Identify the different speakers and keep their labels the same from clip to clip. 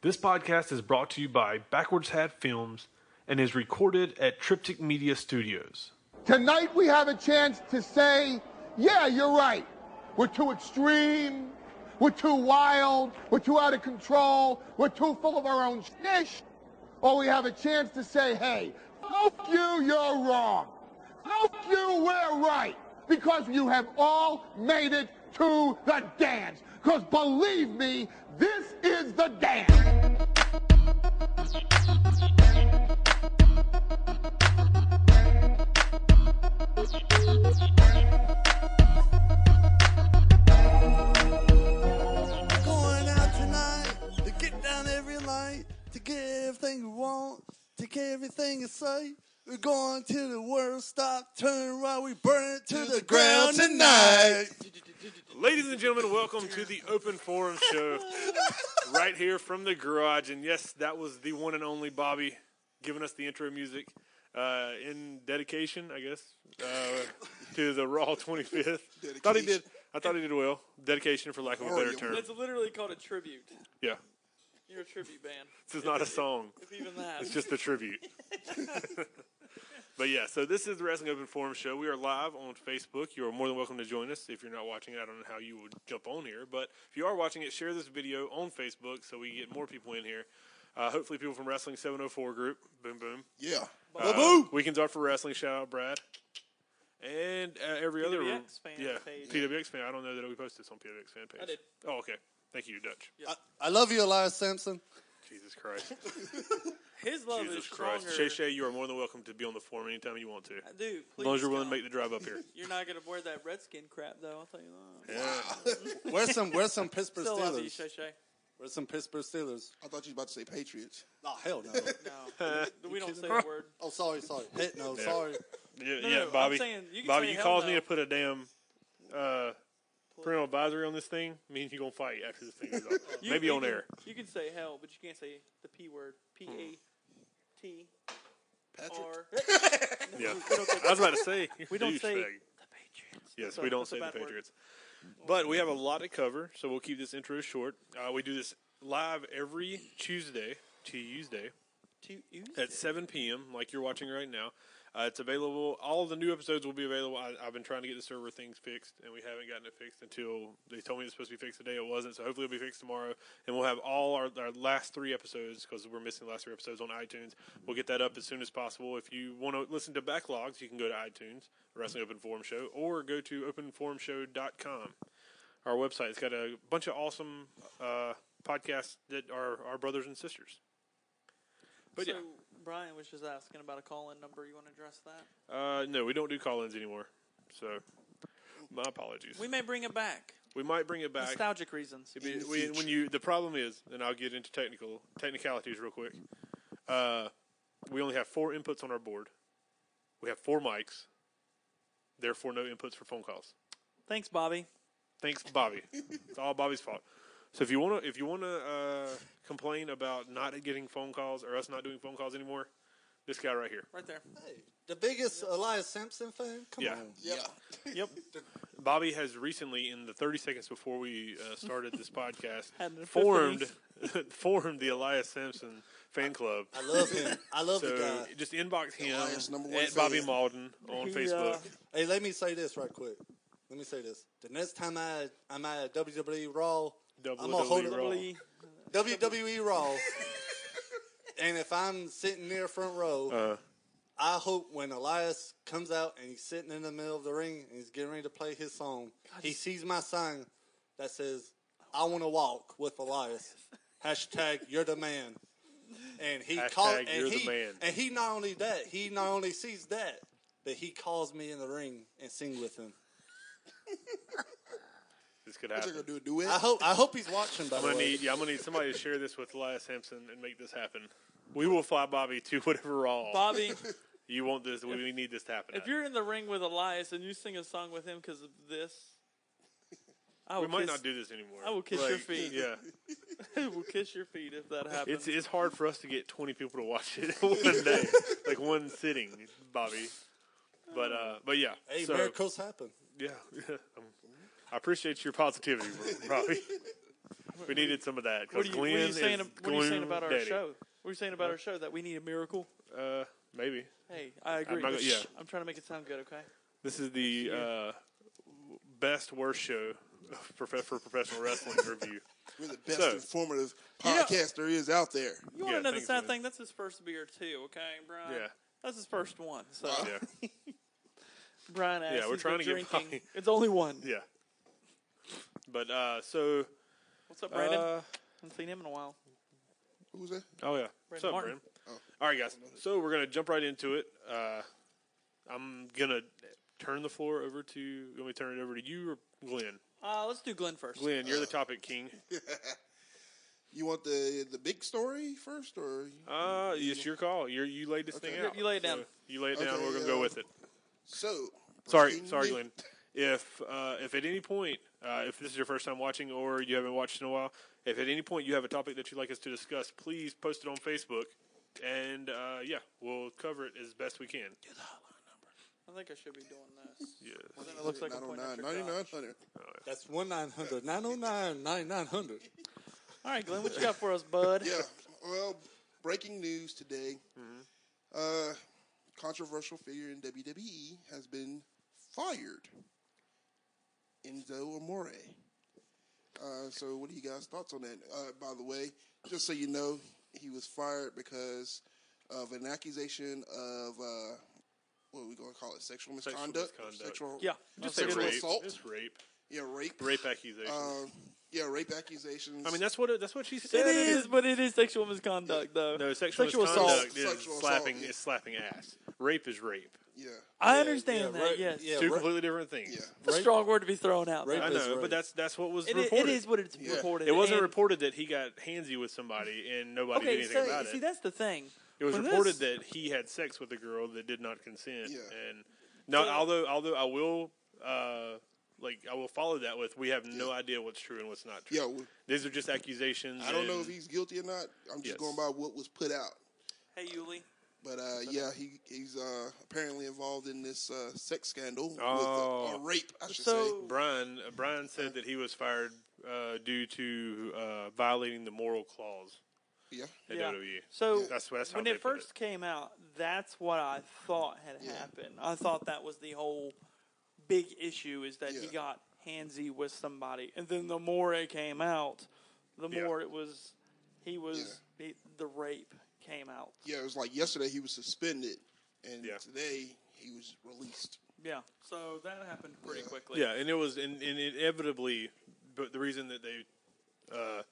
Speaker 1: This podcast is brought to you by Backwards Hat Films and is recorded at Triptych Media Studios.
Speaker 2: Tonight we have a chance to say, yeah, you're right. We're too extreme. We're too wild. We're too out of control. We're too full of our own shnish. Or we have a chance to say, hey, fuck you, you're wrong. Fuck you, we're right. Because you have all made it to the dance. Because believe me, this is the dance.
Speaker 3: Going out tonight to get down every light, to get everything you want, to get everything you say. We're going to the world stop, turn right, we burn it to, the, ground tonight.
Speaker 1: Ladies and gentlemen, welcome to the Open Forum Show right here from the garage. And yes, that was the one and only Bobby giving us the intro music uh, in dedication, I guess, uh, to the Raw 25th. Thought he did. I thought he did well. Dedication, for lack of a better term.
Speaker 4: That's literally called a tribute.
Speaker 1: Yeah.
Speaker 4: You're a tribute band.
Speaker 1: This is not a song.
Speaker 4: If even that.
Speaker 1: It's just the tribute. but yeah, so this is the Wrestling Open Forum show. We are live on Facebook. You are more than welcome to join us. If you're not watching it, I don't know how you would jump on here, but if you are watching it, share this video on Facebook so we get more people in here. Uh, hopefully, people from Wrestling 704 group. Boom, boom.
Speaker 3: Yeah.
Speaker 1: Uh,
Speaker 3: Boo-boo.
Speaker 1: Weekends are for wrestling. Shout out Brad. And uh, every other
Speaker 4: PWX fan
Speaker 1: yeah
Speaker 4: page.
Speaker 1: PWX fan. I don't know that we posted this on PWX fan page.
Speaker 4: I did.
Speaker 1: Oh, okay. Thank you, Dutch.
Speaker 3: I, I love you, Elias Sampson.
Speaker 1: Jesus Christ.
Speaker 4: His love
Speaker 1: Jesus
Speaker 4: is Oh, stronger.
Speaker 1: Christ. Shay Shay, you are more than welcome to be on the forum anytime you want to. As
Speaker 4: Dude, please.
Speaker 1: long as you're willing to
Speaker 4: don't.
Speaker 1: make the drive up here.
Speaker 4: You're not gonna wear that redskin crap though. I'll tell you that.
Speaker 3: Where's some Where's some Pittsburgh
Speaker 4: Still love you,
Speaker 3: Steelers?
Speaker 4: Shay Shay.
Speaker 3: Where's some Pittsburgh Steelers?
Speaker 5: I thought you was about to say Patriots.
Speaker 3: Oh hell no.
Speaker 4: No, we don't say a word.
Speaker 3: oh sorry, sorry. Hey, no, sorry.
Speaker 1: Yeah,
Speaker 4: No,
Speaker 1: yeah
Speaker 4: no, I'm
Speaker 1: Bobby.
Speaker 4: saying you can
Speaker 1: Bobby,
Speaker 4: say
Speaker 1: you
Speaker 4: hell
Speaker 1: caused
Speaker 4: no.
Speaker 1: me to put a damn uh, parental advisory on this thing. Means you're gonna fight after this thing is off.
Speaker 4: You-
Speaker 1: Maybe
Speaker 4: you
Speaker 1: on
Speaker 4: can-
Speaker 1: air. Hmm.
Speaker 4: You can say hell, but you can't say the p word. P a t r.
Speaker 1: Yeah,
Speaker 4: We don't say
Speaker 1: I was about to say
Speaker 4: We don't
Speaker 1: douchebag.
Speaker 4: say the Patriots.
Speaker 1: Yes,
Speaker 4: That's a-
Speaker 1: we don't
Speaker 4: that's a
Speaker 1: say the
Speaker 4: bad word.
Speaker 1: Patriots. But we have a lot to cover, so we'll keep this intro short. Uh, we do this live every Tuesday, Tuesday
Speaker 4: To you.
Speaker 1: at 7 p.m., like you're watching right now. Uh, it's available. All the new episodes will be available. I, I've been trying to get the server things fixed, and we haven't gotten it fixed until they told me it's supposed to be fixed today. It wasn't, so hopefully it'll be fixed tomorrow. And we'll have all our, our last three episodes because we're missing the last three episodes on iTunes. We'll get that up as soon as possible. If you want to listen to backlogs, you can go to iTunes, Wrestling Open Forum Show, or go to openforumshow.com our website. It's got a bunch of awesome uh, podcasts that are our brothers and sisters. But
Speaker 4: so,
Speaker 1: yeah.
Speaker 4: Brian was just asking about a call-in number. You want to address that?
Speaker 1: Uh, no, we don't do call-ins anymore. So, my apologies.
Speaker 4: We
Speaker 1: We,
Speaker 4: may bring it back.
Speaker 1: might bring it back.
Speaker 4: Nostalgic reasons.
Speaker 1: I mean, we- when you the problem is, and I'll get into technical technicalities real quick. Uh, we only have four inputs on our board. We have four mics. Therefore, no inputs for phone calls.
Speaker 4: Thanks, Bobby.
Speaker 1: Thanks, Bobby. it's all Bobby's fault. So if you wanna if you wanna uh, complain about not getting phone calls or us not doing phone calls anymore, this guy right here.
Speaker 4: Right there.
Speaker 3: The biggest Elias Sampson fan? Come
Speaker 1: Yeah.
Speaker 3: on.
Speaker 5: Yeah.
Speaker 1: Yep. Bobby has recently, in the 30 seconds before we uh, started this podcast,
Speaker 4: Had an
Speaker 1: formed formed the Elias Sampson fan club.
Speaker 3: I love him. I love the
Speaker 1: So
Speaker 3: guy.
Speaker 1: just inbox him
Speaker 5: Elias, number one
Speaker 1: at Bobby
Speaker 5: fan.
Speaker 1: Malden on
Speaker 4: He,
Speaker 1: Facebook.
Speaker 4: uh,
Speaker 3: Hey, let me say this right quick. Let me say this. The next time I I'm at WWE Raw, I'm gonna hold
Speaker 1: WWE
Speaker 3: it
Speaker 1: Raw.
Speaker 4: Probably
Speaker 3: WWE E Raw, and if I'm sitting near front row,
Speaker 1: Uh-huh.
Speaker 3: I hope when Elias comes out and he's sitting in the middle of the ring and he's getting ready to play his song, he sees my sign that says "I want to walk with Elias." Hashtag You're the man. And he
Speaker 1: Hashtag
Speaker 3: called, and
Speaker 1: you're the
Speaker 3: he,
Speaker 1: man.
Speaker 3: and he not only that, he not only sees that, but he calls me in the ring and sing with him.
Speaker 1: This could
Speaker 5: They're
Speaker 1: happen.
Speaker 5: gonna do a duet.
Speaker 3: I hope I hope he's watching. By
Speaker 1: I'm
Speaker 3: the
Speaker 1: gonna
Speaker 3: way,
Speaker 1: need yeah, I'm gonna need somebody to share this with Elias Sampson and make this happen. We will fly Bobby to whatever Raw
Speaker 4: Bobby.
Speaker 1: you want this. We we need this to happen.
Speaker 4: if
Speaker 1: at.
Speaker 4: you're in the ring with Elias and you sing a song with him because of this, I will
Speaker 1: we might
Speaker 4: kiss,
Speaker 1: not do this anymore.
Speaker 4: I will kiss your
Speaker 5: Right.
Speaker 4: feet.
Speaker 1: yeah,
Speaker 4: I will kiss your feet if that happens.
Speaker 1: it's it's hard for us to get 20 people to watch it in one day, like one sitting, Bobby. But uh, but yeah,
Speaker 3: hey,
Speaker 1: so,
Speaker 3: miracles happen.
Speaker 1: yeah. um, I appreciate your positivity, bro- Bobby.
Speaker 6: We needed some of that.
Speaker 4: What
Speaker 6: 'cause
Speaker 4: are you, what are you
Speaker 6: Glenn is
Speaker 4: saying? What are you saying
Speaker 6: gloom
Speaker 4: about our
Speaker 6: daddy.
Speaker 4: show? What are you saying about our show that we need a miracle?
Speaker 6: Uh, maybe
Speaker 4: Hey, I agree.
Speaker 6: not gonna- yeah.
Speaker 4: I'm trying to make it sound good. Okay.
Speaker 6: this is the uh, best worst show for, for professional wrestling review.
Speaker 7: We're the best
Speaker 6: So-
Speaker 7: informative
Speaker 4: You know-
Speaker 7: podcast there is out there.
Speaker 4: You want
Speaker 6: Yeah,
Speaker 4: to know the
Speaker 6: thanks,
Speaker 4: sad
Speaker 6: man.
Speaker 4: thing? That's his first beer too. Okay, Brian.
Speaker 6: Yeah.
Speaker 4: That's his first one. So
Speaker 6: Yeah,
Speaker 4: Brian asked.
Speaker 6: Yeah, we're
Speaker 4: he's
Speaker 6: trying
Speaker 4: been
Speaker 6: to get
Speaker 4: drinking.
Speaker 6: Bobby-
Speaker 4: It's only one.
Speaker 6: yeah. But uh, so
Speaker 4: What's up, Brandon?
Speaker 6: uh,
Speaker 4: haven't seen him in a while.
Speaker 7: Who's that?
Speaker 6: Oh yeah. What's up,
Speaker 4: Martin.
Speaker 6: Brandon? All right, guys. So we're gonna jump right into it. Uh, I'm gonna turn the floor over to. You want me to turn it over to you or Glenn?
Speaker 4: Uh, let's do Glenn first.
Speaker 6: Glenn, you're the topic king.
Speaker 7: You want the the big story first, or
Speaker 6: Uh, it's your call. You you laid this thing
Speaker 4: You-
Speaker 6: out.
Speaker 4: you lay it down.
Speaker 6: So you lay it down.
Speaker 7: Okay,
Speaker 6: we're gonna
Speaker 7: yeah.
Speaker 6: go with it.
Speaker 7: so?
Speaker 6: Sorry,
Speaker 7: proceeding
Speaker 6: sorry,
Speaker 7: with-
Speaker 6: Glenn. If uh, if at any point, uh, if this is your first time watching or you haven't watched in a while, if at any point you have a topic that you'd like us to discuss, please post it on Facebook, and uh, yeah, we'll cover it as best we can.
Speaker 4: I think I should be doing this.
Speaker 6: Yes.
Speaker 4: Well, then it looks like I'm pointing at
Speaker 7: 909,
Speaker 4: your cock.
Speaker 7: 9900.
Speaker 3: That's 1 900 909 9900.
Speaker 4: All right, Glenn, what you got for us, bud?
Speaker 7: Yeah. Well, breaking news today. Uh, controversial figure in WWE has been fired. Enzo Amore. Uh, so, what do you guys' thoughts on that? Uh, by the way, just so you know, he was fired because of an accusation of uh, what are we going to call it? Sexual misconduct.
Speaker 6: misconduct.
Speaker 7: Sexual.
Speaker 4: Yeah.
Speaker 7: Just
Speaker 4: I'll say
Speaker 7: sexual
Speaker 4: rape.
Speaker 7: assault.
Speaker 6: It's rape.
Speaker 7: Yeah, rape.
Speaker 6: Rape accusations.
Speaker 7: Um, yeah, rape accusations.
Speaker 6: I mean, that's what it, that's what she said.
Speaker 4: It is, but it is sexual misconduct, though.
Speaker 6: No, sexual,
Speaker 4: assault.
Speaker 6: misconduct is
Speaker 7: Sexual assault,
Speaker 6: slapping
Speaker 7: yeah.
Speaker 6: is slapping ass. Rape is rape.
Speaker 7: yeah.
Speaker 4: I
Speaker 3: Yeah,
Speaker 4: understand
Speaker 3: yeah,
Speaker 4: that.
Speaker 3: right,
Speaker 4: yes,
Speaker 3: yeah.
Speaker 6: Two
Speaker 3: ra-
Speaker 6: completely different things.
Speaker 7: Yeah.
Speaker 4: it's a strong word to be thrown out.
Speaker 3: Rape
Speaker 4: though.
Speaker 6: I
Speaker 3: is
Speaker 6: know,
Speaker 3: rape.
Speaker 6: but that's that's what was
Speaker 4: It, i- it
Speaker 6: reported.
Speaker 4: is what it's
Speaker 7: Yeah.
Speaker 4: reported.
Speaker 6: It wasn't
Speaker 4: and-
Speaker 6: reported that he got handsy with somebody and nobody
Speaker 4: Okay,
Speaker 6: did
Speaker 4: so
Speaker 6: anything about
Speaker 4: see,
Speaker 6: it.
Speaker 4: that's the thing.
Speaker 6: It was
Speaker 4: When
Speaker 6: reported
Speaker 4: this-
Speaker 6: that he had sex with a girl that did not consent.
Speaker 7: Yeah.
Speaker 6: And no,
Speaker 4: Yeah.
Speaker 6: although although I will uh, like I will follow that with we have no idea what's true and what's not true.
Speaker 7: Yeah. w-
Speaker 6: These are just accusations.
Speaker 7: I don't know if
Speaker 6: and-
Speaker 7: he's guilty or not. I'm just
Speaker 6: Yes.
Speaker 7: going by what was put out.
Speaker 4: Hey, Yuli.
Speaker 7: But uh, yeah, he he's uh, apparently involved in this uh, sex scandal
Speaker 6: Oh.
Speaker 7: with uh, or rape, I should
Speaker 4: So-
Speaker 6: Brian uh, Brian said that he was fired uh, due to uh, violating the moral clause
Speaker 7: say. Yeah,
Speaker 6: at
Speaker 4: Yeah.
Speaker 6: WWE.
Speaker 4: So
Speaker 6: That's- that's how
Speaker 4: when
Speaker 6: they
Speaker 4: it
Speaker 6: put
Speaker 4: first came out, that's what I thought had happened. I thought that was the whole big issue is that he
Speaker 7: Yeah.
Speaker 4: got handsy with somebody, and then the more it came out, the
Speaker 6: Yeah.
Speaker 4: more it was he was he, the rape came out.
Speaker 7: yeah. It was like yesterday he was suspended, and
Speaker 6: Yeah.
Speaker 7: today he was released.
Speaker 4: Yeah, so that happened pretty quickly.
Speaker 6: Yeah, and it was and, and inevitably, but the reason that they uh,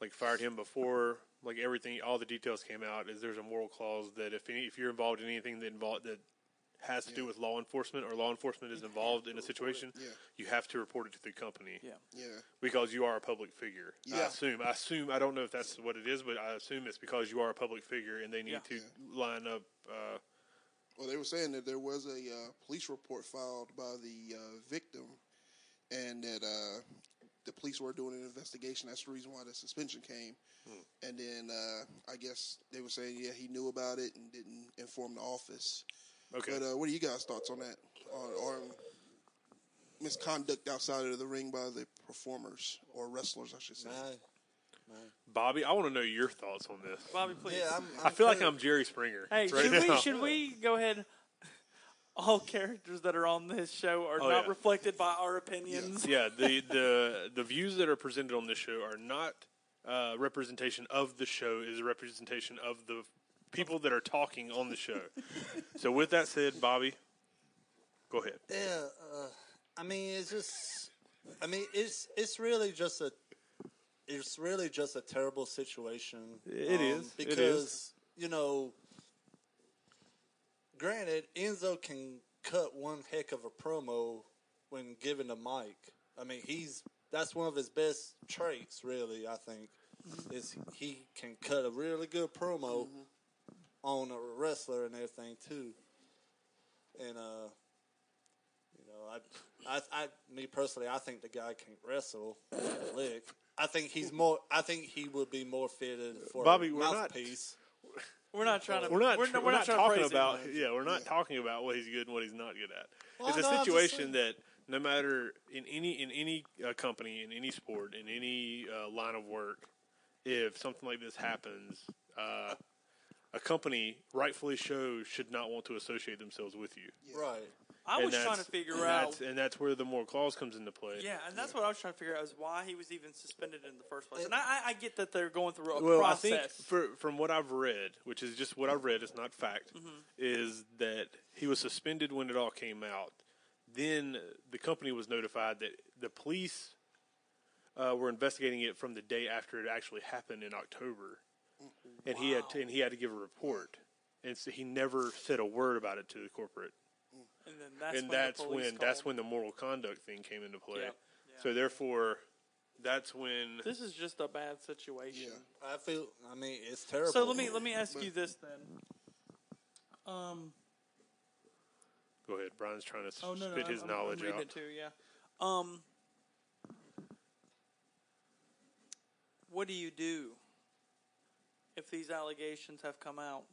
Speaker 6: like fired him before like everything, all the details came out is there's a moral clause that if any, if you're involved in anything that involved that has to do with law enforcement or law enforcement is involved in a situation,
Speaker 7: Yeah.
Speaker 6: you have to report it to the company.
Speaker 4: yeah.
Speaker 7: Yeah,
Speaker 6: because you are a public figure. I
Speaker 7: Yeah.
Speaker 6: assume. I assume. I don't know if that's what it is, but I assume it's because you are a public figure and they need
Speaker 4: Yeah.
Speaker 6: to line up. Uh,
Speaker 7: well, they were saying that there was a uh, police report filed by the uh, victim, and that uh, the police were doing an investigation. That's the reason why the suspension came.
Speaker 6: Hmm.
Speaker 7: And then uh, I guess they were saying, yeah, he knew about it and didn't inform the office.
Speaker 6: okay.
Speaker 7: But uh, what are you guys' thoughts on that? On, on misconduct outside of the ring by the performers or wrestlers, I should say.
Speaker 6: Bobby, I want to know your thoughts on this.
Speaker 4: Bobby, please.
Speaker 3: Yeah, I'm,
Speaker 6: I feel like
Speaker 3: kinda-
Speaker 6: I'm Jerry Springer.
Speaker 4: Hey,
Speaker 6: right
Speaker 4: should
Speaker 6: now.
Speaker 4: we should we go ahead? All characters that are on this show are
Speaker 6: Oh,
Speaker 4: not
Speaker 6: yeah.
Speaker 4: reflected by our opinions.
Speaker 6: yeah, the, the the views that are presented on this show are not uh, representation of the show. Is a representation of the people that are talking on the show. so, with that said, Bobby, go ahead.
Speaker 3: Yeah, uh, I mean, it's just, I mean, it's it's really just a, it's really just a terrible situation.
Speaker 6: It
Speaker 3: It is
Speaker 6: is, it is.
Speaker 3: because you know, granted, Enzo can cut one heck of a promo when given a mic. I mean, he's that's one of his best traits, really. I think is he can cut a really good promo
Speaker 6: Mm-hmm.
Speaker 3: on a wrestler and everything too. And uh, you know, I, I, I, me personally, I think the guy can't wrestle. a Lick. I think he's more. I think he would be more fitted for
Speaker 6: Bobby,
Speaker 3: a
Speaker 6: we're not-
Speaker 3: mouthpiece.
Speaker 4: We're not trying to.
Speaker 6: We're not.
Speaker 4: We're,
Speaker 6: tr-
Speaker 4: not, we're not trying to
Speaker 6: talking
Speaker 4: praise
Speaker 6: about.
Speaker 4: anyone.
Speaker 6: Yeah, we're not talking about what he's good and what he's not good at.
Speaker 3: Well,
Speaker 6: it's a
Speaker 3: no, I'm just
Speaker 6: situation that no matter in any in any uh, company in any sport in any uh, line of work, if something like this happens, uh, a company rightfully so should not want to associate themselves with you.
Speaker 3: Right.
Speaker 4: I
Speaker 6: And
Speaker 4: was trying to
Speaker 6: that's-
Speaker 4: figure
Speaker 6: and
Speaker 4: out.
Speaker 6: that's, and that's where the moral clause comes into play.
Speaker 4: Yeah, and that's what I was trying to figure out is why he was even suspended in the first place. And I, I, I get that they're going through a
Speaker 6: well,
Speaker 4: process.
Speaker 6: I think for, from what I've read, which is just what I've read, it's not fact,
Speaker 4: Mm-hmm.
Speaker 6: is that he was suspended when it all came out. Then the company was notified that the police uh, were investigating it from the day after it actually happened in October, and he had to, and he had to give a report, and so he never said a word about it to the corporate,
Speaker 4: and then that's
Speaker 6: and
Speaker 4: when
Speaker 6: that's
Speaker 4: the
Speaker 6: when
Speaker 4: police
Speaker 6: that's
Speaker 4: called.
Speaker 6: when the moral conduct thing came into play.
Speaker 4: Yeah.
Speaker 6: So therefore, that's when
Speaker 4: This is just a bad situation.
Speaker 3: I feel. I mean, it's terrible.
Speaker 4: So let me let me ask you this then. Um.
Speaker 6: go ahead. Brian's trying to s-
Speaker 4: Oh no, no
Speaker 6: spit
Speaker 4: I'm-
Speaker 6: his
Speaker 4: I'm,
Speaker 6: knowledge
Speaker 4: I'm reading
Speaker 6: out.
Speaker 4: it too. Yeah. Um. What do you do if these allegations have come out?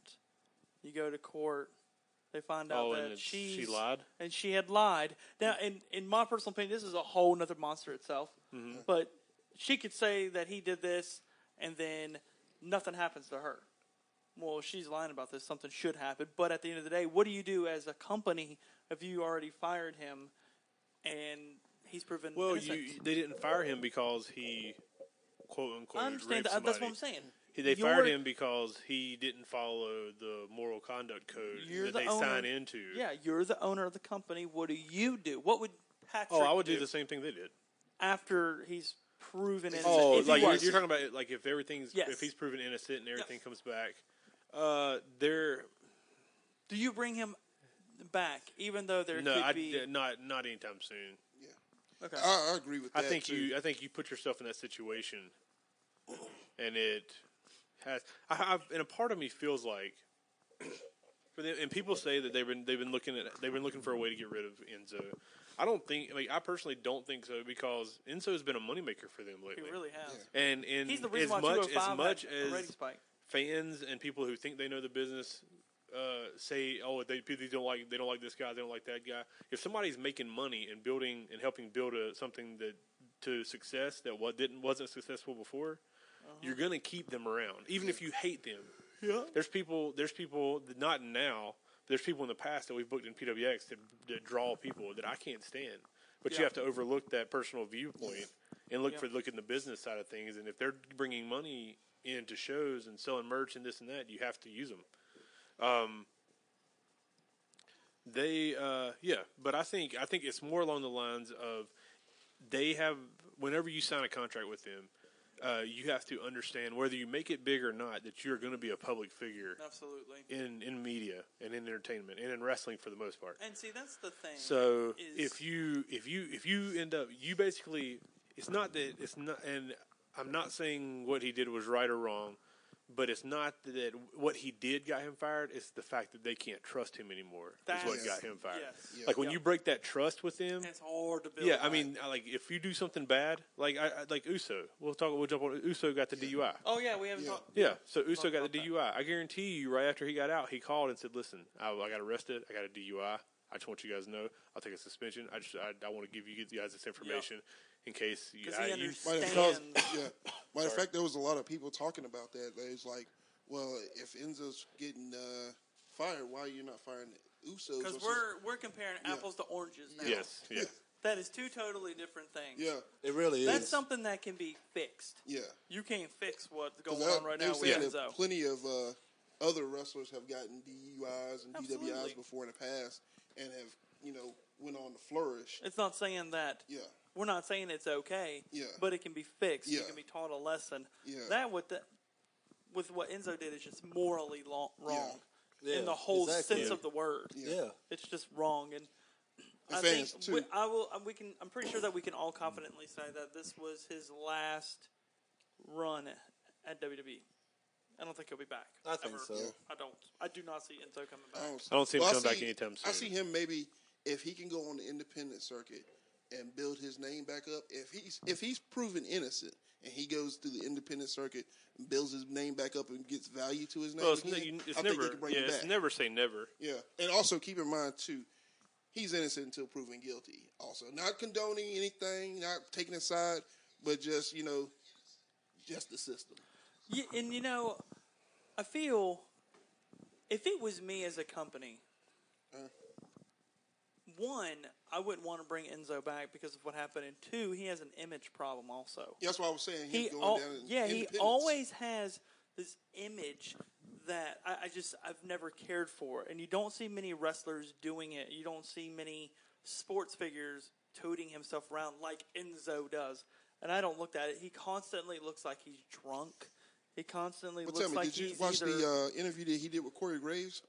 Speaker 4: You go to court. They find out
Speaker 6: Oh,
Speaker 4: that
Speaker 6: and it's-
Speaker 4: she's,
Speaker 6: she lied?
Speaker 4: and she had lied. Now, in in my personal opinion, this is a whole nother monster itself.
Speaker 6: Mm-hmm.
Speaker 4: But she could say that he did this, and then nothing happens to her well, she's lying about this. Something should happen. But at the end of the day, what do you do as a company if you already fired him and he's proven
Speaker 6: Well, you,
Speaker 4: innocent?
Speaker 6: they didn't fire him because he, quote unquote,
Speaker 4: I understand
Speaker 6: raped
Speaker 4: that. That's what I'm
Speaker 6: somebody.
Speaker 4: saying.
Speaker 6: He- They
Speaker 4: You're-
Speaker 6: fired him because he didn't follow the moral conduct code
Speaker 4: You're
Speaker 6: that
Speaker 4: the
Speaker 6: they
Speaker 4: owner.
Speaker 6: sign into.
Speaker 4: Yeah, you're the owner of the company. What do you do? What would Patrick?
Speaker 6: Oh, I would do the same thing they did.
Speaker 4: after he's proven innocent.
Speaker 6: Oh,
Speaker 4: If he
Speaker 6: like you're,
Speaker 4: was.
Speaker 6: you're talking about it, like if everything's
Speaker 4: Yes.
Speaker 6: if he's proven innocent and everything comes back, uh, there
Speaker 4: do you bring him back even though there
Speaker 6: no,
Speaker 4: could
Speaker 6: I,
Speaker 4: be?
Speaker 6: not not anytime soon.
Speaker 4: Okay.
Speaker 7: I, I agree with
Speaker 6: I
Speaker 7: that.
Speaker 6: think
Speaker 7: too.
Speaker 6: you I think you put yourself in that situation, and it has. I, I've, and a part of me feels like for them. And people say that they've been they've been looking at they've been looking for a way to get rid of Enzo. I don't think. I mean, I personally don't think so because Enzo has been a moneymaker for them
Speaker 4: he
Speaker 6: lately.
Speaker 4: really has.
Speaker 6: And and
Speaker 4: He's the
Speaker 6: as
Speaker 4: reason why
Speaker 6: much
Speaker 4: 205
Speaker 6: as much
Speaker 4: had a
Speaker 6: as
Speaker 4: rating spike.
Speaker 6: fans and people who think they know the business uh, say, "Oh, they, people don't like they don't like this guy, they don't like that guy." If somebody's making money and building and helping build a, something that to success that what didn't wasn't successful before, you're gonna keep them around, even if you hate them. Yeah. There's people. There's people. that- Not now. but There's people in the past that we've booked in PWX that, that draw people that I can't stand. But you
Speaker 4: Yeah.
Speaker 6: have to overlook that personal viewpoint and look for look at the business side of things. And if they're bringing money into shows and selling merch and this and that, you have to use them. Um, they, uh, yeah. But I think I think it's more along the lines of they have whenever you sign a contract with them, uh, you have to understand whether you make it big or not that you're going to be a public figure
Speaker 4: Absolutely.
Speaker 6: in in media and in entertainment and in wrestling for the most part.
Speaker 4: And see, that's the thing.
Speaker 6: So
Speaker 4: is-
Speaker 6: if you if you if you end up you basically it's not that it's not and I'm not saying what he did was right or wrong, but it's not that what he did got him fired. It's the fact that they can't trust him anymore. That's what
Speaker 4: That's-
Speaker 6: got him fired.
Speaker 4: yes.
Speaker 6: Like when you break that trust with them,
Speaker 4: it's hard to build.
Speaker 6: yeah, I
Speaker 4: that.
Speaker 6: mean, I- like if you do something bad, like I, I like Uso, we'll talk. We'll jump on Uso got the DUI.
Speaker 4: Oh yeah, we haven't talked.
Speaker 6: Yeah, so Uso got
Speaker 4: about
Speaker 6: the
Speaker 4: that.
Speaker 6: DUI. I guarantee you, right after he got out, he called and said, "Listen, I, I got arrested. I got a DUI. I just want you guys to know. I'll take a suspension. I just I, I want to give you guys this information in case you,
Speaker 4: 'Cause
Speaker 6: I,
Speaker 4: he
Speaker 6: you
Speaker 7: Matter of
Speaker 4: understands.
Speaker 7: fact- yeah. Matter of fact, there was a lot of people talking about that. They was like, "Well, if Enzo's getting uh, fired, why are you not firing Usos?"
Speaker 4: Because
Speaker 7: or some-
Speaker 4: we're we're comparing apples to oranges now.
Speaker 6: yes, yeah,
Speaker 4: That is two totally different things.
Speaker 7: yeah,
Speaker 3: It really
Speaker 4: That's
Speaker 3: is.
Speaker 4: something that can be fixed.
Speaker 7: yeah.
Speaker 4: You can't fix what's
Speaker 7: 'Cause
Speaker 4: going
Speaker 7: I-
Speaker 4: on right
Speaker 7: they
Speaker 4: now
Speaker 7: said
Speaker 4: with
Speaker 7: that
Speaker 4: Enzo.
Speaker 7: Plenty of uh, other wrestlers have gotten DUIs and
Speaker 4: Absolutely.
Speaker 7: DWIs before in the past, and have you know went on to flourish.
Speaker 4: It's not saying that
Speaker 7: Yeah,
Speaker 4: we're not saying it's okay,
Speaker 7: Yeah.
Speaker 4: but it can be fixed. You
Speaker 7: Yeah.
Speaker 4: can be taught a lesson.
Speaker 7: Yeah.
Speaker 4: That with the, with what Enzo did is just morally lo- wrong
Speaker 3: Yeah,
Speaker 4: in the whole
Speaker 3: exactly.
Speaker 4: sense of the word.
Speaker 3: Yeah.
Speaker 4: It's just wrong and.
Speaker 7: In
Speaker 4: I
Speaker 7: fairness,
Speaker 4: think
Speaker 7: too-
Speaker 4: we, I will. uh, We can. I'm pretty sure that we can all confidently say that this was his last run at WWE. I don't think he'll be back.
Speaker 3: I think so. Yeah.
Speaker 4: I don't. I do not see Enzo coming back.
Speaker 6: I don't see him
Speaker 7: Oh, Well,
Speaker 6: coming back
Speaker 7: see-
Speaker 6: anytime
Speaker 7: I
Speaker 6: soon.
Speaker 7: see him maybe if he can go on the independent circuit and build his name back up. If he's if he's proven innocent and he goes through the independent circuit and builds his name back up and gets value to his name,
Speaker 6: Well, it's,
Speaker 7: again,
Speaker 6: ne- you- it's
Speaker 7: I think they
Speaker 6: never,
Speaker 7: can bring
Speaker 6: yeah,
Speaker 7: him
Speaker 6: it's
Speaker 7: back.
Speaker 6: never say never.
Speaker 7: yeah, and also keep in mind too, he's innocent until proven guilty. Also, not condoning anything, not taking a side, but just you know, just the system.
Speaker 4: Y and you know, I feel if it was me as a company, one, I wouldn't want to bring Enzo back because of what happened, and two, he has an image problem also.
Speaker 7: That's why I was saying he's
Speaker 4: He,
Speaker 7: going
Speaker 4: al-
Speaker 7: down. in
Speaker 4: yeah, he
Speaker 7: independence.
Speaker 4: always has this image that I, I just I've never cared for, and you don't see many wrestlers doing it. You don't see many sports figures toting himself around like Enzo does, and I don't look at it. He constantly looks like he's drunk. He constantly
Speaker 7: But
Speaker 4: looks
Speaker 7: tell me,
Speaker 4: like
Speaker 7: did you
Speaker 4: he's
Speaker 7: watch
Speaker 4: either,
Speaker 7: the uh, interview that he did with Corey Graves?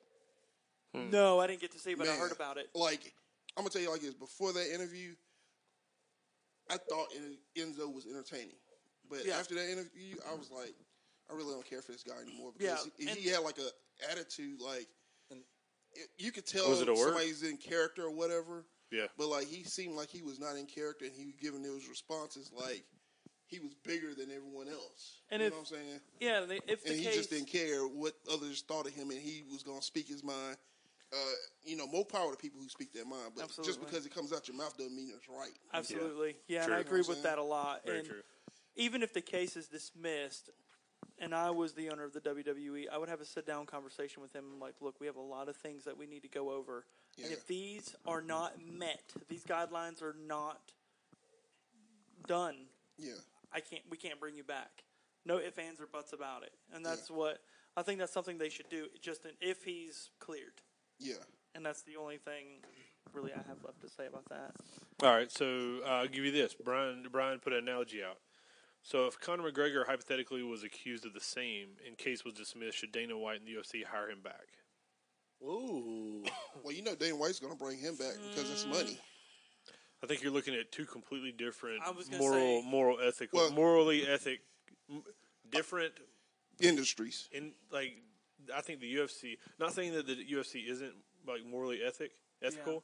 Speaker 4: No, I didn't get to see, but I
Speaker 7: Man,
Speaker 4: heard about it.
Speaker 7: Like, I'm gonna tell you like this: before that interview, I thought En- Enzo was entertaining, but
Speaker 4: Yeah.
Speaker 7: after that interview, I was like, I really don't care for this guy anymore because
Speaker 4: Yeah,
Speaker 7: he, he had like a attitude like. it- You could tell
Speaker 6: Was it a word?
Speaker 7: somebody's in character or whatever.
Speaker 6: Yeah.
Speaker 7: But like he seemed like he was not in character, and he was giving those responses like he was bigger than everyone else.
Speaker 4: And
Speaker 7: you
Speaker 4: if-
Speaker 7: know what I'm saying?
Speaker 4: Yeah, and if the
Speaker 7: and he
Speaker 4: case,
Speaker 7: just didn't care what others thought of him, and he was going to speak his mind. Uh, you know, more power to people who speak their mind, but just
Speaker 4: Absolutely.
Speaker 7: because it comes out your mouth doesn't mean it's right.
Speaker 4: Absolutely. Yeah, and I
Speaker 6: True.
Speaker 4: agree with
Speaker 7: Mm-hmm.
Speaker 4: that a lot.
Speaker 6: Very
Speaker 4: and
Speaker 6: true.
Speaker 4: even if the case is dismissed and I was the owner of the WWE, I would have a sit down conversation with him. I'm like, look, we have a lot of things that we need to go over. And if these are
Speaker 7: Mm-hmm.
Speaker 4: not met, these guidelines are not done,
Speaker 7: Yeah,
Speaker 4: I can't we can't bring you back. No ifs, ands, or buts about it. And that's what I think that's something they should do, just in, if he's cleared.
Speaker 7: yeah.
Speaker 4: And that's the only thing really I have left to say about that.
Speaker 6: All right, so uh, I'll give you this. Brian Brian put an analogy out. So if Conor McGregor hypothetically was accused of the same and case was dismissed, should Dana White and the UFC hire him back?
Speaker 3: Ooh.
Speaker 7: Well, you know, Dane White's going to bring him back because it's money.
Speaker 6: I think you're looking at two completely different
Speaker 4: I was gonna
Speaker 6: moral
Speaker 4: say-
Speaker 6: moral ethical
Speaker 7: Well-
Speaker 6: morally ethic m- different
Speaker 4: Mm.
Speaker 7: Industries.
Speaker 6: in like I think the UFC. Not saying that the UFC isn't like morally ethic ethical,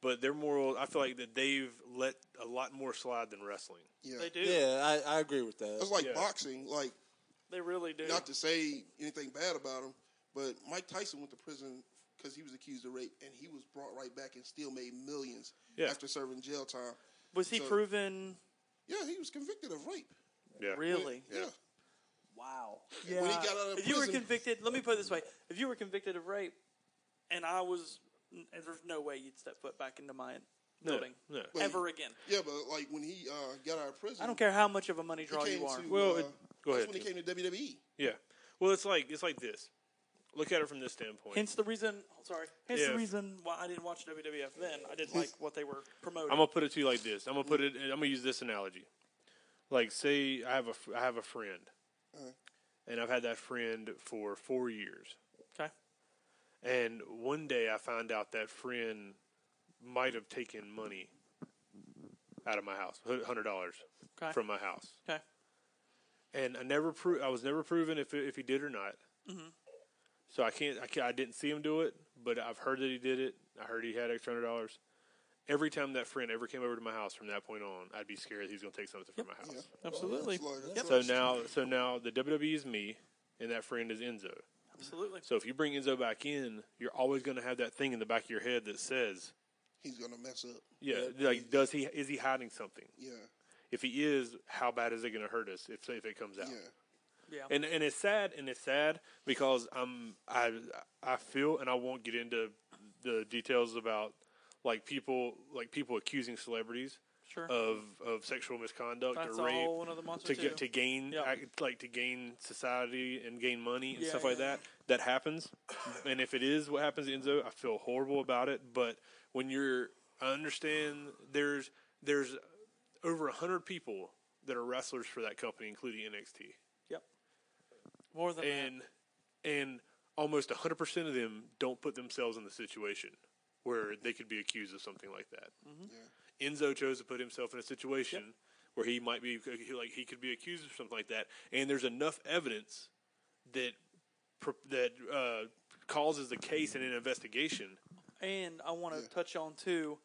Speaker 6: but their moral. I feel like that they've let a lot more slide than wrestling.
Speaker 7: Yeah,
Speaker 4: They do.
Speaker 3: Yeah, I, I agree with that.
Speaker 7: it's like
Speaker 6: Yeah.
Speaker 7: boxing. Like,
Speaker 4: They really do.
Speaker 7: not to say anything bad about him, but Mike Tyson went to prison because he was accused of rape, and he was brought right back and still made millions
Speaker 6: Yeah.
Speaker 7: after serving jail time.
Speaker 4: Was he
Speaker 7: So-
Speaker 4: proven
Speaker 7: Yeah, he was convicted of rape.
Speaker 6: Yeah,
Speaker 4: really?
Speaker 7: Yeah.
Speaker 4: Wow.
Speaker 7: When he got out of
Speaker 4: if you were
Speaker 7: prison,
Speaker 4: convicted, let me put it this way: if you were convicted of rape, and I was, n- there's no way you'd step foot back into my building
Speaker 6: no.
Speaker 4: ever again.
Speaker 7: Yeah, but like when he uh, got out of prison,
Speaker 4: I don't care how much of a money
Speaker 7: He
Speaker 4: draw
Speaker 7: came
Speaker 4: you are.
Speaker 7: to,
Speaker 6: Well,
Speaker 7: uh,
Speaker 6: it- go
Speaker 7: that's
Speaker 6: ahead,
Speaker 7: when he
Speaker 6: Tim.
Speaker 7: came to E. WWE.
Speaker 6: Yeah. Well, it's like it's like this. Look at it from this standpoint.
Speaker 4: Hence the reason. oh, Sorry. Hence
Speaker 6: Yeah.
Speaker 4: the reason why I didn't watch WWF then. I didn't like what they were promoting.
Speaker 6: I'm gonna put it to you like this. I'm gonna put it. I'm gonna use this analogy. Like, say I have a fr- I have a friend, and I've had that friend for four years,
Speaker 4: okay.
Speaker 6: and one day I find out that friend might have taken money out of my house, hundred dollars
Speaker 4: Okay.
Speaker 6: from my house,
Speaker 4: Okay.
Speaker 6: and I never pro- I was never proven if if he did or not. So I can't, I can't I didn't see him do it, but I've heard that he did it. I heard he had extra hundred dollars. Every time that friend ever came over to my house from that point on, I'd be scared he's going to take something from my house.
Speaker 4: Absolutely.
Speaker 7: It's like-
Speaker 4: Yep.
Speaker 6: So now, so now the WWE is me, and that friend is Enzo.
Speaker 4: Absolutely.
Speaker 6: So if you bring Enzo back in, you're always going to have that thing in the back of your head that says,
Speaker 7: He's gonna mess up.
Speaker 6: "Yeah, like does he is he hiding something?
Speaker 7: Yeah,
Speaker 6: If he is, how bad is it going to hurt us if if it comes out?"
Speaker 7: yeah.
Speaker 4: Yeah.
Speaker 6: and and it's sad and it's sad because I'm I I feel and I won't get into the details about like people like people accusing celebrities
Speaker 4: Sure.
Speaker 6: of of sexual misconduct
Speaker 4: That's
Speaker 6: or uh, rape
Speaker 4: all one of the monster
Speaker 6: to get
Speaker 4: too.
Speaker 6: to gain
Speaker 4: Yeah.
Speaker 6: ac- like to gain society and gain money and
Speaker 4: Yeah,
Speaker 6: stuff like
Speaker 4: yeah.
Speaker 6: that that happens and if it is what happens to Enzo I feel horrible about it but when you're I understand there's there's over a hundred people that are wrestlers for that company including NXT
Speaker 4: Yep. More than that.
Speaker 6: and and almost 100% of them don't put themselves in the situation where they could be accused of something like that. Enzo chose to put himself in a situation where he might be like he could be accused of something like that and there's enough evidence that pr- that uh, causes the case in an investigation.
Speaker 4: And I want to touch on too.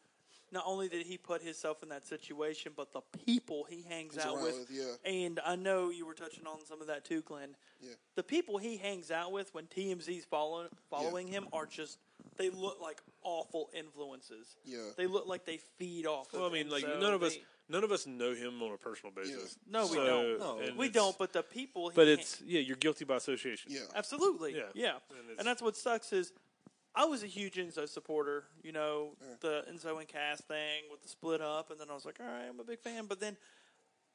Speaker 4: Not only did he put himself in that situation, but the people he hangs out
Speaker 7: around
Speaker 4: with.
Speaker 7: with, yeah.
Speaker 4: And I know you were touching on some of that too, Glenn.
Speaker 7: Yeah.
Speaker 4: The people he hangs out with when TMZ's follow, following him are just they look like awful influences.
Speaker 7: Yeah.
Speaker 4: They look like they feed off.
Speaker 6: Well, I
Speaker 4: of
Speaker 6: mean,
Speaker 4: him,
Speaker 6: like
Speaker 4: so
Speaker 6: none of us,
Speaker 4: they-
Speaker 6: none of us know him on a personal basis.
Speaker 4: No, we
Speaker 6: So-
Speaker 4: don't.
Speaker 6: No. and
Speaker 4: we
Speaker 6: it's-
Speaker 4: don't. But the people. He
Speaker 6: But
Speaker 4: can't-
Speaker 6: it's yeah, you're guilty by association.
Speaker 7: Yeah.
Speaker 4: Absolutely.
Speaker 6: Yeah.
Speaker 4: Yeah.
Speaker 6: And
Speaker 4: And,
Speaker 6: it's-
Speaker 4: that's what sucks is I was a huge Enzo supporter, you know, the Enzo and Cass thing with the split up and then I was like, All right, I'm a big fan but then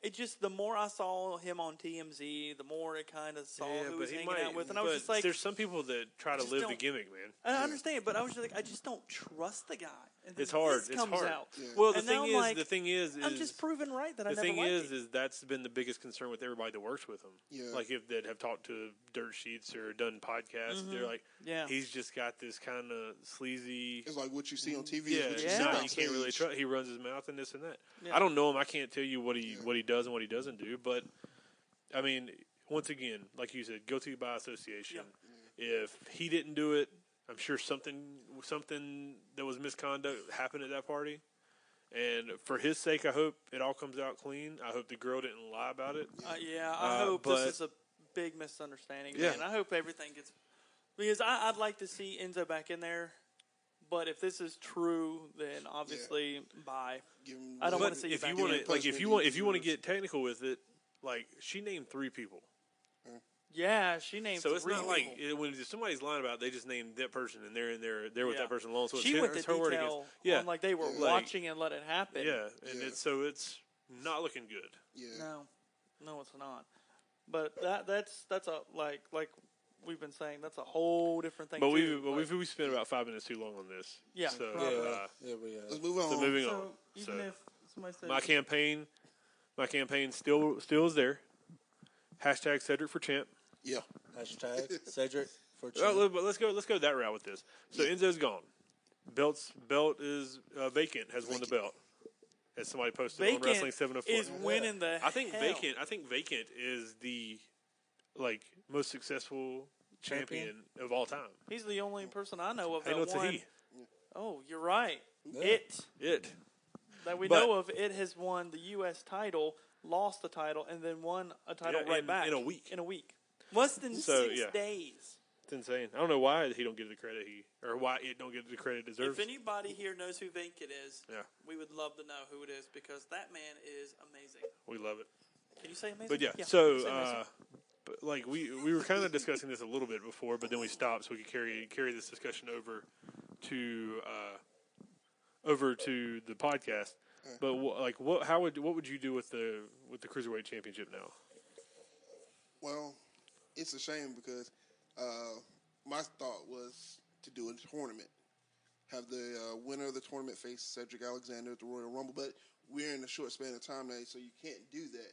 Speaker 4: it just the more I saw him on TMZ, the more it kind of saw who was hanging out with, and I was
Speaker 6: but
Speaker 4: just like,
Speaker 6: there's some people that try to
Speaker 4: just
Speaker 6: live the
Speaker 4: don't-
Speaker 6: gimmick, man.
Speaker 4: and I understand, but I was just like, I just don't trust the guy. And then
Speaker 6: It's hard.
Speaker 4: This
Speaker 6: It's
Speaker 4: comes
Speaker 6: hard.
Speaker 4: out.
Speaker 6: Well, the
Speaker 4: And now
Speaker 6: thing
Speaker 4: I'm
Speaker 6: is,
Speaker 4: like,
Speaker 6: the thing is, is
Speaker 4: I'm just proven right that I
Speaker 6: the
Speaker 4: never
Speaker 6: thing
Speaker 4: liked
Speaker 6: is,
Speaker 4: it.
Speaker 6: is that's been the biggest concern with everybody that works with him.
Speaker 7: Yeah.
Speaker 6: Like if that have talked to dirt sheets or done podcasts, they're like,
Speaker 4: Mm-hmm. Yeah.
Speaker 6: he's just got this kind of sleazy.
Speaker 7: It's like what you see on TV.
Speaker 6: Yeah,
Speaker 7: is what you
Speaker 4: Yeah.
Speaker 7: see
Speaker 6: no,
Speaker 7: on
Speaker 6: you can't really
Speaker 7: stage.
Speaker 6: trust. He runs his mouth and this and that.
Speaker 4: Yeah.
Speaker 6: I don't know him. I can't tell you what he what he does and what he doesn't do. But I mean, once again, like you said, guilty by association. If he didn't do it, I'm sure something something that was misconduct happened at that party. And for his sake, I hope it all comes out clean. I hope the girl didn't lie about it.
Speaker 4: Uh, yeah, I
Speaker 6: Uh,
Speaker 4: hope
Speaker 6: but-
Speaker 4: this is a big misunderstanding.
Speaker 6: Yeah.
Speaker 4: man. I hope everything gets because I, I'd like to see Enzo back in there. But if this is true, then obviously bye.
Speaker 7: Give 'em
Speaker 4: I don't
Speaker 7: the-
Speaker 4: want
Speaker 6: But
Speaker 4: to see
Speaker 6: if
Speaker 4: back
Speaker 6: you
Speaker 4: in.
Speaker 6: want
Speaker 7: Yeah,
Speaker 6: to, like, if
Speaker 7: placement
Speaker 6: you want,
Speaker 7: needs
Speaker 6: if you want to
Speaker 7: yours.
Speaker 6: get technical with it, like, she named three people.
Speaker 4: yeah, she named.
Speaker 6: So it's
Speaker 4: three
Speaker 6: not like
Speaker 4: people.
Speaker 6: it, when somebody's lying about, it, they just named that person and they're in there, they're with
Speaker 4: Yeah.
Speaker 6: that person alone. So it's
Speaker 4: she
Speaker 6: him-
Speaker 4: went to
Speaker 6: it's her word against.
Speaker 4: detail.
Speaker 6: Yeah,
Speaker 4: on, like they were
Speaker 6: Like-
Speaker 4: watching and let it happen.
Speaker 6: yeah, and
Speaker 7: Yeah.
Speaker 6: it's so it's not looking good.
Speaker 7: Yeah.
Speaker 4: No, no, it's not. But that that's that's a like like we've been saying that's a whole different thing.
Speaker 6: But we
Speaker 4: too.
Speaker 6: but
Speaker 4: Like,
Speaker 6: we've we spent about five minutes too long on this.
Speaker 4: Yeah.
Speaker 6: So,
Speaker 4: Yeah.
Speaker 6: uh,
Speaker 3: Yeah, we have.
Speaker 7: Let's move on.
Speaker 6: so moving
Speaker 4: so
Speaker 6: on.
Speaker 4: even
Speaker 6: So
Speaker 4: if somebody says
Speaker 6: my campaign, my campaign still still is there. Hashtag Cedric for champ.
Speaker 7: Yeah.
Speaker 3: Hashtag Cedric for
Speaker 6: Oh,
Speaker 3: champ.
Speaker 6: let- but let's go. Let's go that route with this. So Enzo's gone. Belt's belt is uh, vacant. Has won the belt. As somebody posted
Speaker 4: Bacon
Speaker 6: on Wrestling Seven Hundred Four.
Speaker 4: is winning the.
Speaker 6: I think
Speaker 4: hell.
Speaker 6: vacant. I think vacant is the like most successful champion, of all time.
Speaker 4: He's the only person I know of
Speaker 6: I
Speaker 4: that
Speaker 6: know it's a
Speaker 4: won.
Speaker 6: he.
Speaker 4: Oh, you're right. It
Speaker 6: It.
Speaker 4: that we
Speaker 6: But-
Speaker 4: know of, it has won the U.S. title, lost the title, and then won a title
Speaker 6: Yeah,
Speaker 4: right
Speaker 6: in-
Speaker 4: back
Speaker 6: in a week.
Speaker 4: In a week, less than
Speaker 6: So,
Speaker 4: six
Speaker 6: yeah.
Speaker 4: days.
Speaker 6: It's insane. I don't know why he don't get the credit he or why it don't get the credit it deserves.
Speaker 4: If anybody here knows who Vacant is,
Speaker 6: Yeah.
Speaker 4: we would love to know who it is because that man is amazing.
Speaker 6: we love it.
Speaker 4: Can you say amazing?
Speaker 6: But yeah,
Speaker 4: you
Speaker 6: so
Speaker 4: can say amazing.
Speaker 6: uh, but like we we were kind of discussing this a little bit before, but then we stopped so we could carry carry this discussion over to uh, over to the podcast. But wh- like, what how would what would you do with the with the cruiserweight championship now?
Speaker 7: Well, it's a shame because uh, my thought was to do a tournament, have the uh, winner of the tournament face Cedric Alexander at the Royal Rumble, but we're in a short span of time now, so you can't do that.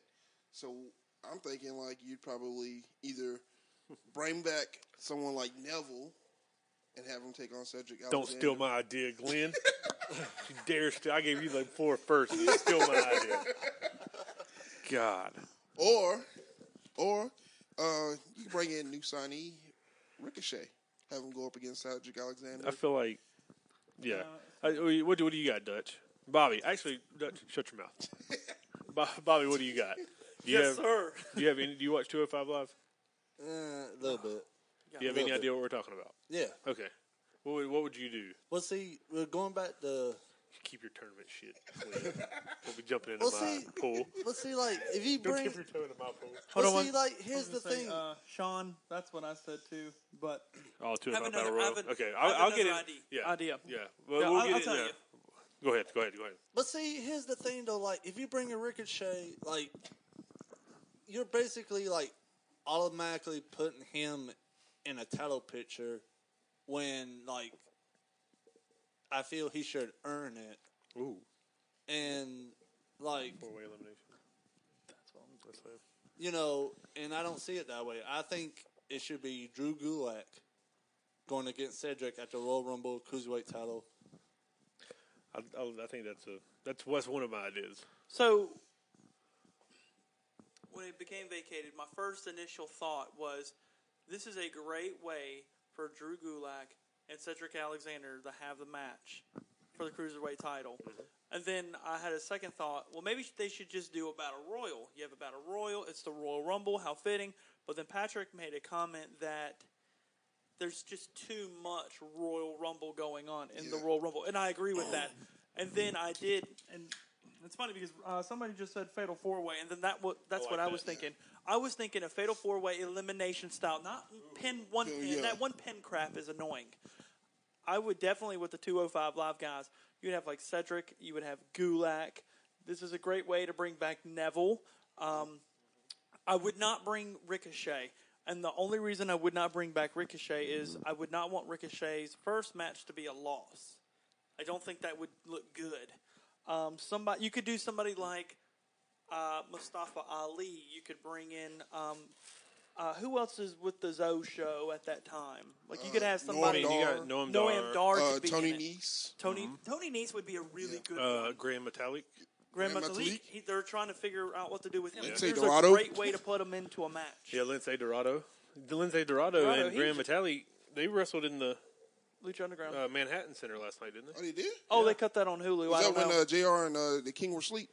Speaker 7: So I'm thinking like you'd probably either bring back someone like Neville and have him take on Cedric. Alexander.
Speaker 6: Don't steal my idea, Glenn. you dare steal? I gave you the floor first. and You steal my idea. God,
Speaker 7: Or, or uh, you can bring in new signee Ricochet, have him go up against Cedric Alexander.
Speaker 6: I feel like yeah.
Speaker 3: Uh,
Speaker 6: I, what do what do you got, Dutch? Bobby, actually, Dutch, shut your mouth. Bo- Bobby, what do you got? Do you
Speaker 4: yes,
Speaker 6: have,
Speaker 4: sir.
Speaker 6: Do you have any? Do you watch 205 Live?
Speaker 3: Uh, a little bit.
Speaker 6: Do you have any
Speaker 3: Love it.
Speaker 6: idea what we're talking about?
Speaker 3: Yeah.
Speaker 6: Okay. What would, what would you do?
Speaker 3: Well, see, we're going back to.
Speaker 6: Keep your tournament shit. clean. Don't be jumping into
Speaker 3: Well,
Speaker 6: my
Speaker 3: see,
Speaker 6: pool.
Speaker 3: let's see, like, if you
Speaker 6: Don't
Speaker 3: bring.
Speaker 6: keep your toe in my pool.
Speaker 3: Well,
Speaker 4: Hold on
Speaker 3: see,
Speaker 4: one-
Speaker 3: like, here's the
Speaker 6: uh,
Speaker 3: thing.
Speaker 4: uh, Sean, that's what I said too. But
Speaker 6: Oh, two
Speaker 4: I have
Speaker 6: about Battle
Speaker 4: another- I
Speaker 6: Royal.
Speaker 4: have an-
Speaker 6: Okay,
Speaker 4: I
Speaker 6: I'll,
Speaker 4: have
Speaker 6: I'll get it.
Speaker 4: another ID.
Speaker 6: Yeah,
Speaker 4: Idea.
Speaker 6: Yeah, well,
Speaker 4: No,
Speaker 6: we'll
Speaker 4: I'll-
Speaker 6: get
Speaker 4: I'll
Speaker 6: it.
Speaker 4: tell
Speaker 6: yeah.
Speaker 4: you.
Speaker 6: Go ahead. Go ahead. Go ahead.
Speaker 3: But see, here's the thing though, like if you bring a ricochet, like you're basically like automatically putting him in a title picture when like I feel he should earn it.
Speaker 6: Ooh,
Speaker 3: And like
Speaker 6: four way elimination. That's what
Speaker 3: you know, and I don't see it that way. I think it should be Drew Gulak going against Cedric at the Royal Rumble cruiserweight title.
Speaker 6: i i I think that's a that's that's one of my ideas.
Speaker 4: So when it became vacated, my first initial thought was this is a great way for Drew Gulak and Cedric Alexander to have the match for the cruiserweight title. And then I had a second thought. Well, maybe they should just do a battle royal. You have a battle royal. It's the Royal Rumble. How fitting. But then Patrick made a comment that there's just too much Royal Rumble going on in the
Speaker 7: Yeah.
Speaker 4: Royal Rumble, and I agree with that. And then I did, and it's funny because uh, somebody just said Fatal Four Way, and then that wa- that's
Speaker 6: I
Speaker 4: what
Speaker 6: like
Speaker 4: I was
Speaker 6: that, yeah.
Speaker 4: thinking. I was thinking a Fatal Four Way elimination style, not pin one
Speaker 7: Yeah,
Speaker 4: pin.
Speaker 7: yeah.
Speaker 4: That one pin crap is annoying. I would definitely with the 205 live guys. You'd have like Cedric. You would have Gulak. This is a great way to bring back Neville. Um, I would not bring Ricochet, and the only reason I would not bring back Ricochet is I would not want Ricochet's first match to be a loss. I don't think that would look good. Um, somebody you could do somebody like uh, Mustafa Ali. You could bring in um, uh, who else is with the Zoe show at that time? Like you could have
Speaker 6: I
Speaker 4: somebody
Speaker 6: mean, you
Speaker 7: Uh, Dar-
Speaker 6: got Noam Dar,
Speaker 4: Noam Dar
Speaker 7: Uh,
Speaker 4: could be
Speaker 7: Tony
Speaker 4: in it.
Speaker 7: Nese.
Speaker 4: Tony Tony Nese would be a really good
Speaker 6: Mm-hmm. uh, Grand Metallic.
Speaker 4: Grand
Speaker 7: Grand
Speaker 4: Metalik.
Speaker 7: Metalik.
Speaker 4: He, they're trying to figure out what to do with him.
Speaker 7: Lindsay
Speaker 4: Here's a
Speaker 7: Dorado.
Speaker 4: great way to put him into a match.
Speaker 6: Yeah, Lindsay Dorado. The Lindsay Dorado,
Speaker 4: Dorado,
Speaker 6: and
Speaker 4: he
Speaker 6: Grand
Speaker 4: was-
Speaker 6: Metallic, they wrestled in the
Speaker 4: Lucha Underground.
Speaker 6: uh, Manhattan Center last night, didn't
Speaker 7: Oh,
Speaker 6: they?
Speaker 7: they did?
Speaker 4: oh, they cut that on Hulu. I
Speaker 7: Was that
Speaker 4: don't
Speaker 7: when
Speaker 4: know.
Speaker 7: uh, JR and uh, the King were asleep?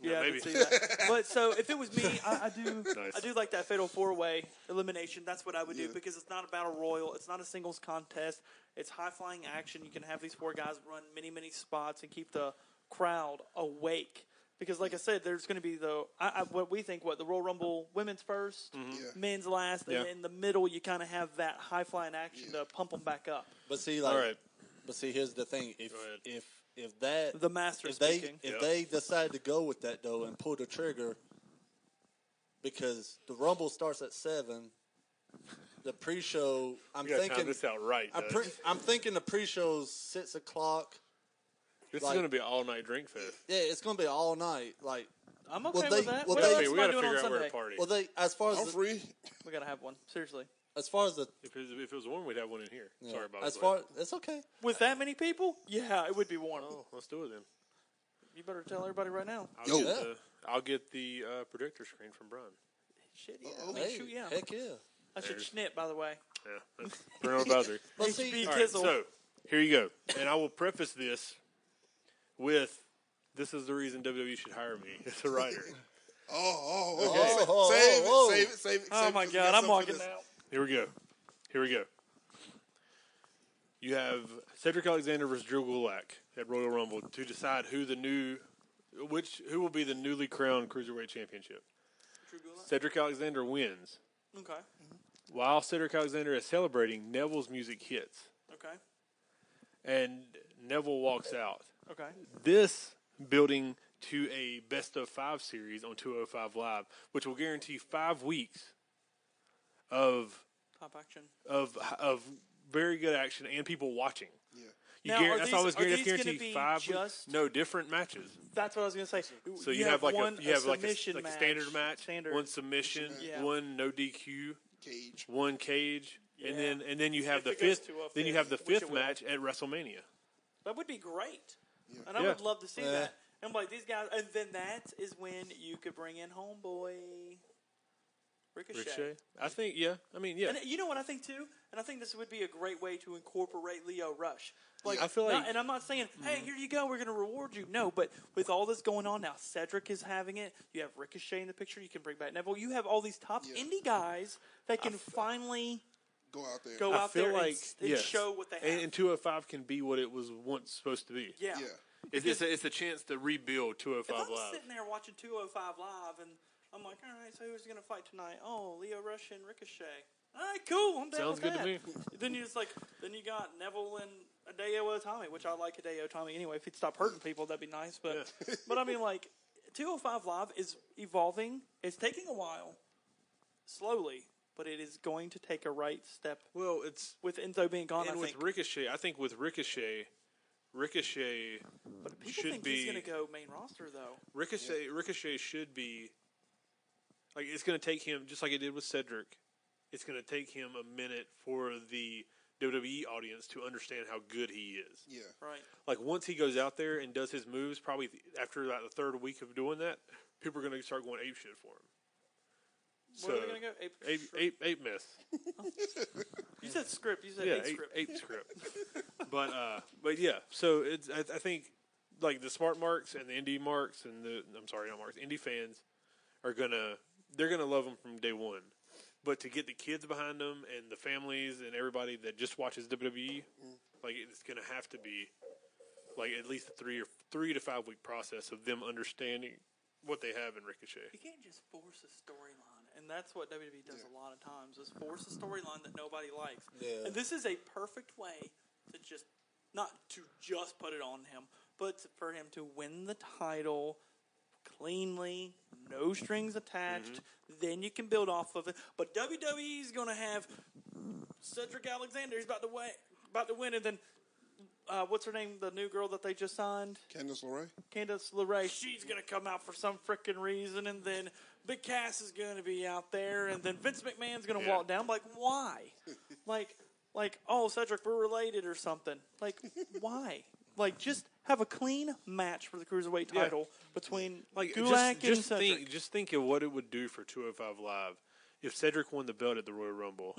Speaker 4: Yeah, I
Speaker 6: maybe.
Speaker 4: could see that. But so if it was me, I, I do
Speaker 6: Nice.
Speaker 4: I do like that fatal four way elimination. That's what I would
Speaker 7: Yeah.
Speaker 4: do because it's not a battle royal. It's not a singles contest. It's high flying action. You can have these four guys run many many spots and keep the crowd awake. Because like I said, there's going to be the I, I, what we think what the Royal Rumble women's 1st
Speaker 7: Yeah.
Speaker 4: men's last, and
Speaker 6: Yeah.
Speaker 4: in the middle you kind of have that high flying action to pump them back up.
Speaker 3: But see, like,
Speaker 6: All right.
Speaker 3: but see, here's the thing: if
Speaker 6: ahead.
Speaker 3: if if that
Speaker 4: The master
Speaker 3: if they
Speaker 4: speaking.
Speaker 3: if
Speaker 6: Yep.
Speaker 3: they decide to go with that though and pull the trigger, because the rumble starts at seven, the pre-show I'm
Speaker 6: We got to time
Speaker 3: thinking
Speaker 6: this out right.
Speaker 3: I'm,
Speaker 6: though.
Speaker 3: pre- I'm thinking the pre-show's six o'clock.
Speaker 6: this
Speaker 3: like-
Speaker 6: is going to be an all night drink fest.
Speaker 3: Yeah, it's gonna be all night. Like,
Speaker 4: I'm okay
Speaker 3: they-
Speaker 4: with that.
Speaker 3: well, they-
Speaker 4: What else
Speaker 6: I mean,
Speaker 4: am
Speaker 6: we
Speaker 4: I
Speaker 6: got to
Speaker 4: doing
Speaker 6: figure
Speaker 4: on
Speaker 6: out where to
Speaker 4: Sunday?
Speaker 6: party.
Speaker 3: well, they as far as
Speaker 7: I'm
Speaker 3: the-
Speaker 7: free.
Speaker 4: We gotta have one seriously.
Speaker 3: as far as the
Speaker 6: If it, was, if it was warm, we'd have one in here.
Speaker 3: yeah,
Speaker 6: Sorry about
Speaker 3: as
Speaker 6: that.
Speaker 3: far it's okay.
Speaker 4: With that many people? Yeah, it would be warm.
Speaker 6: Oh, let's do it then.
Speaker 4: You better tell everybody right now.
Speaker 6: I'll
Speaker 7: Yo.
Speaker 6: get the, I'll get the uh, projector screen from Brian.
Speaker 4: Shit, yeah.
Speaker 6: Oh,
Speaker 7: Uh-oh.
Speaker 4: I mean,
Speaker 3: Hey,
Speaker 4: shoot, yeah.
Speaker 3: heck yeah.
Speaker 4: I should snip, by the way.
Speaker 6: Yeah, that's parental advisory.
Speaker 3: Well,
Speaker 4: It should be
Speaker 3: see,
Speaker 6: All right,
Speaker 4: Tizzle.
Speaker 6: so here you go. And I will preface this with this is the reason WWE should hire me as a writer.
Speaker 7: Oh, oh, oh.
Speaker 3: Okay.
Speaker 7: Save,
Speaker 3: Oh,
Speaker 7: save
Speaker 3: oh, oh.
Speaker 7: it, save it, save it.
Speaker 4: oh
Speaker 7: save it,
Speaker 4: my
Speaker 7: 'cause we got
Speaker 4: god, I'm
Speaker 7: something for
Speaker 4: walking
Speaker 7: this.
Speaker 4: out.
Speaker 6: Here we go. Here we go. You have Cedric Alexander versus Drew Gulak at Royal Rumble to decide who the new, which who will be the newly crowned cruiserweight championship. Cedric Alexander wins.
Speaker 4: Okay,
Speaker 6: While Cedric Alexander is celebrating, Neville's music hits
Speaker 4: okay,
Speaker 6: and Neville walks out.
Speaker 4: okay.
Speaker 6: this building to a best of five series on 205 Live, which will guarantee five weeks of
Speaker 4: Top action.
Speaker 6: of of very good action and people watching.
Speaker 7: Yeah.
Speaker 6: You
Speaker 4: Now, are
Speaker 6: that's
Speaker 4: these-
Speaker 6: all this
Speaker 4: are
Speaker 6: guarantee.
Speaker 4: these gonna
Speaker 6: guarantee
Speaker 4: be
Speaker 6: five
Speaker 4: just-
Speaker 6: no different matches.
Speaker 4: That's what I was gonna say.
Speaker 6: So you, have, like
Speaker 4: one,
Speaker 6: a you have like a,
Speaker 4: submission
Speaker 6: like a
Speaker 4: match.
Speaker 6: standard match,
Speaker 4: Standard.
Speaker 6: one submission,
Speaker 4: Yeah.
Speaker 6: one no DQ,
Speaker 7: Cage.
Speaker 6: one cage,
Speaker 4: Yeah.
Speaker 6: and then and then you have
Speaker 4: If
Speaker 6: the
Speaker 4: it goes
Speaker 6: fifth.
Speaker 4: to a
Speaker 6: Then you
Speaker 4: fifth,
Speaker 6: have the
Speaker 4: which it
Speaker 6: fifth
Speaker 4: will.
Speaker 6: match at WrestleMania.
Speaker 4: That would be great, and I
Speaker 6: Yeah. Uh.
Speaker 4: would love to see
Speaker 3: Yeah.
Speaker 4: that. And like these guys, and then that is when you could bring in homeboy Ricochet.
Speaker 6: Ricochet, I think. Yeah, I mean, yeah.
Speaker 4: And you know what I think too, and I think this would be a great way to incorporate Leo Rush. Like
Speaker 6: I feel
Speaker 4: not-
Speaker 6: like- Mm-hmm.
Speaker 4: and I'm not saying, hey, here you go, we're going to reward you. No, but with all this going on now, Cedric is having it. You have Ricochet in the picture. You can bring back Neville. You have all these top
Speaker 7: Yeah.
Speaker 4: indie guys that can finally
Speaker 7: Go out there.
Speaker 4: go
Speaker 6: I
Speaker 4: out
Speaker 6: feel
Speaker 4: there
Speaker 6: like
Speaker 4: and, s- and
Speaker 6: yes.
Speaker 4: show what they have.
Speaker 6: And, and 205 can be what it was once supposed to be.
Speaker 4: yeah.
Speaker 7: Yeah.
Speaker 6: It's, it's, a, it's a chance to rebuild
Speaker 4: If
Speaker 6: 205
Speaker 4: I'm
Speaker 6: Live.
Speaker 4: sitting there watching 205 Live and I'm like, all right, so who's going to fight tonight? Oh, Leo Rush and Ricochet. All right, cool. I'm down
Speaker 6: Sounds
Speaker 4: with
Speaker 6: good to
Speaker 4: that.
Speaker 6: me.
Speaker 4: Then you just like, then you got Neville and Adeo Tommy, which I like Adeo Tommy anyway. If he'd stop hurting people, that'd be nice. But but I mean, like, 205 Live is evolving. It's taking a while, slowly, but it is going to take a right step
Speaker 6: Well, it's
Speaker 4: with Enzo being gone.
Speaker 6: and
Speaker 4: I
Speaker 6: with
Speaker 4: think.
Speaker 6: Ricochet. I think with Ricochet, Ricochet
Speaker 4: People
Speaker 6: should
Speaker 4: think
Speaker 6: be
Speaker 4: he's going to go main roster though.
Speaker 6: Ricochet. Ricochet should be like it's going to take him just like it did with Cedric. It's going to take him a minute for the WWE audience to understand how good he is.
Speaker 7: Yeah.
Speaker 4: Right.
Speaker 6: like once he goes out there and does his moves, probably th- after about the third week of doing that, people are going to start going ape shit for him.
Speaker 4: Where are they going to go? Ape,
Speaker 6: Ape, ape, ape mess.
Speaker 4: You said script. You said
Speaker 6: Yeah,
Speaker 4: ape
Speaker 6: ape,
Speaker 4: script.
Speaker 6: ape script. but uh, but yeah, so it's I, I think like the smart marks and the indie marks and the I'm sorry, not marks, indie fans are gonna they're gonna love him from day one. But to get the kids behind them and the families and everybody that just watches WWE, like it's going to have to be like at least a three or three to five week process of them understanding what they have in Ricochet.
Speaker 4: You can't just force a storyline, and that's what WWE does a lot of times: is force a storyline that nobody likes.
Speaker 3: Yeah.
Speaker 4: And this is a perfect way to just not to just put it on him, but to- for him to win the title cleanly, no strings attached. Then you can build off of it. But WWE's going to have Cedric Alexander. He's about to win. About to win, and then. Uh, what's her name? The new girl that they just signed?
Speaker 7: Candice LeRae.
Speaker 4: Candace LeRae, she's gonna come out for some freaking reason, and then Big Cass is gonna be out there, and then Vince McMahon's gonna
Speaker 6: Yeah.
Speaker 4: walk down. Like, why? like, like, oh, Cedric, we're related or something. Like, why? Like, just have a clean match for the cruiserweight
Speaker 6: Yeah.
Speaker 4: title between
Speaker 6: Like
Speaker 4: like Gulak
Speaker 6: just, just
Speaker 4: and Cedric.
Speaker 6: think, just think of what it would do for 205 Live if Cedric won the belt at the Royal Rumble,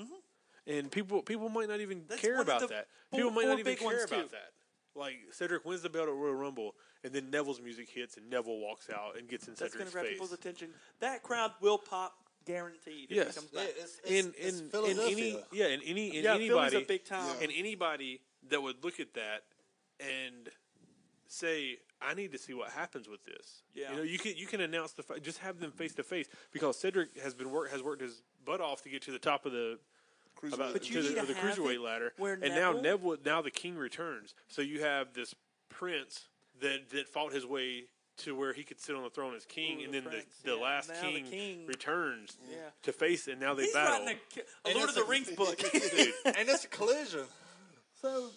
Speaker 6: and people people might not even
Speaker 4: Mm-hmm. That's
Speaker 6: care
Speaker 4: one of
Speaker 6: about
Speaker 4: the
Speaker 6: that.
Speaker 4: four-
Speaker 6: people might
Speaker 4: four
Speaker 6: not even
Speaker 4: big
Speaker 6: care
Speaker 4: ones,
Speaker 6: about
Speaker 4: too.
Speaker 6: that. Like Cedric wins the belt at Royal Rumble, and then Neville's music hits, and Neville walks out and gets in
Speaker 4: That's gonna
Speaker 6: Cedric's
Speaker 4: grab
Speaker 6: face.
Speaker 4: people's attention. That crowd will pop, guaranteed. If
Speaker 6: Yes.
Speaker 4: he comes
Speaker 3: Yeah,
Speaker 4: back.
Speaker 3: it's, it's,
Speaker 6: in
Speaker 3: it's
Speaker 6: in, in
Speaker 3: Philadelphia.
Speaker 6: any yeah in any in
Speaker 4: yeah,
Speaker 6: anybody
Speaker 4: Philly's a big time.
Speaker 7: Yeah.
Speaker 6: and anybody that would look at that and say I need to see what happens with this.
Speaker 4: Yeah.
Speaker 6: you know you can you can announce the fi- just have them face to face because Cedric has been work has worked his butt off to get to the top of the about
Speaker 4: But you
Speaker 6: to
Speaker 4: need
Speaker 6: the,
Speaker 4: to
Speaker 6: the
Speaker 4: have
Speaker 6: cruiserweight
Speaker 4: it
Speaker 6: ladder.
Speaker 4: where
Speaker 6: and now
Speaker 4: Neville-
Speaker 6: Neville, now the king returns. So you have this prince that that fought his way to where he could sit on the throne as king,
Speaker 4: Ooh,
Speaker 6: and
Speaker 4: the
Speaker 6: then
Speaker 4: prince,
Speaker 6: the, the
Speaker 4: yeah.
Speaker 6: last
Speaker 4: Now the
Speaker 6: king,
Speaker 4: king-
Speaker 6: returns
Speaker 4: Yeah.
Speaker 6: to face, and now they
Speaker 4: He's
Speaker 6: battle.
Speaker 4: writing a, a Lord of
Speaker 3: it's
Speaker 4: the
Speaker 3: a-
Speaker 4: Rings book.
Speaker 3: and it's a collision.
Speaker 4: so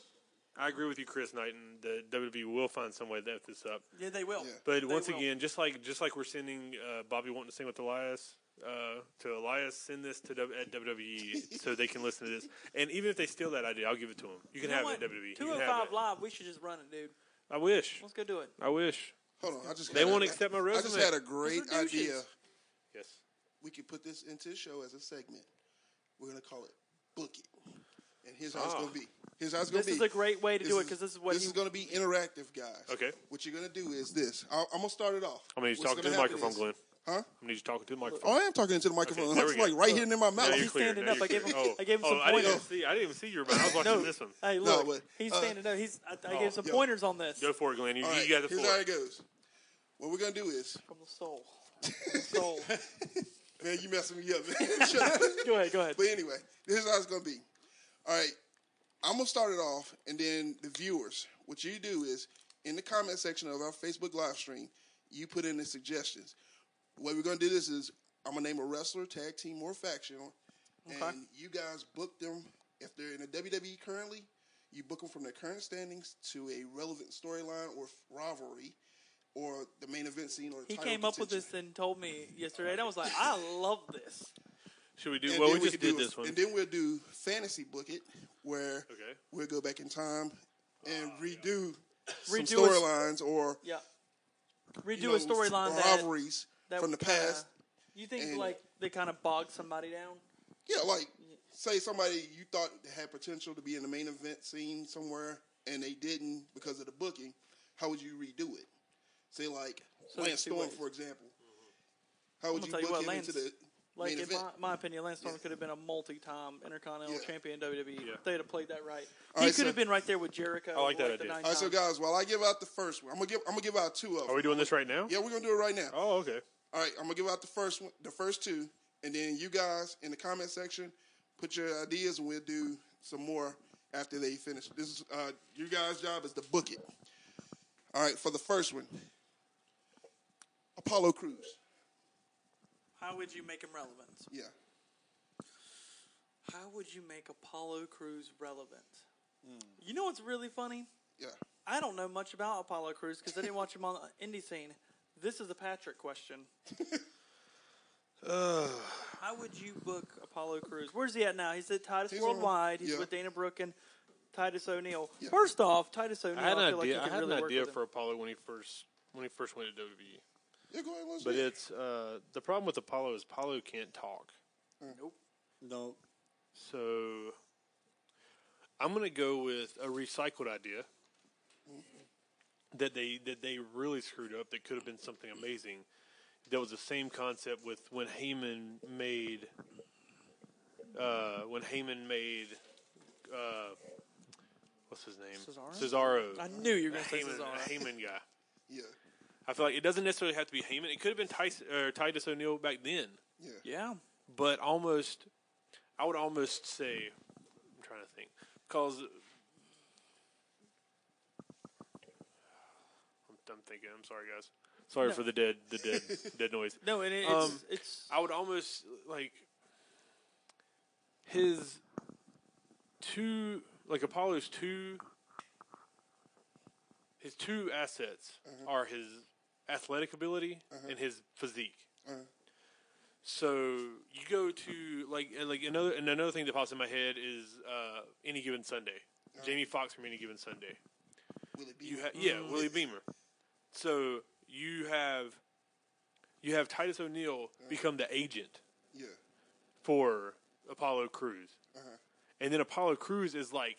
Speaker 6: I agree with you, Chris Knighton. The WWE will find some way to F this up.
Speaker 4: yeah, they will.
Speaker 6: But
Speaker 4: They
Speaker 6: once
Speaker 4: will.
Speaker 6: again, just like just like we're sending uh, Bobby wanting to sing with Elias uh, to Elias, send this to w- at WWE so they can listen to this. And even if they steal that idea, I'll give it to them. You can
Speaker 4: You know
Speaker 6: have
Speaker 4: what?
Speaker 6: it at WWE. E. You can
Speaker 4: 205
Speaker 6: have it.
Speaker 4: Live, we should just run it, dude.
Speaker 6: I wish.
Speaker 4: Let's go do it.
Speaker 6: I wish.
Speaker 7: Hold on, I just
Speaker 6: They
Speaker 7: had
Speaker 6: won't
Speaker 7: a-
Speaker 6: accept my
Speaker 7: I just
Speaker 6: resume.
Speaker 7: had a great
Speaker 4: Those are douches.
Speaker 7: idea.
Speaker 6: Yes.
Speaker 7: We could put this into the show as a segment. We're gonna call it "Book It," and here's how it's
Speaker 6: Ah.
Speaker 7: gonna be. Here's how it's gonna
Speaker 4: This
Speaker 7: be.
Speaker 4: is a great way to do it because this is what
Speaker 7: this
Speaker 4: he,
Speaker 7: is gonna be interactive, guys.
Speaker 6: Okay.
Speaker 7: What you're gonna do is this. i am gonna start it off.
Speaker 6: I mean, he's
Speaker 7: What's
Speaker 6: talking to
Speaker 7: gonna
Speaker 6: the
Speaker 7: happen
Speaker 6: microphone,
Speaker 7: is-
Speaker 6: Glenn.
Speaker 7: Huh?
Speaker 6: I need you talking to the microphone.
Speaker 7: Oh, I am talking into the microphone.
Speaker 6: there
Speaker 7: That's
Speaker 6: we go.
Speaker 7: like right here in my mouth.
Speaker 6: Now
Speaker 4: oh, he's
Speaker 6: you're clear.
Speaker 4: standing
Speaker 6: Now
Speaker 4: up.
Speaker 6: you're
Speaker 4: I gave him
Speaker 6: clear.
Speaker 4: some- I gave him
Speaker 6: oh,
Speaker 4: some
Speaker 6: I didn't
Speaker 4: pointers.
Speaker 6: see. I didn't even see you, but I was watching this one.
Speaker 4: Hey,
Speaker 7: No,
Speaker 4: look,
Speaker 7: but,
Speaker 4: he's
Speaker 7: uh,
Speaker 4: standing up. He's I, I
Speaker 6: oh,
Speaker 4: gave some
Speaker 7: yeah.
Speaker 4: pointers on this
Speaker 6: Go for it, Glenn. You,
Speaker 7: All right,
Speaker 6: you got the
Speaker 7: here's
Speaker 6: floor.
Speaker 7: how it goes. What we're gonna do is,
Speaker 4: from the soul. From the soul.
Speaker 7: man, you messing me up. Man. Shut up.
Speaker 4: go ahead, go ahead.
Speaker 7: But anyway, this is how it's gonna be. All right, I'm gonna start it off, and then the viewers. What you do is in the comment section of our Facebook live stream, you put in the suggestions. The way we're gonna do this is I'm gonna name a wrestler, tag team, or faction, and you guys book them if they're in the WWE currently. You book them from their current standings to a relevant storyline or rivalry, or the main event scene or
Speaker 4: He
Speaker 7: title
Speaker 4: came up with
Speaker 7: contention.
Speaker 4: this and told me yesterday, and I was like, I love this.
Speaker 6: Should we do?
Speaker 7: And
Speaker 6: well, we
Speaker 7: then
Speaker 6: just
Speaker 7: could
Speaker 6: did
Speaker 7: do a-
Speaker 6: this one.
Speaker 7: And then we'll do fantasy book it, where
Speaker 6: Okay. Oh,
Speaker 7: we'll go back in time and redo some
Speaker 4: Redo a-
Speaker 7: storylines or
Speaker 4: Yeah.
Speaker 7: you
Speaker 4: Redo
Speaker 7: know,
Speaker 4: a storyline
Speaker 7: or
Speaker 4: that,
Speaker 7: rivalries
Speaker 4: that
Speaker 7: from the
Speaker 4: would kinda-
Speaker 7: past.
Speaker 4: You think
Speaker 7: and-
Speaker 4: like they kind of bog somebody down?
Speaker 7: Yeah, like say somebody you thought had potential to be in the main event scene somewhere and they didn't because of the booking. How would you redo it? Say like
Speaker 4: So there's
Speaker 7: Lance
Speaker 4: two
Speaker 7: Storm,
Speaker 4: ways.
Speaker 7: for example. How would
Speaker 4: I'm
Speaker 7: you
Speaker 4: gonna tell
Speaker 7: book
Speaker 4: you
Speaker 7: him
Speaker 4: what,
Speaker 7: into the
Speaker 4: Lance- Like
Speaker 7: main
Speaker 4: in
Speaker 7: event?
Speaker 4: my, my opinion, Lance Storm
Speaker 7: Yeah.
Speaker 4: could have been a multi-time Intercontinental
Speaker 7: Yeah.
Speaker 4: Champion in WWE.
Speaker 6: Yeah.
Speaker 4: If They would have played that right.
Speaker 7: All
Speaker 4: he could
Speaker 7: right, so-
Speaker 4: have been right there with Jericho.
Speaker 6: I like that
Speaker 4: the
Speaker 6: idea.
Speaker 4: nine
Speaker 7: All right, so
Speaker 4: times.
Speaker 7: guys, while I give out the first one, I'm gonna give I'm gonna give out two of them.
Speaker 6: Are we doing this right now?
Speaker 7: yeah, we're gonna do it right now.
Speaker 6: Oh, okay.
Speaker 7: All right, I'm gonna give out the first one, the first two, and then you guys in the comment section put your ideas, and we'll do some more after they finish. This is uh, you guys' job is to book it. All right, for the first one, Apollo Crews.
Speaker 4: How would you make him relevant?
Speaker 7: Yeah,
Speaker 4: How would you make Apollo Crews relevant?
Speaker 7: Hmm.
Speaker 4: You know what's really funny?
Speaker 7: yeah.
Speaker 4: I don't know much about Apollo Crews because I didn't watch him on the indie scene. This is a Patrick question. How would you book Apollo Crews? Where's he at now? He's at Titus
Speaker 7: He's on-
Speaker 4: Worldwide. He's
Speaker 7: yeah.
Speaker 4: with Dana Brooke and Titus O'Neil.
Speaker 7: Yeah.
Speaker 4: First off, Titus O'Neil.
Speaker 6: I had an
Speaker 4: feel
Speaker 6: idea.
Speaker 4: Like you
Speaker 6: I
Speaker 4: could
Speaker 6: had
Speaker 4: really
Speaker 6: an
Speaker 4: work
Speaker 6: idea
Speaker 4: with him.
Speaker 6: for Apollo when he first when he first went to E. WWE.
Speaker 7: Yeah, go ahead. Let's
Speaker 6: But
Speaker 7: do it.
Speaker 6: it's uh, the problem with Apollo is Apollo can't talk.
Speaker 3: No,
Speaker 6: So I'm going to go with a recycled idea that they that they really screwed up. That could have been something amazing. That was the same concept with when Heyman made uh, when Heyman made uh, what's his name
Speaker 4: Cesaro?
Speaker 6: Cesaro.
Speaker 4: I knew you were going to say
Speaker 6: Heyman,
Speaker 4: Cesaro.
Speaker 6: a Heyman guy.
Speaker 7: Yeah,
Speaker 6: I feel like it doesn't necessarily have to be Heyman. It could have been Tice, or Titus O'Neil back then,
Speaker 7: yeah.
Speaker 4: Yeah.
Speaker 6: but almost, I would almost say, I'm trying to think, because I'm, I'm thinking. I'm sorry, guys. Sorry for the dead, the dead, dead noise.
Speaker 4: No, and it, it's
Speaker 6: Um,
Speaker 4: it's
Speaker 6: I would almost like his two, like Apollo's two, his two assets are his athletic ability and his physique. So you go to like and, like another and another thing that pops in my head is uh, any given Sunday. Jamie Foxx from any given Sunday.
Speaker 7: Will it be?
Speaker 6: You ha- yeah, Willie Beamer. So you have you have Titus O'Neil become the agent
Speaker 7: yeah,
Speaker 6: for Apollo Cruz.
Speaker 7: Uh-huh.
Speaker 6: And then Apollo Cruz is like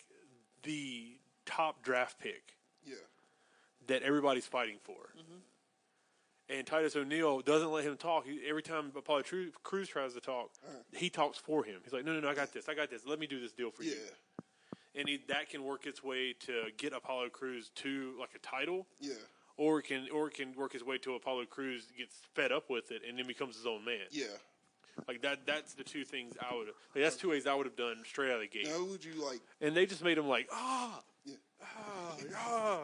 Speaker 6: the top draft pick
Speaker 7: yeah,
Speaker 6: that everybody's fighting for.
Speaker 7: Mm-hmm.
Speaker 6: And Titus O'Neil doesn't let him talk. He, every time Apollo Tru- Cruz tries to talk,
Speaker 7: Uh-huh.
Speaker 6: he talks for him. He's like, no, no, no, I got this. I got this. Let me do this deal for
Speaker 7: yeah,
Speaker 6: you. And he, that can work its way to get Apollo Cruz to like a title
Speaker 7: yeah,
Speaker 6: or can or can work his way to Apollo Cruz gets fed up with it and then becomes his own man.
Speaker 7: yeah.
Speaker 6: Like that that's the two things I would like that's two ways I would have done straight out of the gate.
Speaker 7: Now, who would you like?
Speaker 6: And they just made him like ah
Speaker 7: Yeah.
Speaker 6: ah ah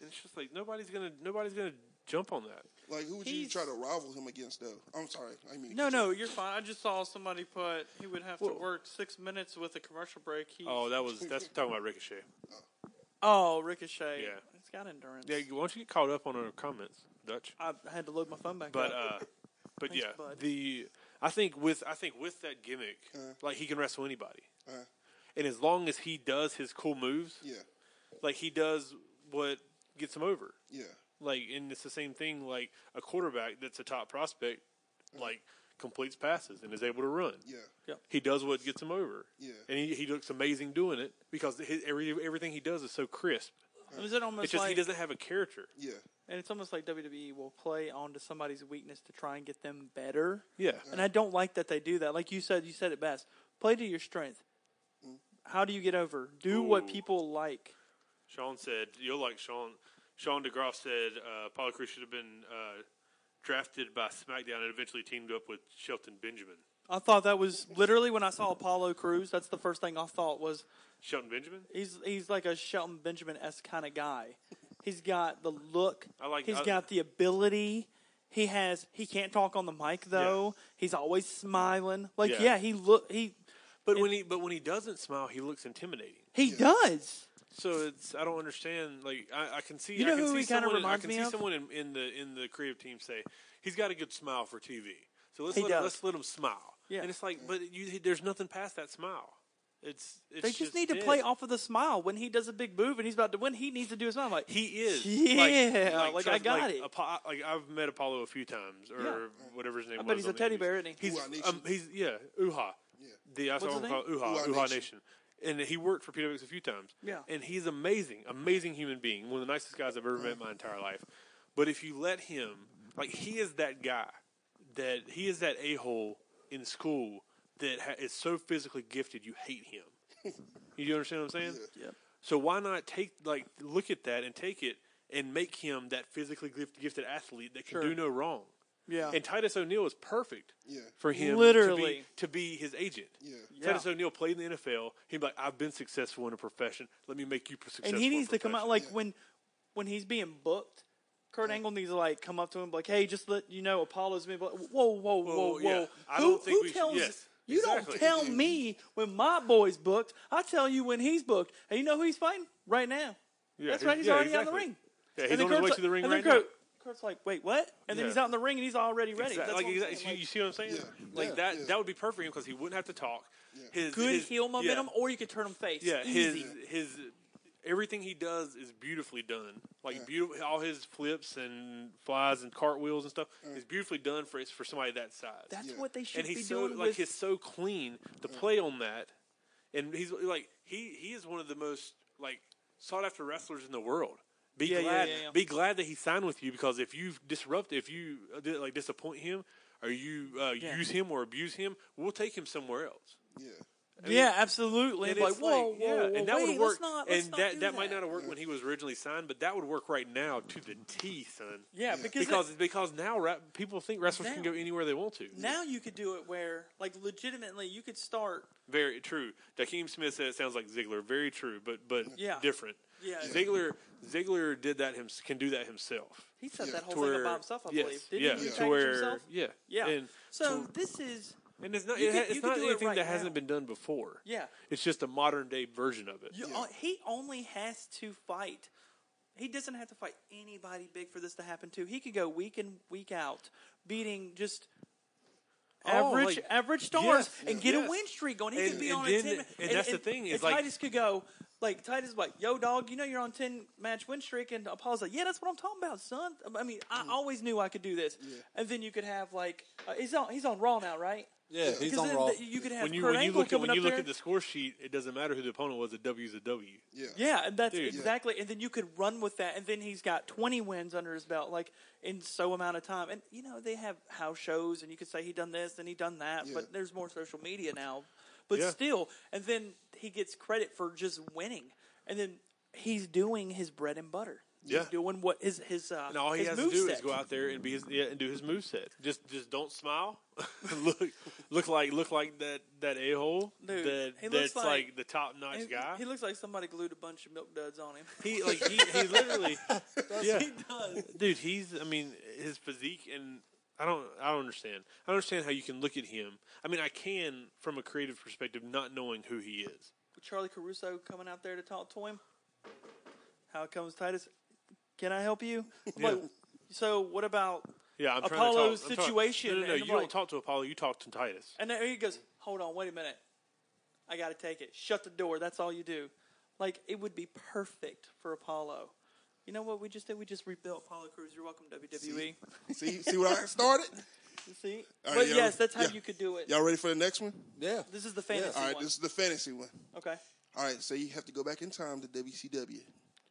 Speaker 6: and it's just like nobody's gonna nobody's gonna jump on that.
Speaker 7: Like, who would you
Speaker 4: He's-
Speaker 7: try to rival him against? Though, I'm sorry, I mean,
Speaker 4: no, no, you're fine. I just saw somebody put he would have to
Speaker 6: Well-
Speaker 4: work six minutes with a commercial break. He
Speaker 6: Oh, that was that's talking about Ricochet.
Speaker 4: oh Ricochet.
Speaker 6: Yeah.
Speaker 4: It's got endurance.
Speaker 6: Yeah, why don't you get caught up on our comments, Dutch?
Speaker 4: I had to load my phone back
Speaker 6: But
Speaker 4: up.
Speaker 6: uh but
Speaker 4: Thanks,
Speaker 6: yeah,
Speaker 4: bud.
Speaker 6: the I think with I think with that gimmick,
Speaker 7: Uh-huh.
Speaker 6: like he can wrestle anybody.
Speaker 7: Uh,
Speaker 6: And as long as he does his cool moves,
Speaker 7: yeah,
Speaker 6: like he does what gets him over.
Speaker 7: yeah,
Speaker 6: Like, and it's the same thing. Like a quarterback that's a top prospect,
Speaker 7: Uh-huh.
Speaker 6: like completes passes and is able to run.
Speaker 7: yeah,
Speaker 6: He does what gets him over.
Speaker 7: Yeah.
Speaker 6: and he, he looks amazing doing it because his, every everything he does is so crisp.
Speaker 4: And is it almost
Speaker 6: uh, It's just
Speaker 4: like
Speaker 6: he doesn't have a character.
Speaker 7: yeah,
Speaker 4: and it's almost like WWE will play onto somebody's weakness to try and get them better.
Speaker 6: Yeah,
Speaker 4: And I don't like that they do that. Like you said, you said it best. Play to your strength. How do you get over? Do what
Speaker 6: Ooh.
Speaker 4: people like.
Speaker 6: Sean said you'll like Sean. Sean DeGraff said uh, Apollo Crews should have been uh, drafted by SmackDown and eventually teamed up with Shelton Benjamin.
Speaker 4: I thought that was literally when I saw Apollo Cruz. That's the first thing I thought was
Speaker 6: Shelton Benjamin.
Speaker 4: he's he's like a Shelton Benjamin s kind of guy. He's got the look.
Speaker 6: I like-
Speaker 4: He's
Speaker 6: I-
Speaker 4: got the ability. He has. He can't talk on the mic though. He's always smiling. Like
Speaker 6: Yeah.
Speaker 4: yeah, he look he
Speaker 6: But when he but when he doesn't smile, he looks intimidating.
Speaker 4: he does.
Speaker 6: So it's I don't understand. Like I, I can see,
Speaker 4: You know
Speaker 6: I can
Speaker 4: who
Speaker 6: see
Speaker 4: he kinda
Speaker 6: someone. in- I
Speaker 4: reminds
Speaker 6: can
Speaker 4: me
Speaker 6: see
Speaker 4: of?
Speaker 6: someone in, in the in the creative team say he's got a good smile for TV. So let's
Speaker 4: He
Speaker 6: let him,
Speaker 4: does.
Speaker 6: let's let him smile.
Speaker 4: Yeah.
Speaker 6: and it's like, but you, there's nothing past that smile. It's, it's
Speaker 4: They just, need to
Speaker 6: dead.
Speaker 4: play off of the smile when he does a big move and he's about to win. He needs to do his smile. I'm like
Speaker 6: He is.
Speaker 4: Yeah, like, I
Speaker 6: trust-
Speaker 4: got
Speaker 6: like,
Speaker 4: it.
Speaker 6: Apo- like I've met Apollo a few times, or
Speaker 4: Yeah.
Speaker 6: whatever his name.
Speaker 4: I bet he's
Speaker 6: was on
Speaker 4: a
Speaker 6: the
Speaker 4: teddy
Speaker 6: Indies.
Speaker 4: bear, isn't he?
Speaker 6: He's
Speaker 7: Ooh, I
Speaker 6: um, he's yeah, Uha.
Speaker 7: Yeah.
Speaker 6: The I saw
Speaker 4: What's
Speaker 6: him
Speaker 4: his
Speaker 6: called
Speaker 4: name?
Speaker 6: Uha Uha
Speaker 7: Ooh-ha Nation.
Speaker 6: Nation, and he worked for PWX a few times.
Speaker 4: Yeah.
Speaker 6: and he's amazing, amazing human being, one of the nicest guys I've ever met in my entire life. But if you let him, like he is that guy, that he is that a hole in school that ha- is so physically gifted, you hate him. you understand what I'm saying?
Speaker 4: Yep.
Speaker 6: So why not take like look at that and take it and make him that physically gift- gifted athlete that can
Speaker 4: Sure.
Speaker 6: do no wrong?
Speaker 4: Yeah.
Speaker 6: And Titus O'Neil is perfect
Speaker 7: Yeah.
Speaker 6: for him
Speaker 4: Literally.
Speaker 6: to be, to be his agent.
Speaker 7: yeah,
Speaker 6: Titus O'Neil played in the NFL. He'd be like, I've been successful in a profession. Let me make you p- successful.
Speaker 4: and he
Speaker 6: in a
Speaker 4: needs to come out
Speaker 6: profession."
Speaker 4: like when when he's being booked. Kurt Angle needs to like come up to him and be like, "Hey, just let you know, Apollo's me." Whoa, whoa, whoa, whoa!
Speaker 6: Whoa, yeah. I
Speaker 4: Who,
Speaker 6: don't think
Speaker 4: who
Speaker 6: we should-
Speaker 4: tells
Speaker 6: yes,
Speaker 4: you?
Speaker 6: exactly.
Speaker 4: Don't tell me when my boy's booked. I tell you when he's booked, and you know who he's fighting right now.
Speaker 6: Yeah,
Speaker 4: That's
Speaker 6: he-
Speaker 4: right. He's
Speaker 6: yeah,
Speaker 4: already out in
Speaker 6: exactly.
Speaker 4: the ring.
Speaker 6: Yeah,
Speaker 4: And then
Speaker 6: he's on his
Speaker 4: Kurt's
Speaker 6: way
Speaker 4: like-
Speaker 6: to the ring
Speaker 4: and then
Speaker 6: right now.
Speaker 4: Kurt, Kurt's like, "Wait, what?" And then
Speaker 6: Yeah.
Speaker 4: he's out in the ring and he's already ready.
Speaker 6: Exact-
Speaker 4: That's
Speaker 6: like,
Speaker 4: what I'm
Speaker 6: exact-
Speaker 4: saying,
Speaker 6: you-
Speaker 4: like,
Speaker 6: you see what I'm saying?
Speaker 7: Yeah,
Speaker 6: Like
Speaker 7: yeah,
Speaker 6: that
Speaker 7: yeah.
Speaker 6: that would be perfect for him because he wouldn't have to talk. His
Speaker 4: good
Speaker 6: his-
Speaker 4: heel momentum,
Speaker 6: yeah.
Speaker 4: or you could turn him face.
Speaker 6: Yeah,
Speaker 4: Easy.
Speaker 6: his his everything he does is beautifully done. Like beautiful, all his flips and flies and cartwheels and stuff is beautifully done for for somebody that size.
Speaker 4: That's
Speaker 7: Yeah.
Speaker 4: what they Mm. should
Speaker 6: and
Speaker 4: be
Speaker 6: he's so
Speaker 4: doing
Speaker 6: like
Speaker 4: with Mm.
Speaker 6: he's so clean to play on that, and he's like he he is one of the most like sought after wrestlers in the world. Be
Speaker 4: Yeah, yeah,
Speaker 6: glad,
Speaker 4: yeah, yeah.
Speaker 6: be glad that he signed with you because if you disrupt, if you uh, di- like disappoint him or you uh,
Speaker 4: Yeah.
Speaker 6: use him or abuse him, we'll take him somewhere else.
Speaker 7: Yeah.
Speaker 4: yeah, absolutely.
Speaker 6: And
Speaker 4: And,
Speaker 6: it's
Speaker 4: it's like, whoa,
Speaker 6: yeah,
Speaker 4: whoa, whoa,
Speaker 6: and that
Speaker 4: wait,
Speaker 6: would work.
Speaker 4: Let's not, let's
Speaker 6: and
Speaker 4: not
Speaker 6: that,
Speaker 4: do
Speaker 6: that might not have worked when he was originally signed, but that would work right now to the T, son.
Speaker 4: Yeah, because
Speaker 6: Because
Speaker 4: it-
Speaker 6: because now ra- people think wrestlers can
Speaker 4: Now.
Speaker 6: go anywhere they want to.
Speaker 4: now you could do it where, like, legitimately, you could start.
Speaker 6: Very true. Dakeem Smith said it sounds like Ziggler. Very true, but but
Speaker 4: Yeah.
Speaker 6: different.
Speaker 4: Yeah.
Speaker 6: Ziggler Ziggler did that him can do that himself.
Speaker 4: He said
Speaker 7: Yeah.
Speaker 4: that whole
Speaker 6: To
Speaker 4: thing
Speaker 6: where-
Speaker 4: about himself, I
Speaker 6: yes,
Speaker 4: believe. Didn't
Speaker 6: yeah,
Speaker 4: he
Speaker 6: to
Speaker 4: package
Speaker 6: where-
Speaker 4: himself?
Speaker 6: yeah,
Speaker 4: Yeah.
Speaker 6: and
Speaker 4: so this is
Speaker 6: And it's not
Speaker 4: You
Speaker 6: it,
Speaker 4: could-
Speaker 6: ha-
Speaker 4: you
Speaker 6: it's
Speaker 4: could
Speaker 6: not
Speaker 4: do it
Speaker 6: anything
Speaker 4: right
Speaker 6: that
Speaker 4: now.
Speaker 6: hasn't been done before.
Speaker 4: Yeah.
Speaker 6: it's just a modern day version of it.
Speaker 4: You, uh, he only has to fight. He doesn't have to fight anybody big for this to happen to. He could go week in, week out, beating just average
Speaker 6: Oh, like-
Speaker 4: average stars
Speaker 6: yes,
Speaker 4: and get
Speaker 6: yes.
Speaker 4: a win streak going. He
Speaker 6: And-
Speaker 4: could be
Speaker 6: and
Speaker 4: on
Speaker 6: then-
Speaker 4: a ten.
Speaker 6: and that's the thing is,
Speaker 4: and
Speaker 6: like-
Speaker 4: Titus could go like Titus is like, "Yo, dog, you know you're on ten match win streak," and Apollo's like, "Yeah, that's what I'm talking about, son." I mean, I
Speaker 6: Mm.
Speaker 4: always knew I could do this. And then you could have like uh, he's on he's on Raw now, right?
Speaker 3: Yeah, he's
Speaker 4: 'Cause
Speaker 3: on
Speaker 4: then
Speaker 3: Raw.
Speaker 4: the- you could have
Speaker 6: When you
Speaker 4: Kurt
Speaker 6: when you
Speaker 4: Angle
Speaker 6: look at
Speaker 4: coming
Speaker 6: when you
Speaker 4: up
Speaker 6: look
Speaker 4: there.
Speaker 6: at the score sheet, it doesn't matter who the opponent was. A W's a W.
Speaker 7: Yeah.
Speaker 4: Yeah, and that's
Speaker 6: Dude.
Speaker 4: exactly. And then you could run with that, and then he's got twenty wins under his belt, like in so amount of time. And you know they have house shows, and you could say he done this and he done that, but there's more social media now. But
Speaker 6: Yeah.
Speaker 4: still, and then he gets credit for just winning, and then he's doing his bread and butter.
Speaker 6: Yeah.
Speaker 4: he's doing what his his uh,
Speaker 6: And all he
Speaker 4: his
Speaker 6: has to do is
Speaker 4: moveset.
Speaker 6: go out there and be his, yeah, and do his moveset. Just just don't smile. look look like look like that that a hole
Speaker 4: Dude,
Speaker 6: that
Speaker 4: he looks
Speaker 6: that's like,
Speaker 4: like-
Speaker 6: the top notch
Speaker 4: He-
Speaker 6: guy.
Speaker 4: He looks like somebody glued a bunch of milk duds on him.
Speaker 6: He like he, he literally yeah.
Speaker 4: he does.
Speaker 6: dude he's I mean his physique and I don't I don't understand I don't understand how you can look at him I mean I can from a creative perspective not knowing who he is
Speaker 4: Charlie Caruso coming out there to talk to him. How comes Titus? Can I help you? I'm like, so what about?
Speaker 6: yeah I'm
Speaker 4: Apollo's
Speaker 6: trying to talk, I'm trying-
Speaker 4: situation
Speaker 6: no no, no
Speaker 4: and
Speaker 6: you
Speaker 4: I'm
Speaker 6: don't
Speaker 4: like-
Speaker 6: talk to Apollo you talk to Titus
Speaker 4: And there he goes. Hold on, wait a minute. I got to take it. Shut the door. That's all you do. Like it would be perfect for Apollo. You know what we just did? We just rebuilt Apollo Crews. You're welcome, WWE.
Speaker 7: See, see what I started?
Speaker 4: You see?
Speaker 7: All right,
Speaker 4: but
Speaker 7: y'all-
Speaker 4: yes, that's how
Speaker 7: yeah.
Speaker 4: you could do it.
Speaker 7: Y'all ready for the next one?
Speaker 3: Yeah.
Speaker 4: This is the fantasy
Speaker 7: All right,
Speaker 4: one.
Speaker 7: this is the fantasy one.
Speaker 4: okay.
Speaker 7: All right, so you have to go back in time to WCW.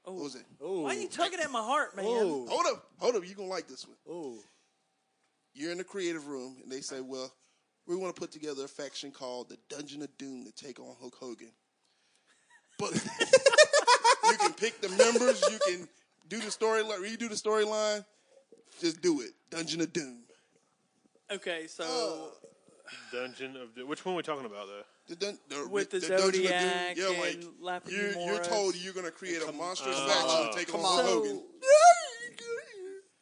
Speaker 4: Oh.
Speaker 7: What was it?
Speaker 4: Why are you tugging at my heart, man?
Speaker 3: Oh.
Speaker 7: Hold up, hold up. You're going to like this one.
Speaker 3: Oh.
Speaker 7: You're in the creative room, and they say, well, we want to put together a faction called the Dungeon of Doom to take on Hulk Hogan. But you can pick the members. You can do the storyline. Redo the storyline. Just do it. Dungeon of Doom.
Speaker 4: Okay, so
Speaker 7: Oh.
Speaker 6: Dungeon of Doom. which one are we talking about though.
Speaker 7: The dun- the-
Speaker 4: With the
Speaker 7: Dungeon of Doom.
Speaker 4: Zodiac
Speaker 7: Yeah,
Speaker 4: and
Speaker 7: like
Speaker 4: Lapis
Speaker 7: you're, you're
Speaker 4: Lazuli.
Speaker 7: told you're going to create a monstrous faction to take on Hulk
Speaker 4: So-
Speaker 7: Hogan.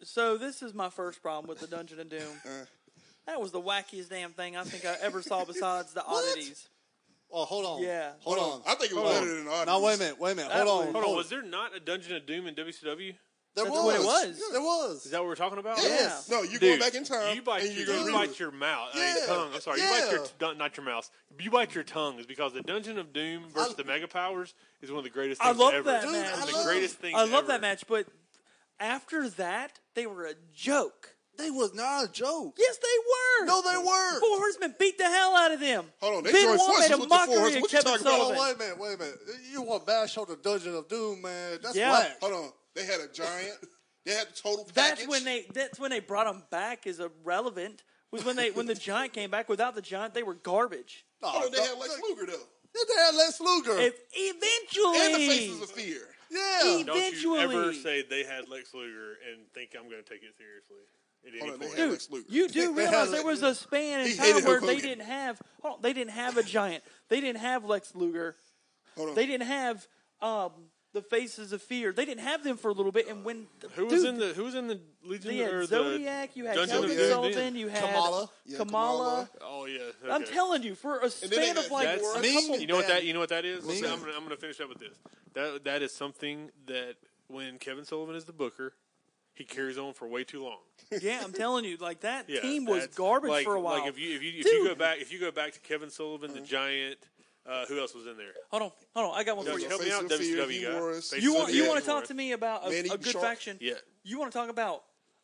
Speaker 4: So this is my first problem with the Dungeon of Doom.
Speaker 7: Uh.
Speaker 4: that was the wackiest damn thing I think I ever saw besides the oddities.
Speaker 3: Oh, hold on.
Speaker 4: Yeah.
Speaker 3: Hold on.
Speaker 7: I think it was
Speaker 3: Hold
Speaker 7: better
Speaker 3: on.
Speaker 7: than Odyssey.
Speaker 3: Now wait a minute. Wait a minute.
Speaker 4: That
Speaker 3: Hold on.
Speaker 4: was-
Speaker 6: Hold on, was there not a Dungeon of Doom in WCW?
Speaker 3: There
Speaker 4: That's
Speaker 3: was.
Speaker 4: what it was.
Speaker 3: There was.
Speaker 6: Is that what we're talking about?
Speaker 7: Yes.
Speaker 4: Yeah.
Speaker 7: No, you're
Speaker 6: Dude,
Speaker 7: going back in time.
Speaker 6: You bite,
Speaker 7: and
Speaker 6: you
Speaker 7: gonna
Speaker 6: you
Speaker 7: redo it.
Speaker 6: bite your mouth. I mean,
Speaker 7: Yeah.
Speaker 6: tongue. I'm sorry. You bite your
Speaker 3: Yeah.
Speaker 6: don't- not your mouth. You bite your tongue is because the Dungeon of Doom versus
Speaker 3: I-
Speaker 6: the Mega Powers is one of the greatest.
Speaker 4: I
Speaker 6: Things
Speaker 4: love
Speaker 6: ever.
Speaker 4: that
Speaker 6: It's
Speaker 4: match.
Speaker 6: one of
Speaker 3: I
Speaker 6: the
Speaker 3: love-
Speaker 6: greatest things.
Speaker 4: I love
Speaker 6: ever.
Speaker 4: that match, but after that, they were a joke.
Speaker 3: They was not a joke.
Speaker 4: Yes, they were.
Speaker 3: No, they
Speaker 4: The
Speaker 3: were.
Speaker 4: Four Horsemen beat the hell out of them.
Speaker 7: Hold on, they
Speaker 4: Benoit
Speaker 7: joined forces
Speaker 4: made a
Speaker 7: with the Four
Speaker 4: mockery
Speaker 7: Horsemen.
Speaker 4: of
Speaker 7: What you
Speaker 4: Kevin
Speaker 7: talking about?
Speaker 3: Oh,
Speaker 4: Sullivan.
Speaker 3: wait a minute. Wait a minute. You want to bash on the Dungeon of Doom, man? That's
Speaker 4: Yeah.
Speaker 3: whack.
Speaker 7: Hold on. They had a giant. They had the total package.
Speaker 4: That's when they. That's when they brought them back. Is irrelevant. Was when they when the giant came back. Without the giant, they were garbage.
Speaker 3: No,
Speaker 7: Hold on, they
Speaker 3: no,
Speaker 7: had Lex Luger though,
Speaker 3: They had Lex Luger.
Speaker 4: If eventually,
Speaker 7: and the Faces of Fear.
Speaker 3: yeah.
Speaker 4: Even-
Speaker 6: Don't you ever
Speaker 4: Eventually.
Speaker 6: say they had Lex Luger and think I'm going to take it seriously at any
Speaker 7: Hold on, they
Speaker 6: point.
Speaker 7: had
Speaker 4: Dude,
Speaker 7: Lex Luger.
Speaker 4: you do realize there was a span in
Speaker 7: He
Speaker 4: time
Speaker 7: hated
Speaker 4: where
Speaker 7: Hulk
Speaker 4: they
Speaker 7: Hogan.
Speaker 4: didn't have hold on, they didn't have a giant. They didn't have Lex Luger.
Speaker 7: Hold on.
Speaker 4: They didn't have um, the faces of fear. They didn't have them for a little bit. And when
Speaker 6: Who was in the Who was in the Legion
Speaker 4: they had
Speaker 6: or
Speaker 4: Zodiac, you had
Speaker 6: Dungeon of
Speaker 4: Kevin
Speaker 6: Doom?
Speaker 4: Sullivan, you had
Speaker 3: Kamala.
Speaker 7: Yeah,
Speaker 4: Kamala.
Speaker 7: Kamala.
Speaker 6: The, oh yeah.
Speaker 4: I'm
Speaker 6: okay.
Speaker 4: telling you, for a
Speaker 7: then they
Speaker 4: span of
Speaker 7: had
Speaker 4: like
Speaker 6: That's-
Speaker 4: a
Speaker 3: Ming.
Speaker 4: couple
Speaker 6: You know what
Speaker 7: Bad.
Speaker 6: that you know what that is?
Speaker 3: Mean.
Speaker 6: I'm gonna, I'm gonna finish up with this. That that is something that when Kevin Sullivan is the booker, he carries on for way too long.
Speaker 4: Yeah, I'm telling you, like that
Speaker 6: Yeah,
Speaker 4: team was
Speaker 6: that's-
Speaker 4: garbage
Speaker 6: like-
Speaker 4: for a while.
Speaker 6: Like if you if you if you
Speaker 4: Dude.
Speaker 6: go back if you go back to Kevin Sullivan, the Giant, uh, who else was in there?
Speaker 4: hold on, hold on, I got one for
Speaker 6: Doug,
Speaker 4: you.
Speaker 6: help me
Speaker 7: Face
Speaker 6: out,
Speaker 7: of Fear,
Speaker 6: WCW
Speaker 7: he
Speaker 6: guy.
Speaker 7: wore us.
Speaker 6: Face
Speaker 4: You
Speaker 6: of
Speaker 4: want
Speaker 6: Fear,
Speaker 4: you
Speaker 6: he
Speaker 4: want to
Speaker 6: wore
Speaker 4: talk
Speaker 6: us.
Speaker 4: to me about a,
Speaker 7: Man, he
Speaker 4: a
Speaker 7: be
Speaker 4: good
Speaker 7: sharp.
Speaker 4: faction?
Speaker 6: Yeah.
Speaker 4: You want to talk about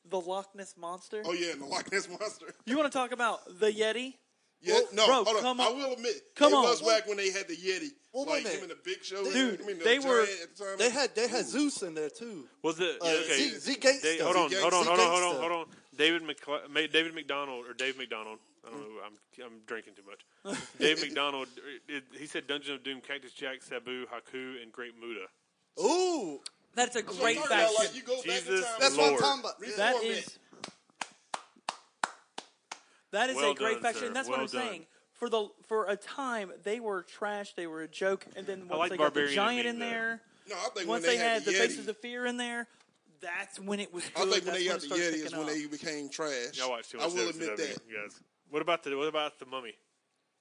Speaker 4: the Loch Ness monster?
Speaker 7: Oh yeah, and the Loch Ness monster.
Speaker 4: You want to talk about the Yeti?
Speaker 7: Yeah, no,
Speaker 4: bro,
Speaker 7: hold on.
Speaker 4: come
Speaker 7: I
Speaker 4: on.
Speaker 7: will admit,
Speaker 4: Come
Speaker 7: it
Speaker 4: on.
Speaker 7: was whack when they had the Yeti,
Speaker 3: Well, wait a
Speaker 7: like
Speaker 3: minute.
Speaker 7: him and the Big Show,
Speaker 4: Dude,
Speaker 7: I mean, the
Speaker 4: they were-
Speaker 7: Giant at the time.
Speaker 3: They had they had Zeus in there too.
Speaker 6: Was it
Speaker 3: Uh,
Speaker 6: okay?
Speaker 3: Z- Z Gangsta.
Speaker 6: They- hold on,
Speaker 7: Z
Speaker 6: hold on,
Speaker 3: Gang-
Speaker 6: hold on,
Speaker 3: Z
Speaker 6: hold on,
Speaker 3: Gangsta.
Speaker 6: hold on. David McCle- Ma- David McDonald or Dave McDonald. I don't know. I'm I'm drinking too much. Dave McDonald. It, he said Dungeon of Doom, Cactus Jack, Sabu, Haku, and Great Muda.
Speaker 3: Ooh,
Speaker 4: That's a great
Speaker 8: Talking about,
Speaker 4: faction.
Speaker 8: Like, you go back in
Speaker 6: Jesus
Speaker 8: time.
Speaker 3: that's what I'm
Speaker 6: Lord.
Speaker 3: talking about.
Speaker 8: That-
Speaker 4: That
Speaker 8: Format.
Speaker 4: is that is
Speaker 6: Well
Speaker 4: a great
Speaker 6: done,
Speaker 4: faction.
Speaker 6: sir.
Speaker 4: And that's
Speaker 6: Well
Speaker 4: what I'm
Speaker 6: done.
Speaker 4: saying. For the for a time, they were trash. They were a joke. And then once
Speaker 6: like
Speaker 4: they got the
Speaker 6: Barbarian and
Speaker 4: giant in
Speaker 6: Mean Bear.
Speaker 4: there,
Speaker 7: No, I think
Speaker 4: once
Speaker 7: when
Speaker 4: they,
Speaker 7: they,
Speaker 4: had the
Speaker 7: Yeti,
Speaker 4: faces of fear in there, that's when it was.
Speaker 7: I
Speaker 4: good.
Speaker 7: think when
Speaker 4: That's
Speaker 7: they
Speaker 4: it
Speaker 7: got the
Speaker 4: started
Speaker 7: Yeti is
Speaker 4: picking
Speaker 7: when
Speaker 4: up.
Speaker 7: they became trash.
Speaker 6: Y'all watch too
Speaker 7: I
Speaker 6: much
Speaker 7: will
Speaker 6: WCW,
Speaker 7: admit that.
Speaker 6: you guys. What about the What about the Mummy?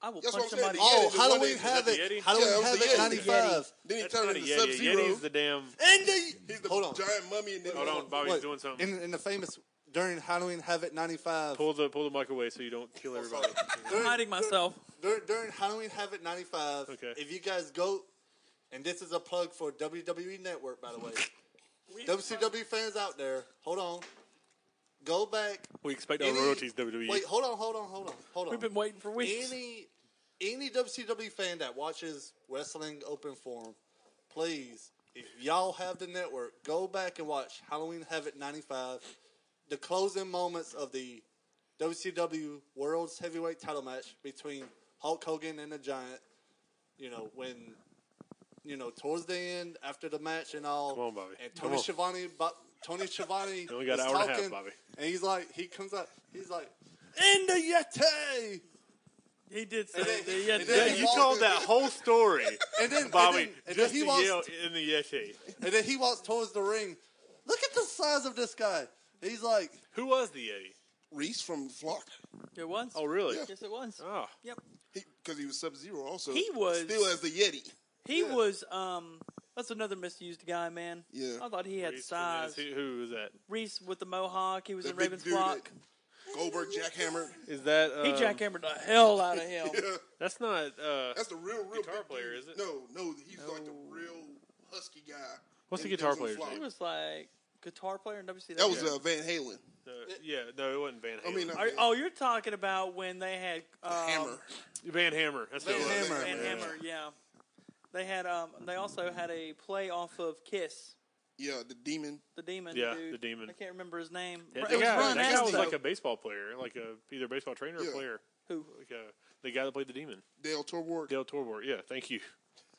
Speaker 4: I will
Speaker 7: That's
Speaker 4: punch
Speaker 7: what I'm
Speaker 4: somebody.
Speaker 7: saying,
Speaker 4: Oh,
Speaker 7: the Yeti.
Speaker 3: Oh,
Speaker 7: one
Speaker 3: Halloween
Speaker 7: that-
Speaker 6: Is that
Speaker 3: Havoc.
Speaker 6: the Yeti?
Speaker 7: Yeah,
Speaker 3: Halloween
Speaker 7: that was the
Speaker 3: Havoc
Speaker 7: Yeti.
Speaker 3: 95.
Speaker 7: Then he
Speaker 6: That's
Speaker 7: turned
Speaker 6: not a
Speaker 7: into
Speaker 6: Yeti.
Speaker 7: Sub Zero.
Speaker 6: Yeti's the damn.
Speaker 3: And the,
Speaker 7: He's the
Speaker 3: Hold on.
Speaker 7: giant mummy. And then
Speaker 6: Hold on,
Speaker 4: Oh,
Speaker 6: Bobby's
Speaker 3: Wait,
Speaker 6: doing something.
Speaker 3: In, in the famous, during Halloween Havoc 95.
Speaker 6: Pull the pull the mic away so you don't kill everybody.
Speaker 4: I'm
Speaker 3: During-
Speaker 4: hiding myself.
Speaker 3: During, during Halloween Havoc 95,
Speaker 6: Okay.
Speaker 3: if you guys go, and this is a plug for WWE Network, by the way. WCW fans out there, hold on. Go back.
Speaker 6: we expect our
Speaker 3: Any-
Speaker 6: royalties E. WWE.
Speaker 3: Wait, hold on, hold on, hold on, hold on.
Speaker 4: We've been waiting for weeks.
Speaker 3: any any WCW fan that watches wrestling open forum, please, if y'all have the network, go back and watch Halloween Havoc '95, the closing moments of the WCW World's Heavyweight Title match between Hulk Hogan and the Giant. You know when. You know, towards the end, after the match and all,
Speaker 6: Come on, Bobby.
Speaker 3: and
Speaker 6: Come
Speaker 3: Tony
Speaker 6: on.
Speaker 3: Schiavone, Bo- Tony Schiavone,
Speaker 6: only got
Speaker 3: is
Speaker 6: an hour and a half,
Speaker 3: talking,
Speaker 6: Bobby.
Speaker 3: and he's like, he comes up, he's like, "In the Yeti,"
Speaker 4: He did say
Speaker 3: And then-
Speaker 4: that. Yeah,
Speaker 3: and
Speaker 6: Yeah,
Speaker 3: then
Speaker 4: that-
Speaker 6: you told that whole story,
Speaker 3: and then
Speaker 6: Bobby,
Speaker 3: and then, and
Speaker 6: just
Speaker 3: then he
Speaker 6: to
Speaker 3: walks,
Speaker 6: yell in the Yeti.
Speaker 3: and then he walks towards the ring. Look at the size of this guy. He's like,
Speaker 6: Who was the Yeti?
Speaker 7: Reese from Flock.
Speaker 4: It was.
Speaker 6: Oh, really?
Speaker 4: Yes, it was.
Speaker 6: Oh,
Speaker 4: Yep.
Speaker 7: Because he, was Sub Zero also.
Speaker 4: He was-
Speaker 7: Still as the Yeti.
Speaker 4: He was. Um, that's another misused guy, man.
Speaker 7: Yeah.
Speaker 4: I thought he had
Speaker 6: Reese
Speaker 4: size.
Speaker 6: Who, who was that?
Speaker 4: Reese with the mohawk. He was
Speaker 7: The
Speaker 4: in
Speaker 7: big
Speaker 4: Raven's
Speaker 7: dude.
Speaker 4: Flock.
Speaker 7: that- Goldberg Jackhammer.
Speaker 6: Is that um,
Speaker 4: He jackhammered the hell out of him.
Speaker 6: That's not. Uh,
Speaker 7: That's the real, real
Speaker 6: Guitar
Speaker 7: big
Speaker 6: player,
Speaker 7: dude.
Speaker 6: is it?
Speaker 7: No, no. He's like the real husky guy.
Speaker 6: What's the
Speaker 7: And he
Speaker 6: guitar
Speaker 7: comes
Speaker 6: player's
Speaker 7: in Flock.
Speaker 6: name?
Speaker 4: He was like guitar player in WCW.
Speaker 7: That was uh, Van Halen.
Speaker 6: uh, yeah, no, it wasn't Van. Halen.
Speaker 7: I mean, uh,
Speaker 4: Are- oh, you're talking about when they had um,
Speaker 7: Hammer.
Speaker 6: uh, Van Hammer. That's
Speaker 3: Van
Speaker 6: what it was.
Speaker 3: Hammer.
Speaker 4: and
Speaker 7: Yeah.
Speaker 4: Hammer, yeah. They had um. They also had a play off of Kiss,
Speaker 7: Yeah, the demon.
Speaker 4: the demon.
Speaker 6: Yeah,
Speaker 4: dude.
Speaker 6: the demon.
Speaker 4: I can't remember his name.
Speaker 6: Yeah,
Speaker 4: It
Speaker 6: that
Speaker 4: was
Speaker 6: guy,
Speaker 4: Ron
Speaker 6: that guy was
Speaker 4: Astor.
Speaker 6: like a baseball player, like a either baseball trainer or
Speaker 7: Yeah.
Speaker 6: player.
Speaker 4: Who?
Speaker 6: Like uh the guy that played the demon,
Speaker 7: Dale Torborg.
Speaker 6: Dale Torborg. Yeah, thank you.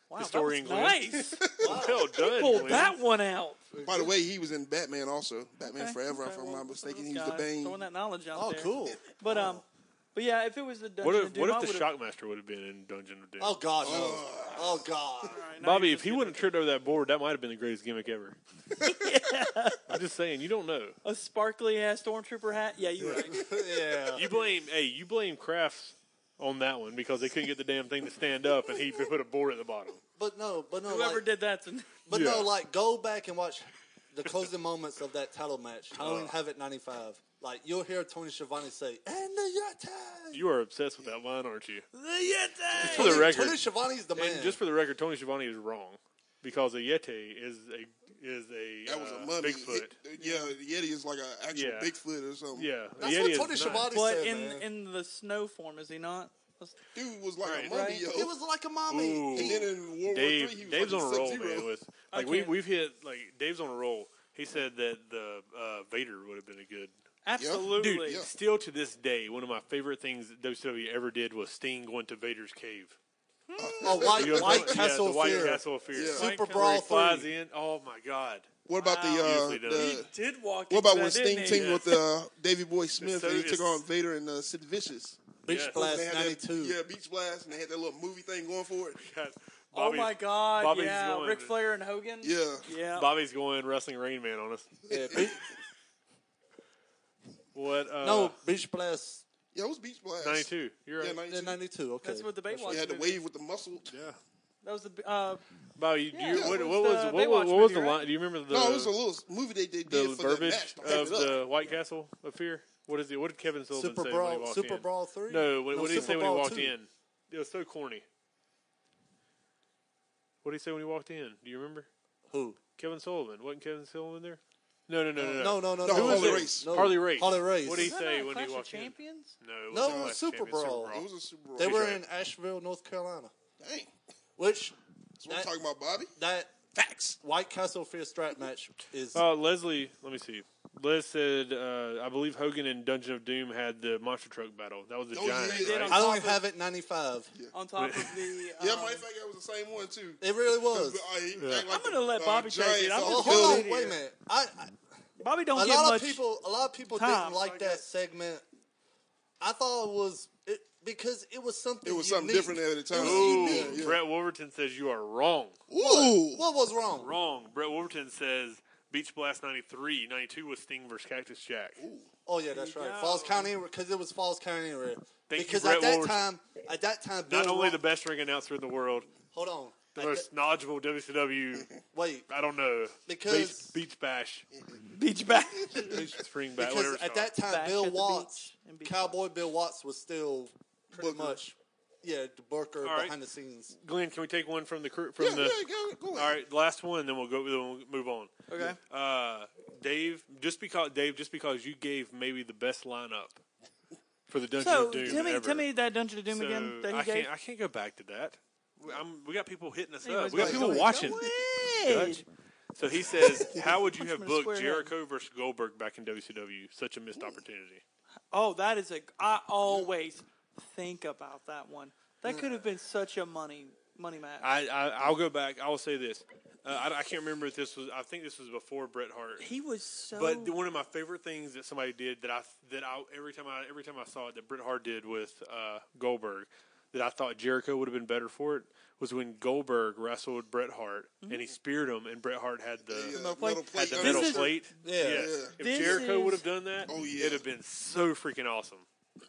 Speaker 4: Wow,
Speaker 6: historian
Speaker 4: that was nice.
Speaker 6: Well done.
Speaker 4: Pulled
Speaker 6: Glenn.
Speaker 4: that one out.
Speaker 7: By the way, he was in Batman also. Batman
Speaker 4: Okay,
Speaker 7: Forever,
Speaker 4: okay,
Speaker 7: if I'm
Speaker 4: well,
Speaker 7: not mistaken.
Speaker 4: those
Speaker 7: He was the
Speaker 4: guys
Speaker 7: Bane.
Speaker 4: Throwing that knowledge out
Speaker 3: "Oh,
Speaker 4: there.
Speaker 3: cool."
Speaker 4: But um, but yeah, if it was the
Speaker 6: What
Speaker 4: Dungeon of
Speaker 6: if
Speaker 4: Doom,
Speaker 6: what
Speaker 4: I
Speaker 6: if the
Speaker 4: would've-
Speaker 6: Shockmaster would have been in Dungeon of Doom?
Speaker 3: Oh God, no. Oh God.
Speaker 4: All right, now
Speaker 6: Bobby,
Speaker 4: you're
Speaker 6: if
Speaker 4: just
Speaker 6: he
Speaker 4: getting-
Speaker 6: wouldn't have tripped over that board, that might have been the greatest gimmick ever. I'm just saying, you don't know.
Speaker 4: a sparkly ass stormtrooper hat, yeah, you're right.
Speaker 3: yeah.
Speaker 6: You blame hey, you blame Crafts on that one because they couldn't get the damn thing to stand up, and he put a board at the bottom.
Speaker 3: But no, but no.
Speaker 4: Whoever
Speaker 3: like,
Speaker 4: did that's an
Speaker 3: But
Speaker 6: Yeah.
Speaker 3: no, like go back and watch the closing moments of that title match, Halloween Havoc '95. Like you'll hear Tony Schiavone say, "And the Yeti."
Speaker 6: You are obsessed with that line, aren't you?
Speaker 4: the Yeti.
Speaker 6: For the record,
Speaker 3: Tony Schiavone's the man.
Speaker 6: and just for the record, Tony Schiavone is wrong because a Yeti is a is a
Speaker 7: That was
Speaker 6: uh,
Speaker 7: a mummy.
Speaker 6: Bigfoot.
Speaker 7: It- yeah, the Yeti is like an actual
Speaker 6: Yeah.
Speaker 7: Bigfoot or something.
Speaker 6: Yeah, a
Speaker 3: That's
Speaker 6: Yeti
Speaker 3: what
Speaker 6: is
Speaker 3: Tony
Speaker 6: not.
Speaker 3: Schiavone
Speaker 4: But
Speaker 3: said,
Speaker 4: in
Speaker 3: man.
Speaker 4: in the snow form, is he not? That's-
Speaker 7: Dude was like
Speaker 6: Right.
Speaker 7: a mummy,
Speaker 4: Right.
Speaker 7: yo.
Speaker 3: He was like a mommy.
Speaker 6: Ooh.
Speaker 7: and then in World War
Speaker 6: Dave,
Speaker 7: Three, he was
Speaker 6: Dave's
Speaker 7: like
Speaker 6: on a roll,
Speaker 7: Sub-Zero.
Speaker 6: man. With
Speaker 4: I
Speaker 6: like we
Speaker 4: can't-
Speaker 6: we've hit like Dave's on a roll. He said that the uh, Vader would have been a good.
Speaker 4: Absolutely.
Speaker 6: Dude, still to this day, one of my favorite things that WCW ever did was Sting going to Vader's cave.
Speaker 3: Oh, White,
Speaker 6: You know,
Speaker 3: White
Speaker 6: yeah,
Speaker 3: Castle
Speaker 6: the White
Speaker 3: Fear.
Speaker 6: Castle of Fear.
Speaker 7: Yeah.
Speaker 6: Where
Speaker 3: Super
Speaker 4: White
Speaker 6: he
Speaker 3: Brawl
Speaker 6: flies
Speaker 3: 3.
Speaker 6: in. Oh my God!
Speaker 7: What about the, uh,
Speaker 6: Usually does.
Speaker 7: the
Speaker 4: He did walk.
Speaker 7: what about
Speaker 4: into
Speaker 7: when
Speaker 4: that,
Speaker 7: Sting
Speaker 4: didn't he?
Speaker 7: teamed with uh, Davy Boy Smith
Speaker 6: so-
Speaker 7: and he took
Speaker 6: it's-
Speaker 7: on Vader and uh, Sid Vicious?
Speaker 3: Beach
Speaker 6: Yeah.
Speaker 7: And
Speaker 3: Blast
Speaker 7: they had that-
Speaker 3: 92.
Speaker 7: yeah, Beach Blast, and they had that little movie thing going for it.
Speaker 6: God,
Speaker 4: Oh
Speaker 6: Bobby's-
Speaker 4: my God!
Speaker 6: Bobby's
Speaker 4: yeah,
Speaker 6: going-
Speaker 4: Ric Flair and Hogan.
Speaker 7: Yeah,
Speaker 4: yeah.
Speaker 6: Bobby's going wrestling Rain Man on us.
Speaker 3: Yeah, Beach-
Speaker 6: What? Uh,
Speaker 3: no, Beach Blast
Speaker 7: yeah, it was Beach Blast.
Speaker 6: ninety-two. You're right.
Speaker 7: Yeah,
Speaker 3: yeah,
Speaker 7: 92.
Speaker 3: 92. Okay.
Speaker 4: That's what the Baywatch.
Speaker 7: You had the
Speaker 4: movie-
Speaker 7: wave with the muscle.
Speaker 4: That was the uh,
Speaker 6: Bobby, do you,
Speaker 4: Yeah,
Speaker 6: what,
Speaker 4: it
Speaker 6: what
Speaker 4: was
Speaker 6: was
Speaker 4: the
Speaker 6: what
Speaker 4: Baywatch
Speaker 6: was what was
Speaker 4: movie,
Speaker 6: the
Speaker 4: right?
Speaker 6: line? Do you remember the
Speaker 7: No, it was a little movie they, they
Speaker 6: the
Speaker 7: did for
Speaker 6: verbiage
Speaker 7: that match. to hype
Speaker 6: of
Speaker 7: it up.
Speaker 6: the White Castle of Fear? What is it? What did Kevin Sullivan
Speaker 3: Super
Speaker 6: say when he
Speaker 3: Brawl,
Speaker 6: walked
Speaker 3: Super
Speaker 6: in?
Speaker 3: Brawl 3?
Speaker 6: No, what, what did he
Speaker 3: Super
Speaker 6: say when he
Speaker 3: Brawl
Speaker 6: walked
Speaker 3: 2.
Speaker 6: in? It was so corny. What did he say when he walked in? Do you remember?
Speaker 3: Who?
Speaker 6: Kevin Sullivan. Wasn't Kevin Sullivan there? No, no, no, no,
Speaker 3: No, no, no,
Speaker 7: No,
Speaker 3: no.
Speaker 7: Harley
Speaker 3: no.
Speaker 7: Race.
Speaker 3: No.
Speaker 6: Harley Race.
Speaker 3: Harley Race.
Speaker 6: What did he
Speaker 4: was that
Speaker 6: say
Speaker 4: not
Speaker 6: when
Speaker 4: Clash
Speaker 6: he
Speaker 4: of
Speaker 6: walked
Speaker 4: Champions?
Speaker 6: in? No, it
Speaker 3: No, it
Speaker 6: wasn't
Speaker 3: was
Speaker 6: Clash of
Speaker 3: Super
Speaker 6: Champions, Super
Speaker 3: Brawl.
Speaker 6: Brawl.
Speaker 7: It was a Super Bowl.
Speaker 3: They were
Speaker 6: right.
Speaker 3: in Asheville, North Carolina.
Speaker 7: Dang.
Speaker 3: Which,
Speaker 7: That's what
Speaker 3: that,
Speaker 7: I'm talking about, Bobby.
Speaker 6: Oh.
Speaker 3: that facts. White Castle Fear Strap match is.
Speaker 6: Uh, Leslie, let me see. Les said, uh, I believe Hogan and Dungeon of Doom had the monster truck battle. That was the
Speaker 7: Oh, yeah,
Speaker 6: giant.
Speaker 7: yeah,
Speaker 6: right?
Speaker 7: yeah.
Speaker 4: On
Speaker 3: I
Speaker 4: top
Speaker 3: only
Speaker 4: of-
Speaker 3: have it 95.
Speaker 4: on top of the. Um,
Speaker 7: Yeah, matter of fact, that was the same one too.
Speaker 3: It really was.
Speaker 4: I'm gonna let Bobby take it. I'm
Speaker 3: Well,
Speaker 4: just
Speaker 3: Oh, hold on,
Speaker 4: building
Speaker 3: wait a
Speaker 4: here.
Speaker 3: minute. I, I,
Speaker 4: Bobby don't
Speaker 3: a
Speaker 4: get
Speaker 3: lot
Speaker 4: much.
Speaker 3: of people, a lot of people
Speaker 4: time,
Speaker 3: didn't
Speaker 4: so
Speaker 3: like
Speaker 4: I
Speaker 3: that
Speaker 4: guess-
Speaker 3: segment. I thought it was it, because it was something.
Speaker 7: It was something
Speaker 3: unique.
Speaker 7: different at the
Speaker 3: It
Speaker 7: time.
Speaker 3: was
Speaker 6: Ooh,
Speaker 3: unique.
Speaker 7: Yeah,
Speaker 6: Brett Wolverton says you are wrong.
Speaker 7: Ooh.
Speaker 3: What was wrong?
Speaker 6: Wrong. Brett Wolverton says Beach Blast 93, 92 was Sting versus Cactus Jack.
Speaker 3: Oh yeah, that's right. Falls County because it was Falls County area.
Speaker 6: Thank you,
Speaker 3: because
Speaker 6: Brett
Speaker 3: at that
Speaker 6: Wolverton.
Speaker 3: time, at that time, Bill
Speaker 6: Not only
Speaker 3: Ro-
Speaker 6: the best ring announcer in the world,
Speaker 3: hold on.
Speaker 6: the
Speaker 3: At
Speaker 6: most
Speaker 3: that-
Speaker 6: knowledgeable WCW,
Speaker 3: wait,
Speaker 6: I don't know,
Speaker 3: Because-
Speaker 6: Beach, beach Bash,
Speaker 4: beach back.
Speaker 6: Beach Spring Bash, whatever
Speaker 3: because
Speaker 6: it's
Speaker 3: at
Speaker 6: called.
Speaker 3: that time,
Speaker 4: Back
Speaker 3: Bill
Speaker 4: at the
Speaker 3: Watts,
Speaker 4: beach and be-
Speaker 3: Cowboy Bill Watts was still pretty
Speaker 7: Booker.
Speaker 3: much, yeah, the Booker
Speaker 6: All right.
Speaker 3: behind the scenes.
Speaker 6: Glenn, can we take one from the crew? From
Speaker 7: Yeah,
Speaker 6: the,
Speaker 7: yeah, go, go ahead.
Speaker 6: All right, last one, then we'll go. Then we'll move on.
Speaker 4: Okay.
Speaker 6: Uh, Dave, just because Dave, just because you gave maybe the best lineup for the Dungeon
Speaker 4: So
Speaker 6: of Doom
Speaker 4: tell me,
Speaker 6: ever.
Speaker 4: tell me that Dungeon of Doom
Speaker 6: So,
Speaker 4: again that he
Speaker 6: I
Speaker 4: gave.
Speaker 6: can't. I can't go back to that. We- I'm, we got people hitting us
Speaker 4: Anyways,
Speaker 6: up. We got
Speaker 4: go
Speaker 6: people
Speaker 7: ahead.
Speaker 6: watching.
Speaker 4: Wait.
Speaker 6: Judge. So he says, "How would you
Speaker 4: Punch him in
Speaker 6: have
Speaker 4: the
Speaker 6: booked
Speaker 4: square head.
Speaker 6: Jericho versus Goldberg back in WCW? Such a missed opportunity."
Speaker 4: Oh, that is a. I always think about that one. That could have been such a money money match.
Speaker 6: Mm. I, I I'll go back. I will say this. Uh, I, I can't remember if this was. I think this was before Bret Hart.
Speaker 4: he was so.
Speaker 6: But the- one of my favorite things that somebody did that I that I every time I every time I saw it that Bret Hart did with uh, Goldberg that I thought Jericho would have been better for it was when Goldberg wrestled Bret Hart and he speared him and Bret Hart had the
Speaker 7: Yeah,
Speaker 4: Metal
Speaker 7: metal
Speaker 4: plate.
Speaker 6: had
Speaker 7: plate.
Speaker 6: the
Speaker 7: under
Speaker 6: metal
Speaker 4: Mm-hmm.
Speaker 7: the
Speaker 4: is-
Speaker 7: shirt.
Speaker 6: plate.
Speaker 3: Yeah.
Speaker 6: Yes. If
Speaker 4: This
Speaker 6: Jericho
Speaker 4: is-
Speaker 6: would have done that,
Speaker 7: Oh, yeah.
Speaker 6: it'd have been so freaking awesome.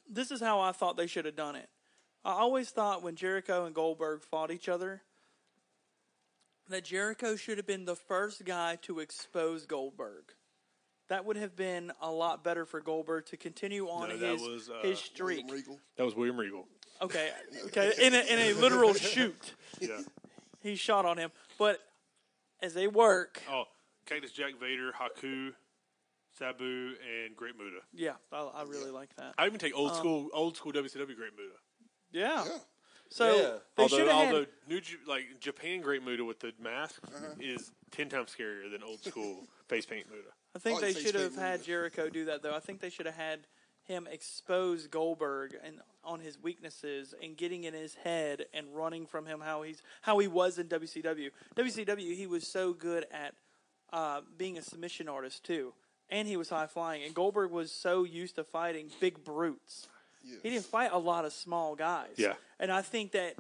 Speaker 4: this is how I thought they should have done it. I always thought when Jericho and Goldberg fought each other that Jericho should have been the first guy to expose Goldberg. That would have been a lot better for Goldberg to continue on
Speaker 6: No, that
Speaker 4: his
Speaker 6: was, uh,
Speaker 4: his streak.
Speaker 7: William Regal.
Speaker 6: That was William Regal.
Speaker 4: Okay, okay, in a, in a literal shoot,
Speaker 6: Yeah.
Speaker 4: he shot on him. But as they work,
Speaker 6: oh, Cactus Jack Vader, Haku, Sabu, and Great Muda.
Speaker 4: yeah, I, I really like that.
Speaker 6: I even take
Speaker 4: Um,
Speaker 6: old school old school WCW Great Muda.
Speaker 4: Yeah.
Speaker 7: Yeah.
Speaker 4: So
Speaker 3: Yeah.
Speaker 4: they should
Speaker 6: although,
Speaker 4: have had
Speaker 6: although New J- like Japan Great Muda with the mask is ten times scarier than old school face paint Muda.
Speaker 4: I think
Speaker 7: Oh,
Speaker 4: they
Speaker 7: face
Speaker 4: should have
Speaker 7: paint
Speaker 4: had
Speaker 7: movement.
Speaker 4: Jericho do that though. I think they should have had him expose Goldberg and on his weaknesses and getting in his head and running from him how he's how he was in WCW. WCW he was so good at uh, being a submission artist too, and he was high flying. And Goldberg was so used to fighting big brutes. He didn't fight a lot of small guys.
Speaker 6: Yeah.
Speaker 4: and I think that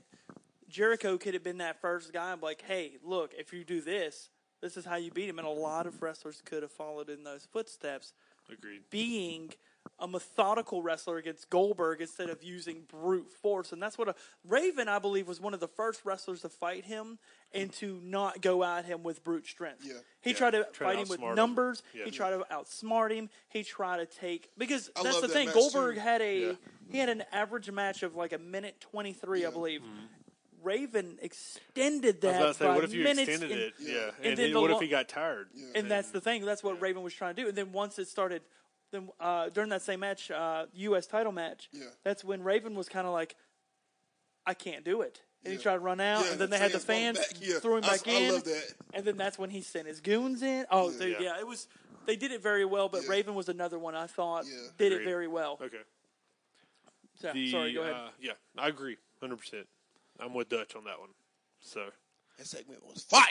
Speaker 4: Jericho could have been that first guy. I'm like, hey, look, if you do this, this is how you beat him. And a lot of wrestlers could have followed in those footsteps,
Speaker 6: Agreed.
Speaker 4: being a methodical wrestler against Goldberg instead of using brute force. And that's what a Raven, I believe, was one of the first wrestlers to fight him and to not go at him with brute strength.
Speaker 7: Yeah.
Speaker 4: He
Speaker 6: Yeah.
Speaker 4: tried to
Speaker 6: Try to
Speaker 4: fight him with
Speaker 6: outsmart him.
Speaker 4: numbers.
Speaker 6: Yeah.
Speaker 4: He tried to outsmart him. He tried to take because
Speaker 7: I
Speaker 4: that's
Speaker 7: love
Speaker 4: the
Speaker 7: that
Speaker 4: thing.
Speaker 7: match,
Speaker 4: Goldberg
Speaker 7: too.
Speaker 4: had a
Speaker 6: Yeah.
Speaker 4: he had an average match of like a minute twenty three, I believe. Raven extended
Speaker 6: Mm-hmm.
Speaker 4: that
Speaker 6: I was about to say,
Speaker 4: by
Speaker 6: what if you
Speaker 4: minutes
Speaker 6: extended
Speaker 4: and,
Speaker 6: it? Yeah, and,
Speaker 4: and then
Speaker 6: then
Speaker 4: the
Speaker 6: what
Speaker 4: lo-
Speaker 6: if he got tired?
Speaker 4: and that's the thing. That's what Raven was trying to do. And then once it started, then uh, during that same match, uh, U.S. title match,
Speaker 7: Yeah.
Speaker 4: that's when Raven was kind of like, "I can't do it," and he
Speaker 7: Yeah.
Speaker 4: tried to run out.
Speaker 7: Yeah,
Speaker 4: and then they had the
Speaker 7: fans
Speaker 4: fans
Speaker 7: brought him back. Yeah.
Speaker 4: threw him
Speaker 7: I-
Speaker 4: back
Speaker 7: I
Speaker 4: in.
Speaker 7: love that.
Speaker 4: And then that's when he sent his goons in. Oh, dude,
Speaker 6: Yeah.
Speaker 4: yeah. it was. They did it very well, but
Speaker 7: Yeah.
Speaker 4: Raven was another one I thought
Speaker 7: Yeah.
Speaker 4: did
Speaker 6: Agreed.
Speaker 4: it very well.
Speaker 6: Okay.
Speaker 4: So,
Speaker 6: The,
Speaker 4: sorry, go ahead.
Speaker 6: uh, yeah, I agree, hundred percent. I'm with Dutch on that one. So
Speaker 7: That segment was fire.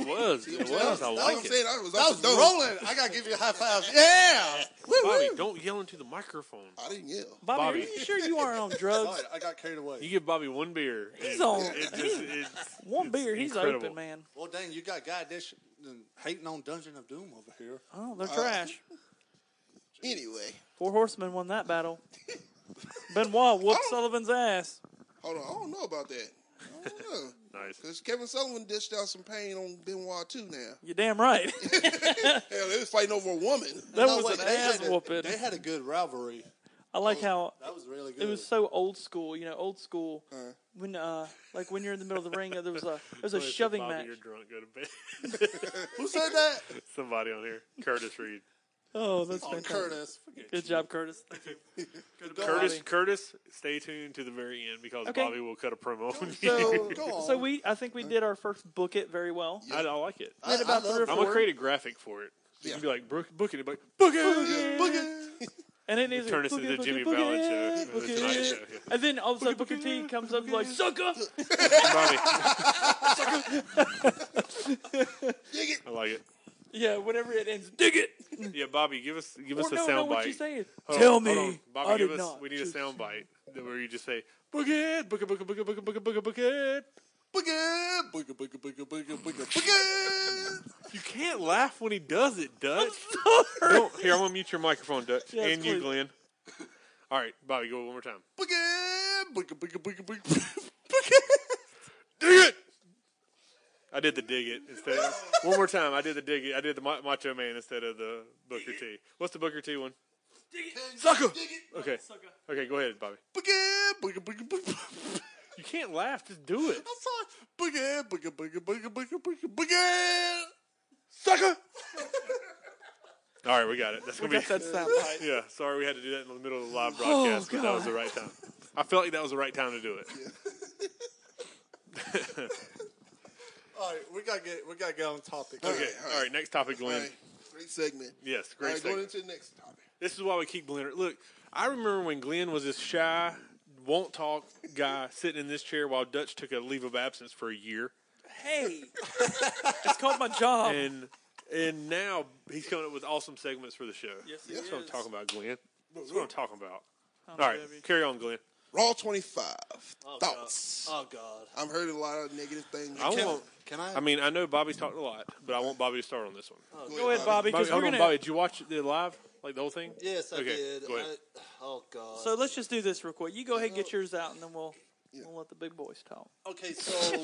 Speaker 6: was it was. I
Speaker 7: That's what
Speaker 6: like
Speaker 7: I'm
Speaker 6: it.
Speaker 7: saying. I was,
Speaker 3: That was rolling. I gotta give you a high five. Yeah.
Speaker 6: Bobby, don't yell into the microphone.
Speaker 7: I didn't yell.
Speaker 4: Bobby,
Speaker 6: Bobby.
Speaker 4: are you sure you aren't on drugs?
Speaker 3: Sorry, I got carried
Speaker 6: You
Speaker 3: away.
Speaker 6: give Bobby one beer.
Speaker 4: He's
Speaker 6: and
Speaker 4: on-
Speaker 6: It just, it's,
Speaker 4: One beer, he's
Speaker 6: incredible.
Speaker 4: open, man.
Speaker 3: Well, dang, you got a guy dish hating on Dungeon of Doom over here.
Speaker 4: Oh,
Speaker 7: Uh,
Speaker 4: they're trash.
Speaker 7: Anyway,
Speaker 4: Four horsemen won that battle. Benoit
Speaker 3: Oh.
Speaker 4: whooped Sullivan's ass.
Speaker 7: hold on. I don't know about that. I don't know.
Speaker 6: nice.
Speaker 7: Because Kevin Sullivan dished out some pain on Benoit too. Now,
Speaker 4: You're damn right.
Speaker 7: hell, they was fighting over a woman.
Speaker 4: That
Speaker 3: No,
Speaker 4: was
Speaker 3: wait,
Speaker 4: an
Speaker 3: they
Speaker 4: ass
Speaker 3: had a-
Speaker 4: whooping.
Speaker 3: They had a good rivalry.
Speaker 4: I like how
Speaker 3: That was really good.
Speaker 4: it was so old school. You know, old school.
Speaker 3: Uh-huh.
Speaker 4: When uh, like when you're in the middle of the ring, there was a there was a
Speaker 6: Listen,
Speaker 4: shoving
Speaker 6: Bobby,
Speaker 4: match.
Speaker 6: You're drunk. Go to bed.
Speaker 3: Who said that?
Speaker 6: Somebody on here, Curtis Reed.
Speaker 4: Oh, that's
Speaker 3: Oh,
Speaker 4: fantastic.
Speaker 3: Curtis. Forget
Speaker 4: Good job, Curtis.
Speaker 6: Curtis,
Speaker 4: Bobby.
Speaker 6: Curtis, stay tuned to the very end because
Speaker 4: Okay.
Speaker 6: Bobby will cut a promo on you.
Speaker 4: So,
Speaker 3: Go on. Uh-huh.
Speaker 4: so we I think we did our first book it very well.
Speaker 6: I, I like it.
Speaker 3: I-
Speaker 4: Did about
Speaker 3: I love
Speaker 4: three or
Speaker 3: it.
Speaker 6: I'm
Speaker 4: four.
Speaker 6: gonna create a graphic for it. You
Speaker 7: Yeah.
Speaker 6: can be like, book, book it. Like, book it.
Speaker 7: Book it.
Speaker 4: And then he's
Speaker 6: Turn
Speaker 4: like,
Speaker 6: us into
Speaker 4: "Boogie,
Speaker 6: the Jimmy
Speaker 4: boogie,
Speaker 6: Fallon show.
Speaker 4: boogie,
Speaker 6: The Tonight
Speaker 4: boogie."
Speaker 6: Show. Yeah.
Speaker 4: And then all of a sudden Booker T comes up and like, sucker!
Speaker 6: Mommy. I like it.
Speaker 4: Yeah, whenever it ends, dig it!
Speaker 6: Yeah, Bobby, give us give
Speaker 4: Or
Speaker 6: us a
Speaker 4: no,
Speaker 6: sound
Speaker 4: no,
Speaker 6: bite.
Speaker 4: what you saying?
Speaker 6: Hold
Speaker 4: Tell
Speaker 6: on,
Speaker 4: me,
Speaker 6: hold on. Bobby,
Speaker 4: I
Speaker 6: give
Speaker 4: did
Speaker 6: us.
Speaker 4: not.
Speaker 6: We need a
Speaker 4: choose-
Speaker 6: sound bite that where you just say book it, book it, book it, book it, book it, book it, book it, book it.
Speaker 3: Book it, book it, book it, book it, book it, book it, book it.
Speaker 6: You can't laugh when he does it, Dutch.
Speaker 4: Sorry.
Speaker 6: Don't, here, I'm gonna mute your microphone, Dutch,
Speaker 4: Yes,
Speaker 6: and you,
Speaker 4: please.
Speaker 6: Glenn. All right, Bobby, go one more time.
Speaker 3: Book it, book it, book it, book it, book it, book
Speaker 6: Dig it. I did the dig it instead. Of, one more time, I did the dig it. I did the ma- Macho Man instead of the Booker T. What's the Booker T one?
Speaker 3: it.
Speaker 6: Sucker.
Speaker 3: Dig it,
Speaker 6: Okay, okay, go ahead, Bobby.
Speaker 3: book it, book it, book it, book it.
Speaker 6: You can't laugh. Just do it.
Speaker 3: I'm sorry. Book it, book it, book it, book it, book it, book it, book it.
Speaker 6: Sucker. All right, we got it. That's Oh, gonna
Speaker 4: Got
Speaker 6: be
Speaker 4: that sound bite.
Speaker 6: Yeah, sorry we had to do that in the middle of the live broadcast, but that was the right time. I felt like that was the right time to do it.
Speaker 3: All right, we gotta get we gotta get on topic.
Speaker 6: Okay, all right, next topic, Glenn.
Speaker 7: All right. Great segment.
Speaker 6: Yes,
Speaker 7: All
Speaker 6: great.
Speaker 7: right,
Speaker 6: segment.
Speaker 7: going into the next topic.
Speaker 6: this is why we keep Glenn. Look, I remember when Glenn was this shy, won't talk guy sitting in this chair while Dutch took a leave of absence for a year,
Speaker 4: Hey, it's called my job.
Speaker 6: and and now he's coming up with awesome segments for the show.
Speaker 4: Yes, he
Speaker 6: that's what I'm
Speaker 4: is.
Speaker 6: talking about, Glenn. That's what I'm talking about.
Speaker 4: Oh,
Speaker 6: All right,
Speaker 4: baby.
Speaker 6: carry on, Glenn.
Speaker 7: Raw 25. Thoughts.
Speaker 3: Oh God.
Speaker 7: I've heard a lot of negative things.
Speaker 6: I
Speaker 3: Can,
Speaker 6: want.
Speaker 3: can I?
Speaker 6: I mean, I know Bobby's talked a lot, but I want Bobby to start on this one.
Speaker 4: Go ahead, Bobby,
Speaker 6: Bobby,
Speaker 4: because we're
Speaker 6: hold on,
Speaker 4: gonna.
Speaker 6: Bobby. Did you watch the live, like the whole thing?
Speaker 3: yes, I
Speaker 6: okay,
Speaker 3: did.
Speaker 6: go ahead.
Speaker 3: I, oh God.
Speaker 4: So let's just do this real quick. You go ahead, and get yours out, and then we'll we'll let the big boys talk.
Speaker 3: okay, so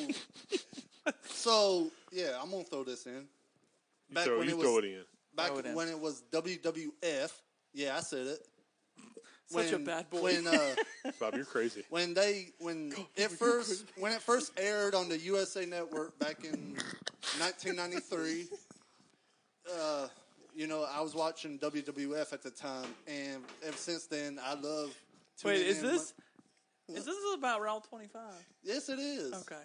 Speaker 3: so yeah, I'm gonna throw this in.
Speaker 6: You, throw, you
Speaker 3: was,
Speaker 6: throw it in.
Speaker 3: Back
Speaker 4: Throw it in.
Speaker 3: when it was WWF. Yeah, I said it.
Speaker 4: Such a bad boy.
Speaker 3: When uh,
Speaker 6: Bob, you're crazy.
Speaker 3: when they when it first when it first aired on the USA Network back in 1993, uh, you know I was watching WWF at the time, and ever since then I love. tuning
Speaker 4: Wait, is
Speaker 3: in.
Speaker 4: this is this about round twenty five?
Speaker 3: Yes, it is.
Speaker 4: Okay,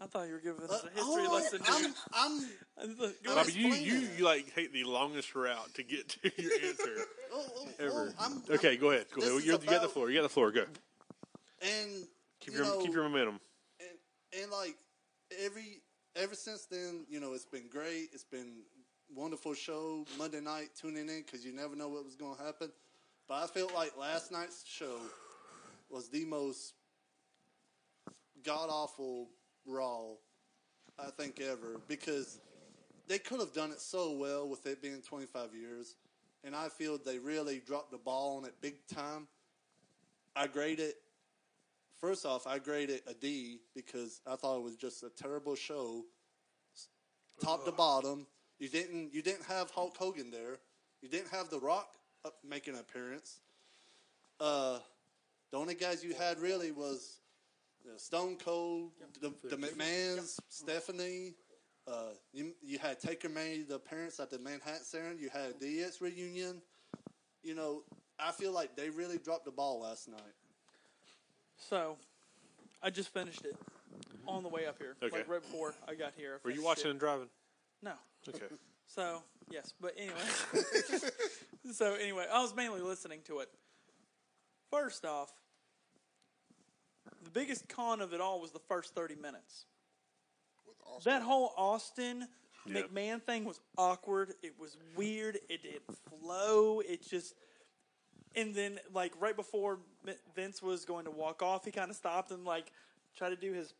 Speaker 4: I thought you were giving us
Speaker 3: Uh,
Speaker 4: a history
Speaker 3: oh,
Speaker 4: lesson.
Speaker 3: I'm, I'm,
Speaker 4: dude. Look, go
Speaker 3: I'm
Speaker 4: ahead.
Speaker 6: Bobby, you,
Speaker 3: explain
Speaker 6: you,
Speaker 3: it.
Speaker 6: you like take the longest route to get to your answer
Speaker 3: oh, oh, oh,
Speaker 6: ever.
Speaker 3: I'm-
Speaker 6: okay, go ahead. Go
Speaker 3: this
Speaker 6: ahead.
Speaker 3: is
Speaker 6: You're, You got the
Speaker 3: about-
Speaker 6: floor. You got the floor. Go.
Speaker 3: and
Speaker 6: Keep
Speaker 3: you
Speaker 6: your
Speaker 3: know,
Speaker 6: keep your momentum.
Speaker 3: and, and like every ever since then, you know, it's been great. It's been wonderful show Monday night tuning in because you never know what was going to happen. But I felt like last night's show was the most god awful Raw I think ever because they could have done it so well with it being 25 years, and I feel they really dropped the ball on it big time. I grade it first off, I grade it a D because I thought it was just a terrible show, s- top to bottom. You didn't you didn't have Hulk Hogan there. You didn't have The Rock uh, making an appearance. Uh, the only guys you had really was you know, Stone Cold, the, the McMahon's, Stephanie. Uh, you, you had Taker made the appearance at the Manhattan Center. You had a DX reunion. You know, I feel like they really dropped the ball last night.
Speaker 4: So, I just finished it on the way up here,
Speaker 6: Okay.
Speaker 4: like right before I got here. I
Speaker 6: Were you
Speaker 4: finished
Speaker 6: watching
Speaker 4: it.
Speaker 6: and driving?
Speaker 4: No.
Speaker 6: Okay.
Speaker 4: So yes, but anyway. so anyway, I was mainly listening to it. First off, the biggest con of it all was the first thirty minutes. That whole Austin
Speaker 6: Yeah.
Speaker 4: McMahon thing was awkward. It was weird. It didn't flow. It just. And then, like right before Mi- Vince was going to walk off, he kind of stopped and like tried to do his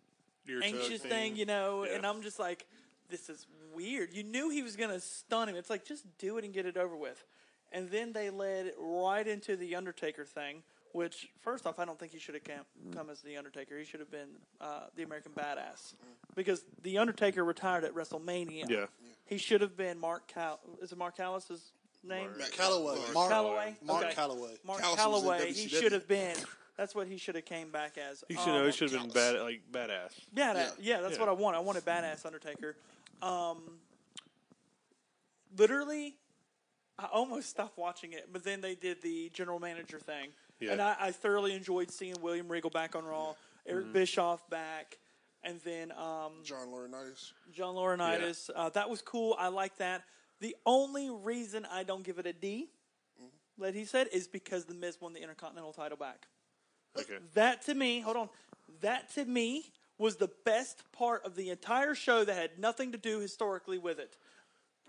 Speaker 6: Ear tug
Speaker 4: anxious thing, you know,
Speaker 6: Yeah.
Speaker 4: and I'm just like, this is weird. You knew he was going to stun him. It's like, just do it and get it over with. And then they led right into the Undertaker thing, which, first off, I don't think he should have come, come as the Undertaker. He should have been uh, the American Badass because the Undertaker retired at WrestleMania.
Speaker 6: Yeah.
Speaker 4: He should have been Mark Cal. Is it Mark Callis's name?
Speaker 3: Callaway.
Speaker 7: Mark
Speaker 3: Mark
Speaker 4: Calloway.
Speaker 3: Mark
Speaker 4: Okay.
Speaker 3: Calloway.
Speaker 4: Mark
Speaker 7: Callis was in
Speaker 4: Calloway. He
Speaker 7: WCW.
Speaker 4: should have been. That's what he should have came back as.
Speaker 6: You
Speaker 4: Um,
Speaker 6: should know. It should have been bad, like badass.
Speaker 4: yeah, that, yeah.
Speaker 7: Yeah.
Speaker 4: that's
Speaker 6: Yeah.
Speaker 4: what I want. I want a badass Undertaker. Um, literally, I almost stopped watching it, but then they did the general manager thing,
Speaker 6: Yeah.
Speaker 4: and I, I thoroughly enjoyed seeing William Regal back on Raw, Eric
Speaker 6: Mm-hmm.
Speaker 4: Bischoff back, and then um,
Speaker 7: John Laurinaitis.
Speaker 4: John Laurinaitis. Uh, that was cool. I like that. The only reason I don't give it a D,
Speaker 6: Mm-hmm.
Speaker 4: like he said, is because the Miz won the Intercontinental title back.
Speaker 6: Okay.
Speaker 4: That to me, hold on, that to me was the best part of the entire show that had nothing to do historically with it,